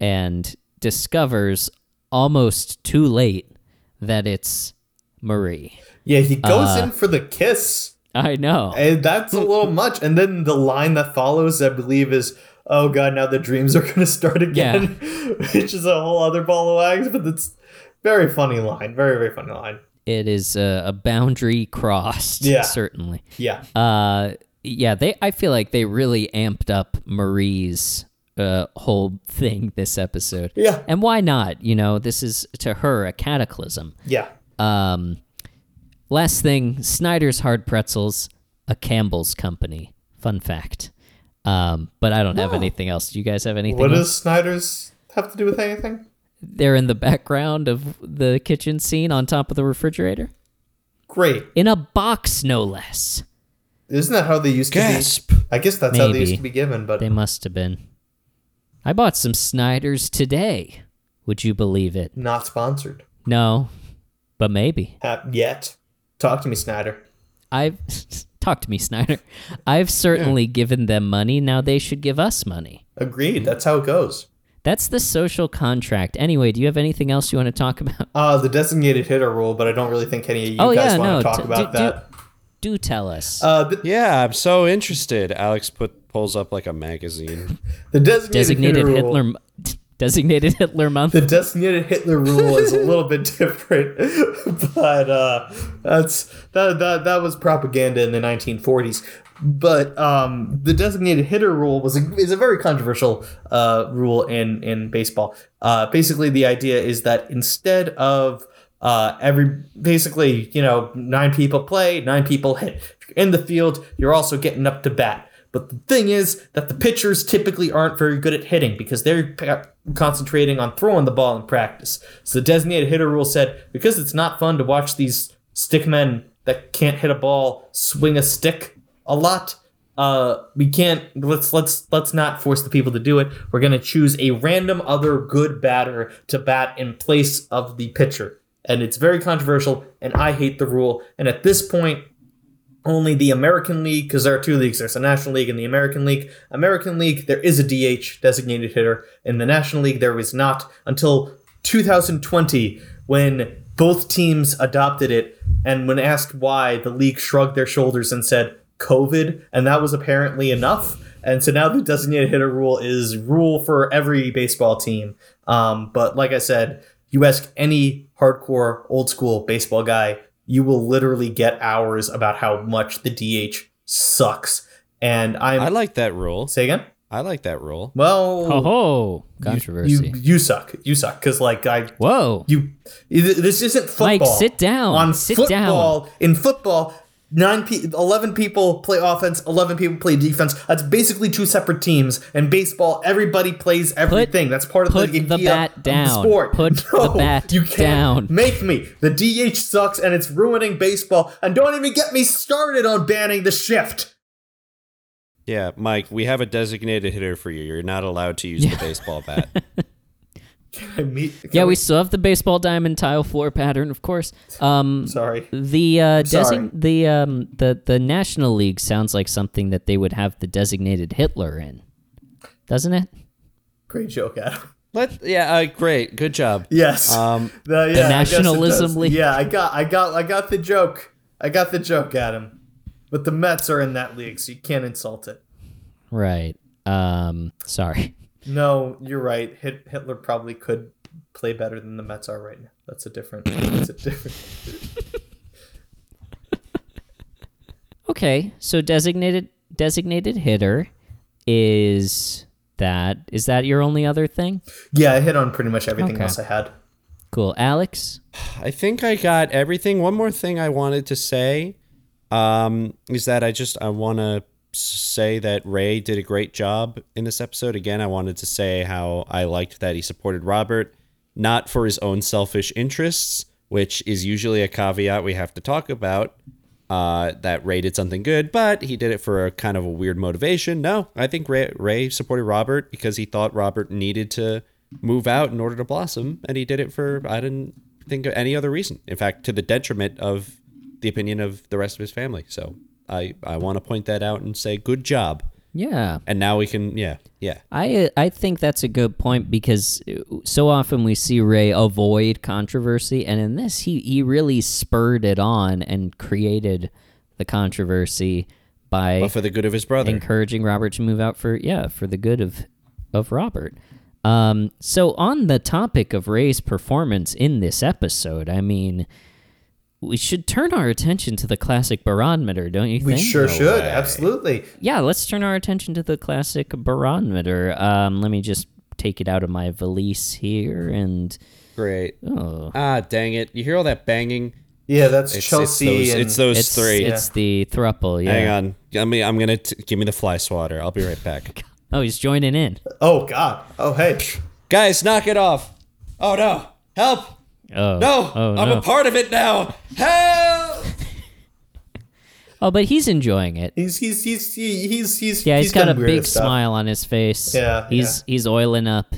B: and discovers almost too late that it's marie
D: Yeah, he goes
B: Uh,
D: in for the kiss.
B: i know
D: And that's a little much. And then the line that follows, I believe, is oh god, now the dreams are gonna start again. Which is a whole other ball of wax, but it's very funny line. Very, very funny line.
B: it is a, a boundary crossed
D: Yeah.
B: certainly
D: Yeah.
B: uh yeah they i feel like they really amped up marie's uh whole thing this episode
D: Yeah.
B: and why not you know this is to her a cataclysm
D: Yeah.
B: Um, last thing, Snyder's Hard Pretzels, a Campbell's company. Fun fact. Um, but I don't have anything else. Do you guys have anything?
D: What
B: else?
D: does Snyder's have to do with anything?
B: They're in the background of the kitchen scene on top of the refrigerator.
D: Great.
B: In a box, no less.
D: Isn't that how they used
A: gasp.
D: to be? I guess that's how they used
B: Maybe.
D: to be given, but
B: They must have been. I bought some Snyder's today. Would you believe it?
D: not sponsored
B: No, but maybe.
D: Ha- yet. Talk to me, Snyder.
B: I've talk to me, Snyder. I've certainly given them money. Now they should give us money.
D: Agreed. That's how it goes.
B: That's the social contract. Anyway, do you have anything else you want to talk about?
D: Uh, the designated hitter rule, but I don't really think any of you
B: Oh,
D: guys
B: yeah,
D: want
B: no,
D: to talk
B: d-
D: about
B: d- do-
D: that.
B: Do tell us.
D: uh, the,
A: Yeah, I'm so interested. Alex put pulls up like a magazine.
D: the designated,
B: designated
D: hitter
B: Hitler.
D: rule.
B: m- Designated Hitler month.
D: the designated Hitler rule is a little bit different, but uh, that's that, that that was propaganda in the 1940s. But um, the designated hitter rule was a, is a very controversial uh, rule in in baseball. Uh, basically, the idea is that instead of uh, every basically you know nine people play, nine people hit. If you're in the field, you're also getting up to bat. But the thing is that the pitchers typically aren't very good at hitting because they're p- concentrating on throwing the ball in practice. So the designated hitter rule said because it's not fun to watch these stick men that can't hit a ball swing a stick a lot, uh, we can't let's let's let's not force the people to do it. We're gonna choose a random other good batter to bat in place of the pitcher, and it's very controversial. And I hate the rule. And at this point, only the American League, because there are two leagues. There's the National League and the American League. American League, there is a DH designated hitter. In the National League, there was not until 2020 when both teams adopted it. And when asked why, the league shrugged their shoulders and said, COVID. And that was apparently enough. And so now the designated hitter rule is rule for every baseball team. Um, but like I said, you ask any hardcore old school baseball guy, you will literally get hours about how much the DH sucks. And I'm
A: I like that rule.
D: say again.
A: I like that rule.
B: Oh.
D: Well,
G: Ho ho!
D: you-
G: Controversy.
D: You, you suck. You suck because like I
G: Whoa!
D: you th- this isn't football.
B: Mike, sit down.
D: On
B: Sit
D: football, in football, nine pe- eleven people play offense, eleven people play defense. That's basically two separate teams. In baseball, everybody plays everything. That's part of
B: put
D: the,
B: the
D: idea
B: bat
D: of
B: down.
D: sport.
B: Put
D: No,
B: the bat
D: you
B: down.
D: can't Make me. The DH sucks and it's ruining baseball. And don't even get me started on banning the shift.
A: Yeah, Mike, we have a designated hitter for you. You're not allowed to use the baseball bat.
D: I mean,
B: Yeah, we still have the baseball diamond tile floor pattern, of course. Um,
D: Sorry.
B: the uh,
D: Sorry.
B: design the um, the the National League sounds like something that they would have the designated Hitler in, doesn't it?
D: Great joke, Adam.
A: Let yeah, uh, great, good job.
D: Yes.
A: Um,
D: The, yeah, I guess it
B: nationalism
D: does.
B: league.
D: Yeah, I got, I got, I got the joke. I got the joke, Adam. But the Mets are in that league, so you can't insult it.
B: Right. Um, sorry.
D: No, you're right. Hit, Hitler probably could play better than the Mets are right now. That's a different. That's a different.
B: Okay, so designated designated hitter is that is that your only other thing?
D: Yeah, I hit on pretty much everything
B: Okay.
D: else I had.
B: Cool, Alex.
A: I think I got everything. One more thing I wanted to say um, is that I just I want to say that Ray did a great job in this episode. Again, I wanted to say how I liked that he supported Robert, not for his own selfish interests, which is usually a caveat we have to talk about. Uh, that Ray did something good, but he did it for a kind of a weird motivation. No, I think Ray, Ray supported Robert because he thought Robert needed to move out in order to blossom, and he did it for I didn't think of any other reason. In fact, to the detriment of the opinion of the rest of his family. So I I want to point that out and say good job.
B: Yeah.
A: And now we can yeah yeah
B: I uh, I think that's a good point because uh, so often we see Ray avoid controversy, and in this he he really spurred it on and created the controversy by
A: but for the good of his brother.
B: encouraging Robert to move out for yeah for the good of of Robert. Um, so on the topic of Ray's performance in this episode, I mean, we should turn our attention to the classic barometer, don't you
D: We
B: think?
D: sure should. Absolutely.
B: yeah, let's turn our attention to the classic barometer. Um, let me just take it out of my valise here, and
A: Great.
B: oh,
A: Ah dang it! You hear all that banging?
D: Yeah, that's
A: It's,
D: Chelsea.
A: It's those,
D: and,
A: it's those
B: it's
A: three.
B: it's the thruple. Yeah.
A: Hang on. I mean, I'm gonna t- give me the fly swatter. I'll be right back.
B: Oh, he's joining in.
D: oh God. Oh hey.
A: Guys, knock it off. Oh no! Help!
B: Oh
A: No!
B: oh,
A: I'm
B: no.
A: a part of it now. Help!
B: oh, but he's enjoying it.
D: He's he's he's he- he's he's
B: Yeah, he's got a
D: done weirder
B: big
D: stuff.
B: smile on his face.
D: Yeah,
B: he's he's oiling up.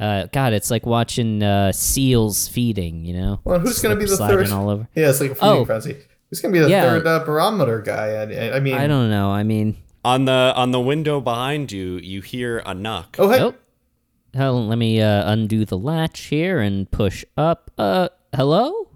B: Uh, God, it's like watching uh, seals feeding. You know,
D: Well, who's going to be
B: Slip
D: the
B: sliding
D: third?
B: all over.
D: Yeah, it's like a feeding
B: Oh.
D: frenzy. Who's going to be the
B: Yeah.
D: third uh, barometer guy? I, I- I mean,
B: I don't know. I mean,
A: On the on the window behind you, you hear a knock.
D: oh hey,
B: oh, hell, let me uh, undo the latch here and push up. Uh, hello,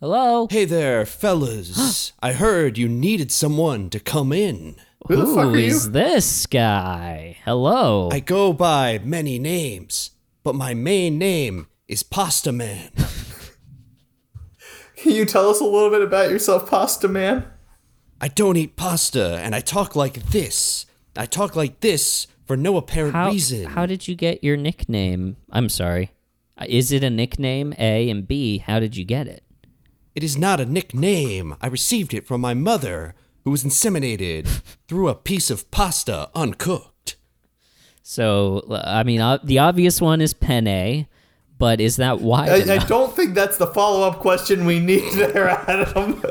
B: hello.
A: Hey there, fellas. I heard you needed someone to come in.
D: who the fuck
B: Who
D: are you?
B: is this guy? Hello.
A: I go by many names, but my main name is Pasta Man.
D: Can you tell us a little bit about yourself, Pasta Man?
A: I don't eat pasta, and I talk like this. I talk like this for no apparent
B: how,
A: reason.
B: how did you get your nickname? I'm sorry. Uh, Is it a nickname? A and B. How did you get it?
A: It is not a nickname. I received it from my mother, who was inseminated through a piece of pasta uncooked.
B: So l- I mean, o- the obvious one is penne, but is that why?
D: I, I don't think that's the follow up question we need there, Adam.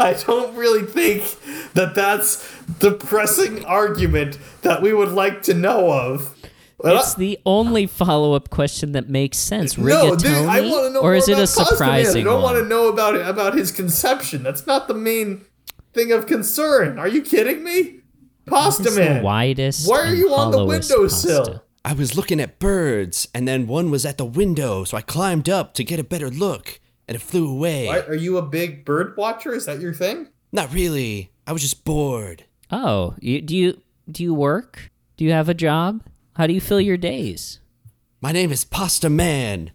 C: I don't really think that that's the pressing argument that we would like to know of.
B: It's the only follow-up question that makes sense.
C: No,
B: Rigatoni,
C: they- I want to know
B: or
C: more
B: is it
C: about
B: a
C: Costigan.
B: surprising
C: I don't
B: one?
C: want to know about it, about his conception. That's not the main thing of concern. Are you kidding me? Pasta man.
B: Widest.
C: Why are
B: and
C: you on the
B: hollowest
C: windowsill?
B: pasta.
A: I was looking at birds, and then one was at the window, so I climbed up to get a better look, and it flew away.
C: Why- Are you a big bird watcher? Is that your thing?
A: Not really. I was just bored.
B: Oh, you, do you do you work? Do you have a job? How do you fill your days?
A: My name is Pasta Man.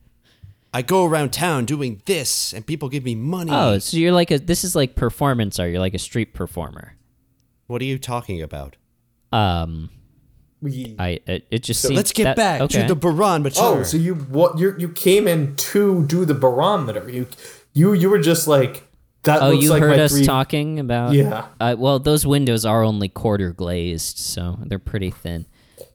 A: I go around town doing this, and people give me money.
B: Oh, so you're like a this is like performance art. You're like a street performer.
A: What are you talking about?
B: Um,
C: We-
B: I it, it just seems
A: Let's get
B: that-
A: back
B: okay.
A: to the barometer.
C: Oh, so you what you you came in to do the barometer. You you you were just like that
B: Oh,
C: looks
B: you
C: like
B: heard
C: my
B: us
C: three
B: talking about
C: Yeah.
B: Uh, well, those windows are only quarter glazed, so they're pretty thin.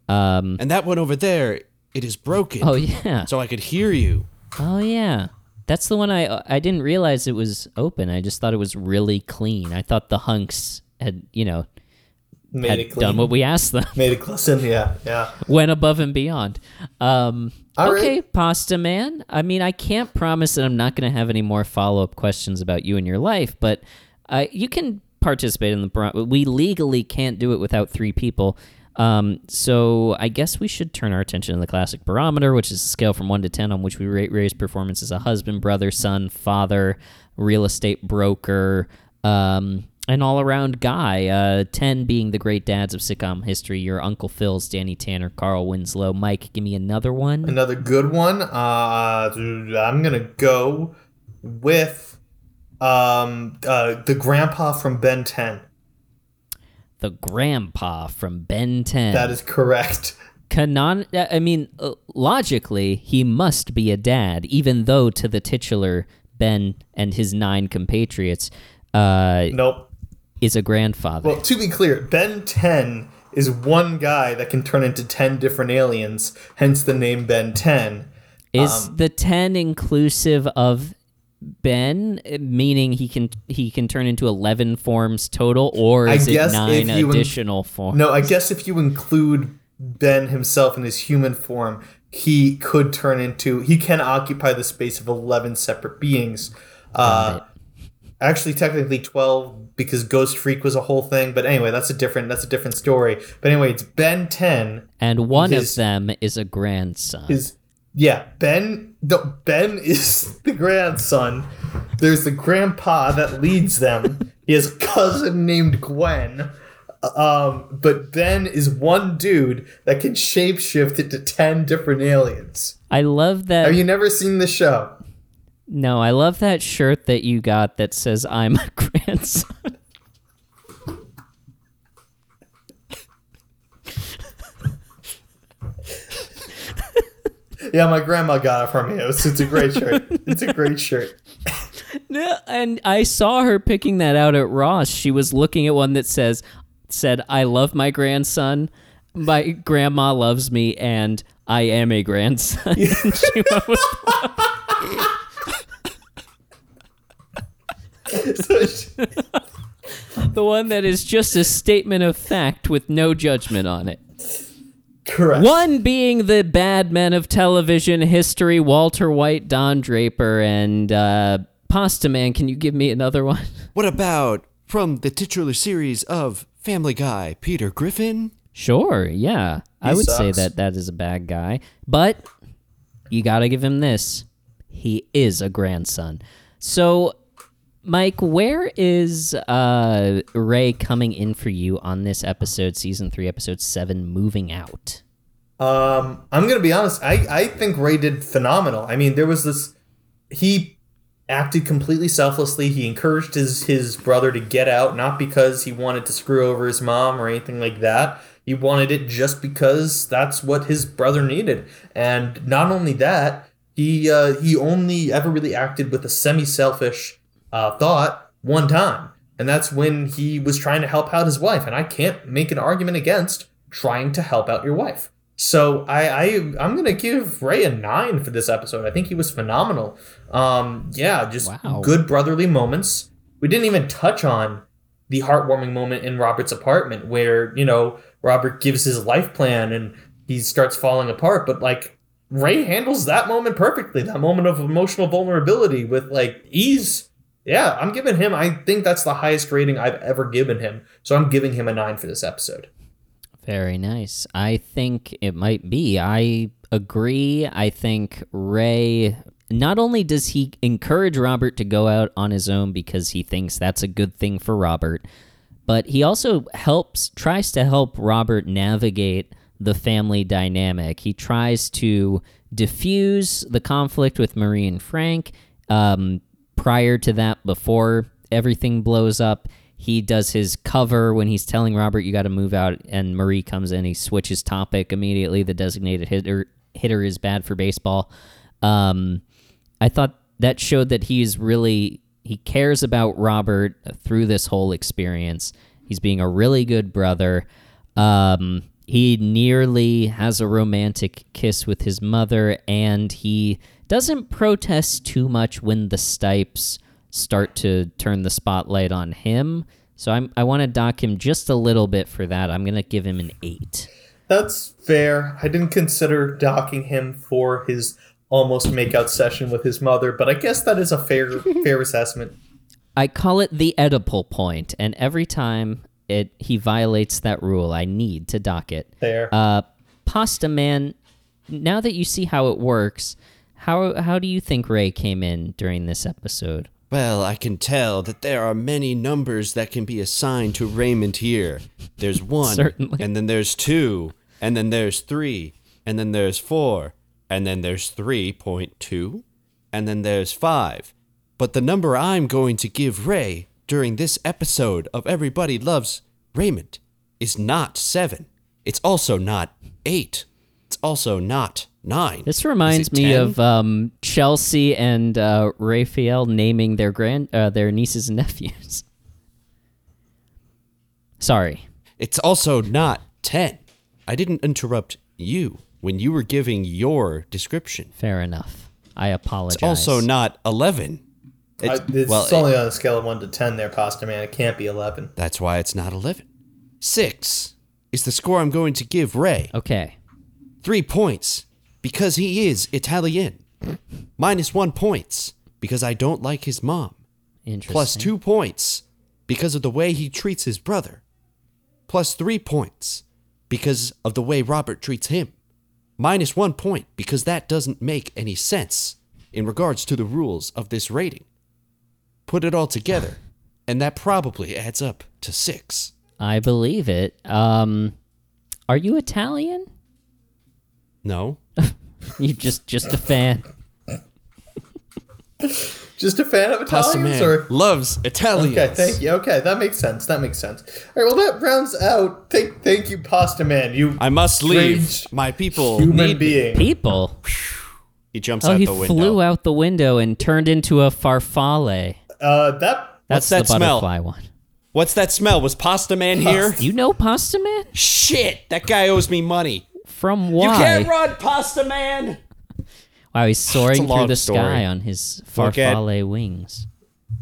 B: Um.
A: And that one over there, it is broken.
B: Oh yeah.
A: So I could hear you.
B: Oh yeah. That's the one I I didn't realize it was open. I just thought it was really clean. I thought the hunks had you know
C: made
B: had
C: it clean.
B: done what we asked them.
C: made it clean. Yeah, yeah.
B: went above and beyond. Um,
C: All
B: okay, Pasta Man. I mean, I can't promise that I'm not going to have any more follow up questions about you and your life, but uh, you can participate in the. Bron- we legally can't do it without three people. Um, so I guess we should turn our attention to the classic barometer, which is a scale from one to ten on which we rate Ray's performance as a husband, brother, son, father, real estate broker, um, an all around guy. Uh, 10 being the great dads of sitcom history your Uncle Phil's, Danny Tanner, Carl Winslow. Mike, give me another one.
C: Another good one. Uh I'm going to go with um uh the grandpa from Ben 10.
B: The grandpa from Ben 10.
C: That is correct.
B: Canon- I mean, uh, logically, he must be a dad, even though to the titular Ben and his nine compatriots uh,
C: Nope.
B: is a grandfather.
C: Well, to be clear, Ben 10 is one guy that can turn into 10 different aliens, hence the name Ben 10.
B: Is
C: Um,
B: the ten inclusive of Ben, meaning he can he can turn into eleven forms total, or
C: I
B: is it
C: guess if
B: nine
C: you in-
B: additional forms?
C: No, I guess if you include Ben himself in his human form, he could turn into he can occupy the space of eleven separate beings. Uh, actually, technically twelve because Ghost Freak was a whole thing. But anyway, that's a different that's a different story. But anyway, it's Ben ten.
B: and one
C: his-
B: of them is a grandson.
C: Is yeah Ben no, Ben is the grandson. There's the grandpa that leads them. he has a cousin named Gwen. Um, but Ben is one dude that can shapeshift into ten different aliens.
B: I love that.
C: Have you never seen the show?
B: no, I love that shirt that you got that says "I'm a grandson."
C: Yeah, my grandma got it from me. It was, it's a great shirt. It's a great shirt.
B: No, and I saw her picking that out at Ross. She was looking at one that says said I love my grandson, my grandma loves me and I am a grandson. And she went with-
C: So she-
B: the one that is just a statement of fact with no judgment on it.
C: correct.
B: One being the bad men of television history, Walter White, Don Draper, and uh, Pasta Man. Can you give me another one?
A: What about from the titular series of Family Guy, Peter Griffin?
B: Sure, yeah. I would say
C: sucks.
B: that that is a bad guy, but you got to give him this. He is a grandson. So, Mike, where is uh, Ray coming in for you on this episode, season three, episode seven, moving out?
C: Um, I'm gonna be honest. I I think Ray did phenomenal. I mean, there was this. He acted completely selflessly. He encouraged his his brother to get out, not because he wanted to screw over his mom or anything like that. He wanted it just because that's what his brother needed. And not only that, he uh, he only ever really acted with a semi selfish uh, thought one time, and that's when he was trying to help out his wife. And I can't make an argument against trying to help out your wife. So I, I I'm gonna give Ray a nine for this episode. I think he was phenomenal. Um, yeah, just
B: Wow.
C: good brotherly moments.
D: we didn't even touch on the heartwarming moment in Robert's apartment where, you know, Robert gives his life plan and he starts falling apart, but like Ray handles that moment perfectly, that moment of emotional vulnerability with like ease. Yeah, I'm giving him I think that's the highest rating I've ever given him. So I'm giving him a 9 for this episode.
B: Very nice. I think it might be. I agree. I think Ray not only does he encourage Robert to go out on his own because he thinks that's a good thing for Robert, but he also helps tries to help Robert navigate the family dynamic. He tries to diffuse the conflict with Marie and Frank. Um, prior to that, before everything blows up, he does his cover when he's telling Robert, "You got to move out," and Marie comes in. He switches topic immediately. The designated hitter hitter is bad for baseball. Um, I thought that showed that he's really he cares about Robert through this whole experience. He's being a really good brother. Um, he nearly has a romantic kiss with his mother, and he doesn't protest too much when the Stipes start to turn the spotlight on him. So I'm, I want to dock him just a little bit for that. I'm going to give him an eight.
D: That's fair. I didn't consider docking him for his almost makeout session with his mother, but I guess that is a fair fair assessment.
B: I call it the Oedipal point, and every time it he violates that rule, I need to dock it.
D: Fair.
B: Uh, Pasta Man, now that you see how it works, how how do you think Ray came in during this episode?
A: Well, I can tell that there are many numbers that can be assigned to Raymond here. There's one,
B: Certainly.
A: and then there's two, and then there's three, and then there's four, and then there's 3.2, and then there's five. But the number I'm going to give Ray during this episode of Everybody Loves Raymond is not seven. It's also not eight. It's also not nine. Is
B: This
A: it
B: reminds me
A: 10?
B: of um, Chelsea and uh, Raphael naming their grand uh, their nieces and nephews. Sorry.
A: It's also not 10. I didn't interrupt you when you were giving your description.
B: Fair enough. I apologize.
A: It's also not 11.
D: I-
A: It's,
D: it's
A: well,
D: only on a scale of 1 to 10 there, Pasta Man. It can't be 11.
A: that's why it's not 11. 6 is the score I'm going to give Ray.
B: okay.
A: 3 points because he is Italian. Minus 1 points because I don't like his mom.
B: Interesting.
A: plus two points because of the way he treats his brother, plus three points because of the way Robert treats him, minus one point because that doesn't make any sense in regards to the rules of this rating. Put it all together, and that probably adds up to six.
B: I believe it. Um, are you Italian?
A: No?
B: You just just a fan.
D: Just a fan of
A: Pasta
D: Italians
A: Man
D: or
A: loves Italians.
D: Oh, Okay, thank you. Okay, that makes sense. That makes sense. All right, well that rounds out. Thank thank you, Pasta Man. You
A: I must leave.
D: Strange
A: My people
D: human
A: need me.
D: being.
B: People.
A: He jumps
B: Oh,
A: out
B: he
A: the window.
B: flew out the window and turned into a farfalle.
D: Uh that
B: That's
A: that
B: the
A: smell?
B: butterfly one.
A: What's that smell? Was Pasta Man here?
B: You know Pasta Man?
A: Shit, that guy owes me money.
B: From why?
A: run, Pasta Man.
B: Wow, he's soaring through
A: long
B: the
A: story.
B: sky on his
A: Look at-
B: farfalle wings.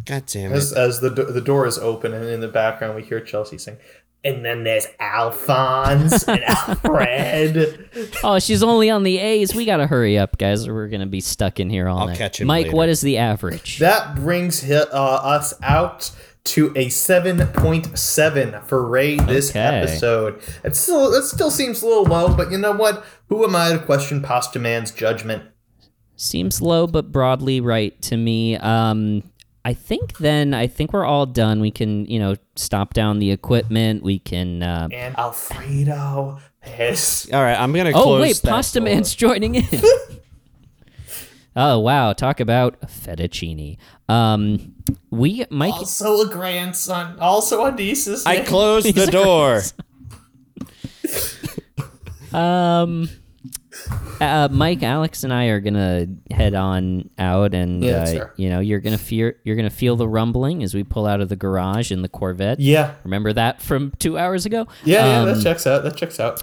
A: God damn it!
D: as, as the do- the door is open and in the background we hear Chelsea sing. And then there's Alphonse and Alfred.
B: Oh, she's only on the A's. We gotta hurry up, guys, or we're gonna be stuck in here all
A: I'll
B: night.
A: catch him
B: Mike,
A: later.
B: what is the average?
D: That brings hi- uh, us out to a 7.7 for Ray this
B: Okay.
D: episode. It still, it still seems a little low, but you know what? Who am I to question Pasta Man's judgment?
B: Seems low, but broadly right to me. Um, I think then I think we're all done. We can you know stop down the equipment. We can. Uh...
D: And Alfredo is.
A: All right, I'm gonna close.
B: Oh wait,
A: that
B: Pasta
A: door.
B: Man's joining in. oh wow, talk about fettuccine. Um, we Mike.
D: Also a grandson, also a nieces.
A: I closed the door.
B: Um, uh, Mike, Alex, and I are gonna head on out, and
D: Yeah,
B: uh,
D: sure.
B: you know you're gonna fear you're gonna feel the rumbling as we pull out of the garage in the Corvette.
D: yeah,
B: Remember that from two hours ago?
D: yeah, yeah.
B: Um,
D: That checks out. That checks out.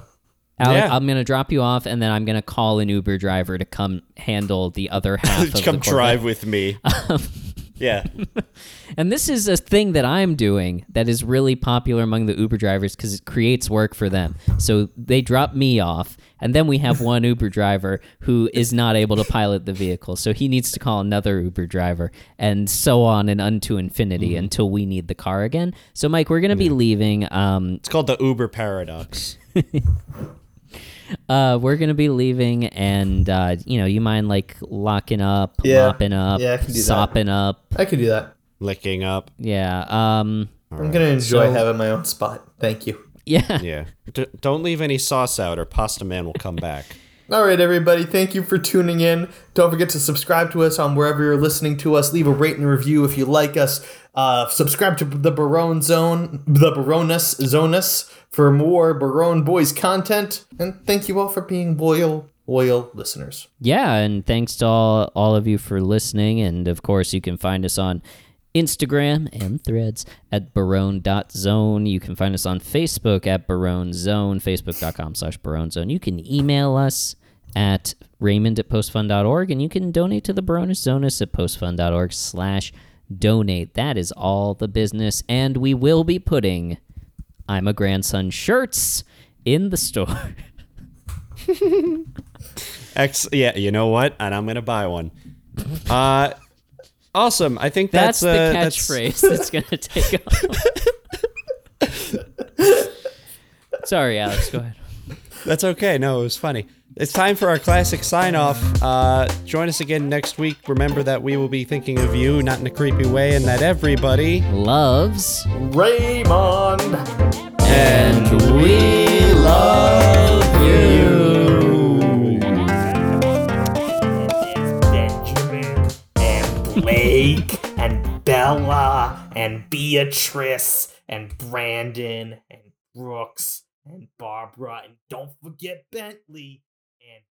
B: Alec,
A: Yeah.
B: I'm gonna drop you off, and then I'm gonna call an Uber driver to come handle the Um, other half. of the
A: Come
B: Corvette.
A: drive with me. Yeah.
B: And this is a thing that I'm doing that is really popular among the Uber drivers because it creates work for them. So they drop me off, and then we have one Uber driver who is not able to pilot the vehicle. So he needs to call another Uber driver, and so on and unto infinity until we need the car again. So, Mike, we're going to be leaving. Um,
A: It's called the Uber paradox.
B: uh, we're going to be leaving, and, uh, you know, you mind like locking up,
C: Yeah.
B: mopping up,
C: Yeah, I can do that.
B: sopping up.
C: I can do that.
A: Licking up.
B: Yeah. Um,
C: I'm gonna enjoy having my own spot. Thank you.
B: yeah.
A: Yeah. D- don't leave any sauce out or Pasta Man will come back.
C: All right, everybody. Thank you for tuning in. Don't forget to subscribe to us on wherever you're listening to us. Leave a rate and review if you like us. Uh, subscribe to the Barone Zone, the Baroness Zonus for more Barone Boys content. And thank you all for being loyal, loyal listeners.
B: yeah and thanks to all all of you for listening and of course you can find us on instagram and threads at barone.zone you can find us on facebook at barone zone facebook.com slash barone zone you can email us at raymond at postfund.org and you can donate to the baroness zonus at postfund.org slash donate that is all the business and we will be putting i'm a grandson shirts in the store
A: Ex- yeah, you know what? And I'm going to buy one. Uh, awesome. I think
B: that's,
A: that's, uh,
B: the
A: that's-
B: catchphrase that's, gonna take off. Sorry, Alex. Go ahead.
A: That's okay. No, it was funny. It's time for our classic sign off. Uh, join us again next week. Remember that we will be thinking of you, not in a creepy way, and that everybody.
B: Loves
C: Raymond.
B: and we love you.
D: Benjamin and Blake and Bella and Beatrice and Brandon and Brooks and Barbara and don't forget Bentley and